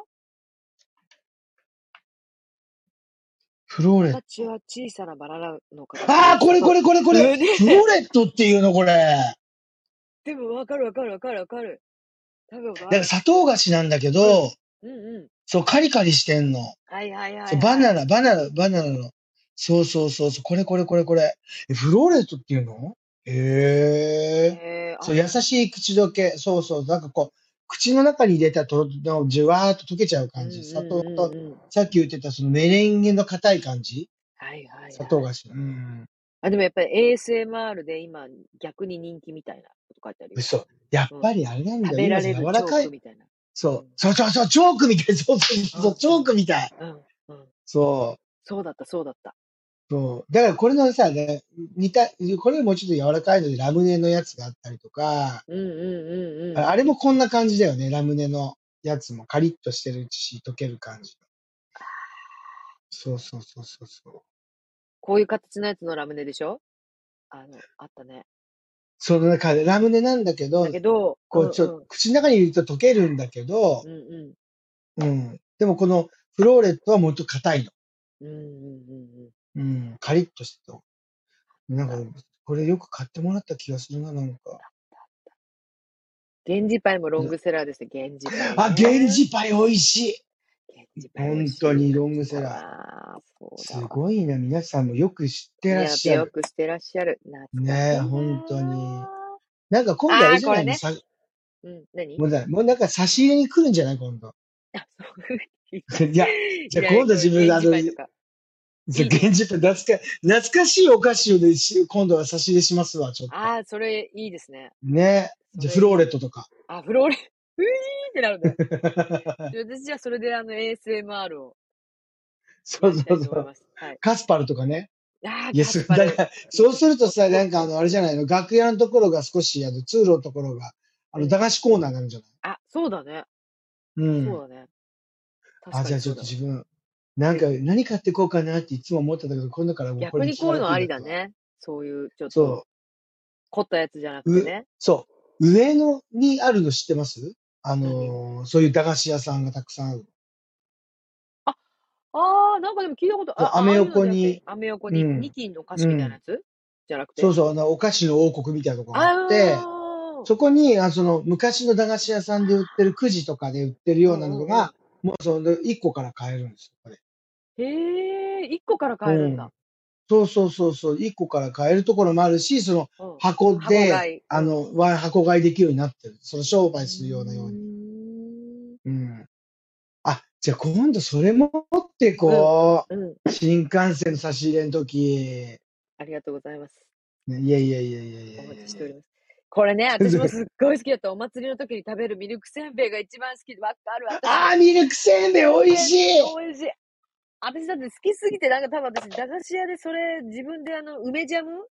B: フローレット。
A: 形は小さなバナナの形。
B: ああ、これこれこれこれ
A: うね
B: フローレットっていうの、これ。
A: でもわかるわかるわかるわかる。食べたこと
B: だ
A: あ
B: から
A: る。
B: 砂糖菓子なんだけど、
A: うんうん。
B: そう、カリカリしてんの。
A: はいはいはい、はい。
B: そう、バナナ、バナナ、バナナの。そうそうそうそう、これこれこれこれ。え、フローレットっていうのへえ。
A: へー
B: そう、優しい口どけ。そうそう、なんかこう、口の中に入れたと、のじゅわーっと溶けちゃう
A: あ
B: 感じ。砂
A: う
B: 糖
A: んうん
B: と、
A: うんうん。
B: さっき言ってたそのメレンゲの硬い感じ。
A: はいはい、はい。
B: 砂糖菓子。うん。
A: あ、でもやっぱり ASMR で今逆に人気みたいなこと書いてあるよ。
B: 嘘。やっぱりあれなんだ
A: 食
B: よ。
A: べ
B: 今
A: られるチ
B: さ、柔ら
A: ョ
B: か
A: ーク
B: い。
A: みたいな。
B: そう。そうそうそう、チョークみたい。そうそうそうう、
A: ん
B: チョークみたい。
A: うんうん。
B: そう。
A: そうだった、そうだった。
B: そう。だからこれのさ、ね、似た、これもうちょっと柔らかいのでラムネのやつがあったりとか、
A: うんうんうんうん。
B: ああれもこんな感じだよね。ラムネのやつもカリッとしてるし、溶ける感じ。そうそうそうそうそう。
A: こういう形のやつのラムネでしょあの、あったね。
B: その中でラムネなんだけど
A: だ、けど、
B: こ
A: うん
B: うちょ、口の中に入れると溶けるんだけど
A: うん、うん
B: うん。でもこのフローレットはもっと硬いの。
A: うんうんうんうん。
B: うん。カリッとしてる。なんか、これよく買ってもらった気がするな、なんか。
A: 源氏パイもロングセラーですね、源氏パイ、ね。
B: あ、源氏パイ美味しい
A: 源氏パイ美
B: 本
A: 味しい
B: 当にロングセラー。
A: ああ、そう
B: す
A: だわ。
B: ごいな、皆さんもよく知ってらっしゃ
A: よ
B: る。
A: くしてらっしゃる。懐かしい
B: ねえ、
A: なー。
B: 本当に。なんか今度あれじゃないの、
A: あー
B: さ
A: うん、何
B: もうだもうなんか差し入れに来るんじゃない今度。
A: あ、そう。 い
B: いや、じゃあ今度自分
A: で
B: であの、
A: と
B: 現
A: か。いいね
B: 実懐か、懐かしいお菓子をね、し今度は差し入れしますわ、ちょっと。
A: ああ、それいいですね。
B: ねえ。じゃあフローレットとか。
A: あ、フローレ、 ういーってなるんだよ。で私じゃあそれであの ASMR を
B: そ
A: や
B: う
A: り
B: そ
A: たいうと
B: そ。
A: 思いうます。はい。
B: カスパルとかね。
A: ああ、
B: いや、
A: カ
B: そ
A: ス
B: う、
A: パ
B: だ
A: ル。
B: から、そうするとさ、なんかあの、あれじゃないの、楽屋のところが少し、あの、通路のところが、あ
A: う
B: の、
A: ん
B: 駄菓子コーナーになるんじゃない
A: あ、そうだね。
B: うん。
A: そうだね。確
B: あ、
A: か
B: じ
A: に
B: ゃあち
A: そ
B: ょ
A: う
B: っと
A: だわ。
B: 自分、なんか何買ってこうかなっていつも思ってたけど、今度からもうこ
A: 逆
B: れ
A: に
B: に
A: こ
B: 聞
A: う
B: か
A: いう
B: れ
A: の
B: て
A: あ
B: ん
A: り
B: だ
A: だ
B: ったわ。
A: ね。そういう、ちょっと、
B: そ
A: 凝ったやつじゃなく
B: う。
A: て
B: う、
A: ね。
B: そう。上野にあるの知ってますあ
A: 何
B: のーそういう駄菓子屋さんがたくさんある。
A: あ、ああ、なんかでも聞いたこと、
B: そう、
A: あ、あ
B: ア
A: あ
B: メ
A: いうの
B: 横
A: じゃなくて、
B: に、
A: アメ横
B: う
A: に、ニ
B: ん、
A: キンのお菓子
B: う
A: みたいなや
B: ん。
A: つじゃなく
B: そ
A: て
B: うそう、あの、お菓子の王国みたいなところがあ
A: あ
B: って、
A: ー
B: そこに、あその、昔の駄菓子屋さんで売ってるくじとかで売ってる
A: う
B: ようんなの
A: うんうん。
B: が、もうその、1個から買えるんですよ、これ。
A: へえ、一個から買える
B: うんん。
A: だ。
B: そうそうそうそう、1個から買えるところもあるし、その
A: うん。
B: 箱
A: 箱
B: で、
A: 買い。う
B: あ
A: ん。う
B: の、わ箱買いできるようになってる。その商
A: ー
B: 売するようなように。
A: ん。
B: うん。あ、じゃあ今度それも持って
A: うん。
B: こ
A: うん。
B: う。新幹線の差し入れの時。
A: ありがとうございます。
B: ねいやいやいやいやい
A: お
B: やい
A: 待
B: や
A: ちし
B: い
A: ており
B: や。
A: ます。これ ね、私
B: ちょ
A: も
B: っと
A: すっごい好きだった。お祭りの時に食べるミルクせんべいが一番好きで、わかる、私も。
B: あー、ミルクせんべい 美味
A: 絶
B: しい
A: 対美味しい。私だって好きすぎて、なんか多分私、駄菓子屋でそれ、自分であの、梅ジャム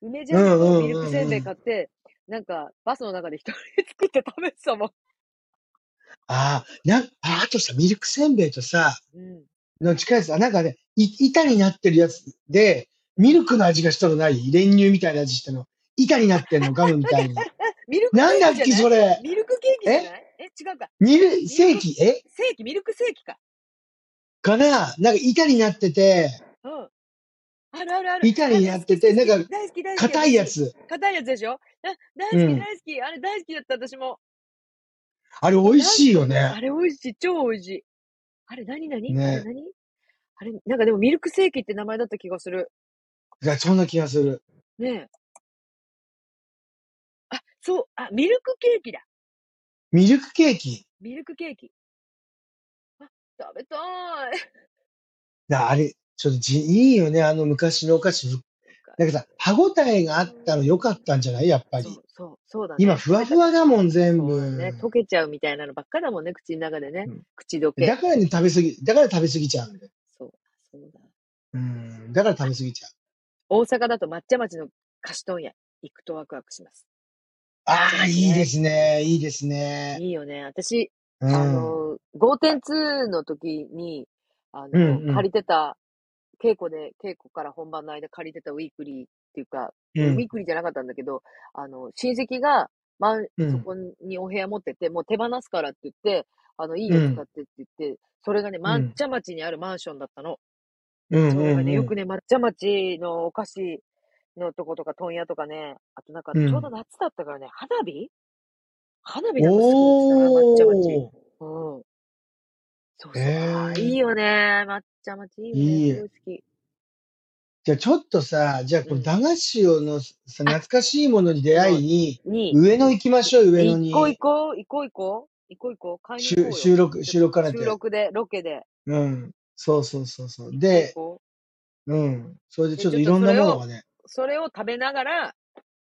A: 梅ジ
B: う
A: ャム
B: んう
A: とミルク
B: んう
A: せん
B: んう
A: べい買
B: ん。
A: って、なんか、バスの中で一人で作って食べてたもん。
B: あー、なん、ああとさ、ミルクせんべいとさ、
A: うん。
B: の近いやつ、あ、なんかね、い板になってるやつで、ミルクの味がしたのない練乳みたいな味してんの。板になってんの、ガムみた いに。
A: ミルクケ
B: なんだ
A: ー
B: っ
A: キじゃ
B: け、
A: ない
B: それ。
A: ミルクケーキじゃ
B: え
A: ないえ、違うか。
B: ミル、
A: ミル
B: 正
A: ク、
B: 規え
A: セーキ、ミルクセーキか。
B: かななんか板になってて、
A: うん。あるあるある。
B: 板
A: あ、
B: に
A: 大
B: な
A: 好
B: っ
A: き好
B: て
A: き
B: て、
A: 好き。
B: なんか
A: 大好き大好き
B: 硬いや
A: 私。
B: つ。
A: 硬いやつでしょあ大
B: う
A: 好き
B: ん。
A: 大好き。あれ大好きだった私も。
B: あれ
A: あ
B: 美味
A: なん
B: しいよね。
A: あれ美味しい。超美味しい。あれ何何あれ
B: ね。
A: 何あれ、なんかでもミルクセーキって名前だった気がする。
B: いや、そんな気がする。
A: ねえ。あ、そう、あ、ミルクケーキだ。
B: ミルクケーキ。
A: ミルクケーキ。あ、食べたい。
B: なあれ、ちょっとじ、いいよね、あの昔のお菓子。なんかさ、歯応えがあったの良かったんじゃないやっぱ
A: そ
B: り。
A: う、そう、そうだね。
B: 今、ふわふわだもん、全
A: そうだ
B: 部。
A: ね。溶けちゃうみたいなのばっかだもんね、口の中でね。
B: うん
A: 口どけ
B: だ。からね、食べ過ぎ、だから食べ過ぎちゃうんだよ。
A: そうだ、そうだ。
B: うん、だから食べ過ぎちゃう。
A: 大阪だと抹茶町の菓子問屋行くとワクワクします。
B: あ
A: そう
B: あ、
A: だね
B: いいですね、いいですね。
A: いいよね。私、
B: う
A: あ
B: ん。
A: の、5.2の時に、あの、
B: うんうん
A: 借りてた、稽古で、稽古から本番の間借りてたウィークリーっていうか、
B: う
A: ウィ
B: ん、
A: ークリーじゃなかったんだけど、あの、親戚が、まん、
B: う
A: そ
B: ん、
A: こにお部屋持ってて、もう手放すからって言って、あの、いいうよ使っ
B: ん、
A: てって言って、それがね、
B: う
A: 抹
B: ん、
A: 茶町にあるマンションだったの。
B: うん、
A: そうれがね、
B: ん、う
A: よ
B: ん、
A: くね、抹茶町のお菓子のとことか、問屋とかね、あとなんか、
B: う
A: ちょうど
B: ん。
A: 夏だったからね、花火花火なんかすごいしたな、抹茶町。
B: おー、
A: うん。そうそう。ああ、いい
B: ええ
A: よね。抹茶町いいよね。
B: い
A: す
B: い。
A: ごい好き。
B: じゃあちょっとさ、じゃあ
A: う
B: この
A: ん。
B: 駄菓子をのさ、懐
A: あ、
B: かしいものに出
A: の、
B: 会い
A: に、
B: に、上野行きましょう、上野
A: 行こう行
B: に。
A: こう、行こう行こう、行こう行こう、買いに行
B: 収
A: こうよ。
B: 収録、
A: ちょっ
B: 収録
A: と
B: 兼ね
A: 収
B: て。
A: 録で、ロケで、
B: うん。そうそうそうそ
A: 行
B: う。
A: こう行
B: で、
A: こ
B: うん。それで
A: う。
B: ち
A: で、
B: ょ
A: ち
B: っと
A: ょっ
B: い
A: と
B: ろん
A: そ
B: な
A: れ
B: もの
A: を、
B: がね、
A: それを食べながら、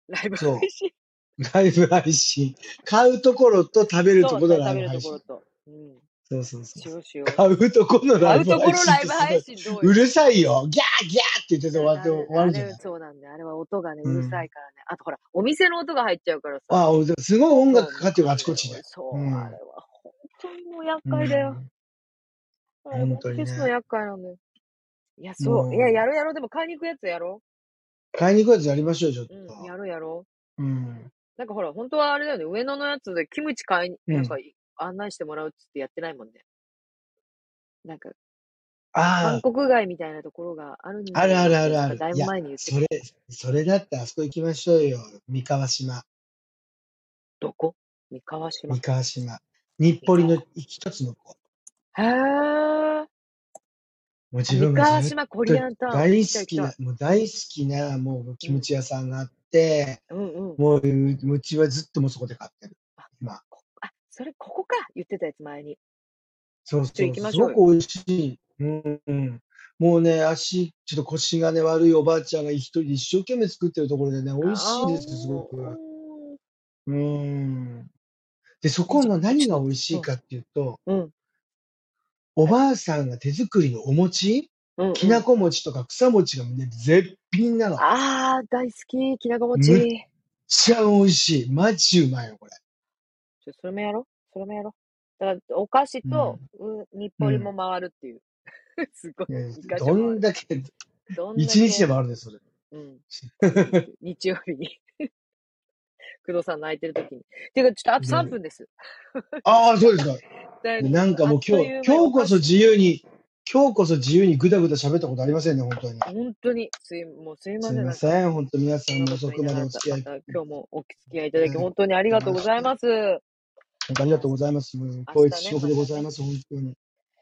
A: ライブ配
B: そ
A: 信。
B: う、ライブ配信。買うところと食べると
A: そう、
B: ころ
A: た
B: のラ
A: 食べると
B: イブ配
A: こ
B: 信。
A: ろと。うん。
B: そうそうそう
A: し
B: そ
A: よ
B: う。
A: うしよう。
B: 買うところのラ
A: 買
B: イ
A: う
B: ブ
A: とこ
B: 配
A: ろ
B: 信っ
A: ライ
B: て
A: ブ
B: すご
A: 配
B: い、
A: 信どう
B: う
A: よ。
B: るさいよ。ギャーギャーって言ってて終
A: だ
B: わっ
A: ダ
B: て
A: メ
B: 終
A: だ。あ
B: わるじゃ
A: れ、
B: ない。
A: そうなんだよ。あれは音がね、
B: う
A: うるさい
B: ん。
A: からね。あとほら、お店の音が入っちゃうからさ。
B: ああ、すごい音
A: そう、
B: 楽か
A: も
B: か
A: う
B: ってるから、
A: あ
B: あちこ
A: れ、
B: ちで。
A: そうう、あれ
B: ん。
A: は本当にもう厄
B: う
A: 介だよ。
B: ん。
A: あれ、
B: 本
A: 本
B: 当
A: 当
B: に
A: にそう
B: ね。
A: 厄介なんだよ。いや、そう。いや、や
B: も
A: ろうやろう。でも買いに行くやつやろ
B: う、買いに行くやつやりましょう、ちょっ
A: う。うん、
B: と。
A: やろうやろ
B: うん。
A: う。なんかほら、本当はあれだよね。上野のやつでキムチ買いに、
B: う
A: なん
B: ん。
A: かい案内してもらうっつってやってないもんね。なんか、韓
B: ああ、
A: 国街みたいなところがあるんだ
B: ある
A: よ
B: あ
A: っ
B: るあ
A: て、なんか
B: るある。
A: だい
B: い
A: ぶ
B: や、
A: 前に言って
B: そ
A: た。
B: れ、それだってあそこ行きましょうよ。三河島。
A: どこ三河島
B: 三河島。日
A: 三
B: 暮
A: 河。
B: 里の一つの子。
A: へー。
B: もう
A: あ、
B: 自
A: 三
B: 分が
A: 河
B: ずっ
A: 島コ
B: と
A: リアンタウン。
B: 大
A: 行きたい
B: 好
A: 行きたい。
B: きな、もう大好きな、もう
A: う
B: キム
A: ん。
B: チ屋さんがあって、
A: うんうん。
B: もう、ううちはずっともうそこで買ってる。
A: あ、
B: 今。
A: こ、あ、それここか。言ってたやつ前に。
B: そう
A: ちょ、
B: そ
A: 行
B: う、
A: きますしょ
B: ご
A: うよ。
B: く美味しい。うんうん。もうね、足、ちょっと腰がね、悪いおばあちゃんが一人一生懸命作ってるところでね、美味しい
A: あ
B: で
A: ー、
B: す、すごく。
A: おー
B: うん。で、そ
A: え、
B: こ
A: じゃ、
B: の
A: ち
B: 何
A: ょ
B: が
A: っ
B: 美味しい
A: と、
B: かっていうと、
A: うん、
B: おばあさんが手作りのお餅、
A: うん、
B: き
A: う。
B: なんこ餅とか草餅がね、絶品なの。
A: あー、大好き、きなこ
B: むっ
A: 餅。
B: ちゃ美味しい。マジうまいよ、これ。
A: ちょ、それもやろう。それもやろう。だから、お菓子
B: う
A: と、
B: ん。
A: う、日
B: う
A: 暮里も
B: ん。
A: 回るっていう。 すごい。
B: ね
A: 二箇所
B: ど
A: 回
B: ん
A: る。
B: だけ、
A: どん
B: 一
A: だ
B: 日で
A: け、
B: もあるね、それ。
A: うん。 そうなんですよ。日曜日に、 工藤さん泣いてる時に。ていうか、ちょっとあと3
B: ね
A: 分です。
B: ああ、そうですか。
A: だいぶ、
B: なんか
A: あ
B: もう
A: っと
B: 今日、
A: いう間に
B: 今
A: お
B: 日こ
A: 菓子、
B: そ自由に、今日こそ自由にぐだぐだ喋ったことありませんね、本当に。
A: 本当に、すい、もうすいますせ
B: い
A: ん。
B: ま
A: なんか、
B: せん。本当皆さ
A: そん
B: ん
A: な
B: も
A: こと
B: 遅
A: 言い
B: く
A: ながら
B: までお
A: た、
B: 付き合
A: ま
B: い
A: た今日もお付き合いい
B: い
A: ただ
B: た
A: き、
B: だき
A: 本当にありがとう
B: ま
A: ご
B: し
A: ざい
B: て、
A: ます。明
B: 本当ありがとうございます。もう
A: 日
B: 光
A: ね、
B: 一至極
A: ま
B: でご
A: た
B: ざい
A: ね、
B: ます。本当に。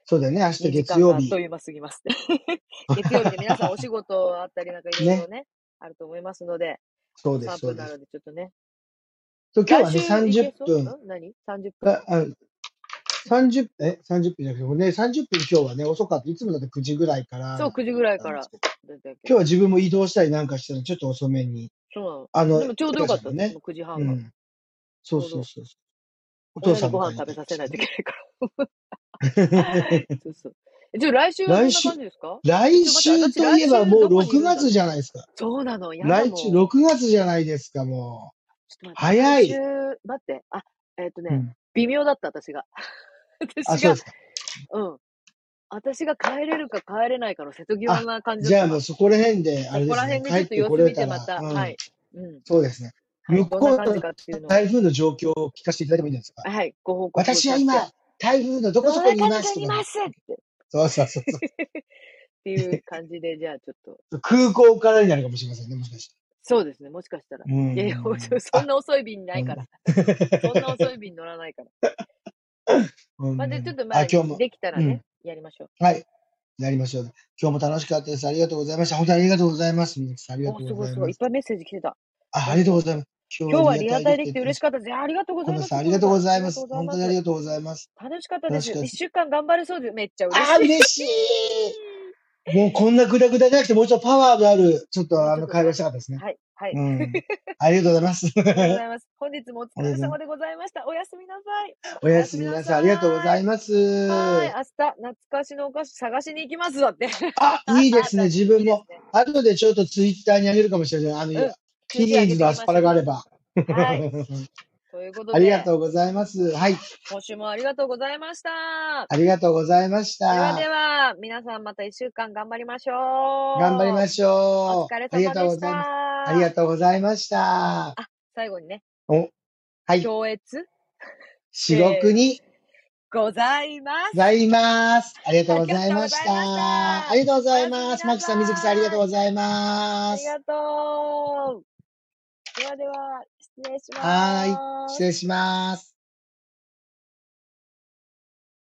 B: そうだよね。明日
A: 2
B: 月
A: 時間が
B: 曜
A: あっと
B: 日。
A: いう間すぎます。 月曜日ね、皆さんお仕事あったりなんかいろいろ
B: ね。
A: ね、あると思いますので、あ
B: そ
A: と
B: うです、
A: 3
B: そ
A: 分
B: うで
A: なの
B: す。
A: でちょっとね、
B: と今日
A: 来
B: はね、
A: 週いけ
B: 30
A: そう
B: 分、
A: ん何 ?30 分
B: あ、あ30、え、30分じゃなくて、ね、30分今日はね、遅かった。いつもだって9時ぐらいから
A: そう、
B: だ
A: 9時ぐらい
B: った
A: か
B: んです
A: ら
B: けど、
A: だったけ
B: 今日は
A: ど。
B: 自分も移動したりなんかしたら、ちょっと遅めに。
A: そうなの。
B: あの、
A: でもちょう
B: ゆ
A: どよ
B: か
A: か
B: ち
A: っ
B: ゃん
A: た、私
B: のね。
A: も9時
B: う
A: 半が。
B: ん。
A: ち
B: そう
A: ょう
B: そう
A: ど。
B: そうそう。お父
A: 親に
B: さん
A: ご
B: 迎
A: 飯
B: えに行
A: 食
B: っ
A: べ
B: たり
A: させ
B: し
A: ないとい
B: て
A: けないから。
B: ね。
A: そうそう。えじゃあ来週はどん
B: 来
A: な
B: 週、
A: 感じですか
B: 来
A: ちょ、待って、私
B: 週とい
A: 来
B: えば
A: 週
B: もう
A: どこにい
B: 6
A: るんだ
B: 月
A: ろう。
B: じゃないですか。
A: そうなの、やだ
B: 来週、
A: もん。
B: 6月じゃないですか、もう。
A: ちょっと待って、
B: 早
A: 来週、
B: い。
A: 待って、あ、えっ、と
B: う
A: ね、
B: ん。
A: 微妙だった、私 が。
B: あ、
A: 私
B: そうで
A: が、
B: すか。
A: うん。私が帰れるか帰れないかの瀬戸際
B: あ、
A: な感じだ
B: じ
A: っ
B: ゃ
A: た
B: あもう
A: な。
B: そこら辺で、あ
A: そ
B: れ
A: こら
B: ですね、
A: 辺で
B: 帰
A: ちょ
B: っ
A: っと様
B: てこ
A: 子
B: れ
A: 見
B: た
A: てま
B: ら、
A: た、
B: う
A: は
B: ん、
A: い。うん。
B: そうですね。
A: はい、
B: 向
A: どんな
B: こ
A: 感
B: う
A: じ
B: の
A: かっていうのを。
B: 台風の状況を聞かせていただいてもいいですか
A: はい、ご報告を
B: 私
A: し
B: は
A: まして、
B: 今、台風のどこ
A: 野
B: そこにい
A: 中
B: ま
A: に
B: す
A: か
B: と
A: に
B: か
A: ま
B: ね。
A: すって、っ
B: そうそうそうそ
A: ていう感じで、じゃあちょっと、
B: う。空港からになるかもしれませんね、もしかして。
A: そうですね、もしかしたら。
B: う
A: いやいや、
B: ん。
A: そん
B: あ、
A: な遅い便な
B: う
A: いか
B: ん。
A: ら。そんな遅い便乗らないから。
B: う
A: まあ、で、ちょっ
B: ん。
A: とま
B: あ、
A: あ、
B: 今日も。
A: できたら
B: う
A: ね、
B: ん。
A: やりましょう。
B: はい。なりましょう。今日も楽しかったです。ありがとうございました。本当にありがとうございます。みずきさん、ありが
A: お、
B: と
A: すご
B: うご
A: いす
B: ざい
A: ごい。
B: ま
A: いっ
B: す。
A: ぱいメッセージ来てた。
B: あ、ありがとうございます。
A: 今日はリアタイできて嬉し
B: かっ
A: かったです。いやありがとうご
B: コ
A: ざい
B: ナ
A: ま
B: ン
A: す。
B: さん、ありがとうございま
A: あ
B: す。
A: りがとう
B: 本
A: ご
B: 当
A: ざ
B: に
A: います
B: ありがとうございます。
A: 楽しかったで
B: 楽し
A: す。
B: かった
A: 一週間頑張れそうです。めっちゃ嬉しい。
B: ああ、嬉しい。もうこんなグダグダじゃなくて、もうちょっとパワーのある、ちょっ
A: も
B: と
A: う
B: あ
A: ちょっ
B: の、
A: と
B: 会話したかったですね。
A: はい、はい。
B: うん。ありがとうございます。
A: ありがとう ございます。本日もお疲れ様でございました。おやすみなさい。
B: おやすみなさい。ありがとうございます。
A: はい、明日、懐かしのお菓子探しに行きますだって。
B: あ、い いですね。自
A: い
B: 分も。
A: いですね
B: 後でちょっとツイッターにあげるかもしれない。あの、
A: うん
B: フィリーズのアスパラがあれば。
A: はい。 ということ
B: ありが
A: で、
B: とうございます。はい。
A: 今週もありがとうございました。
B: ありがとうございまし
A: では
B: た
A: で。は、皆さんまた一週間頑張りましょう。
B: 頑張りまし
A: お
B: ょう。
A: 疲れ
B: ありが
A: 様
B: とう
A: で
B: ご
A: し
B: ざいます。
A: た。
B: ありがとうございました。
A: 最後にね、
B: お、はい。
A: 強越
B: 至極に
A: ございま
B: ご
A: す。
B: ざいます。ありがとうございまし
A: ありがとうございました
B: た。ありがとうございま
A: お
B: す。
A: やすみなさい
B: マキさん、水木さん、ありがとうござい
A: あ
B: ま
A: り
B: す。
A: がとう。ではでは、失礼します。
B: はーい。失礼します。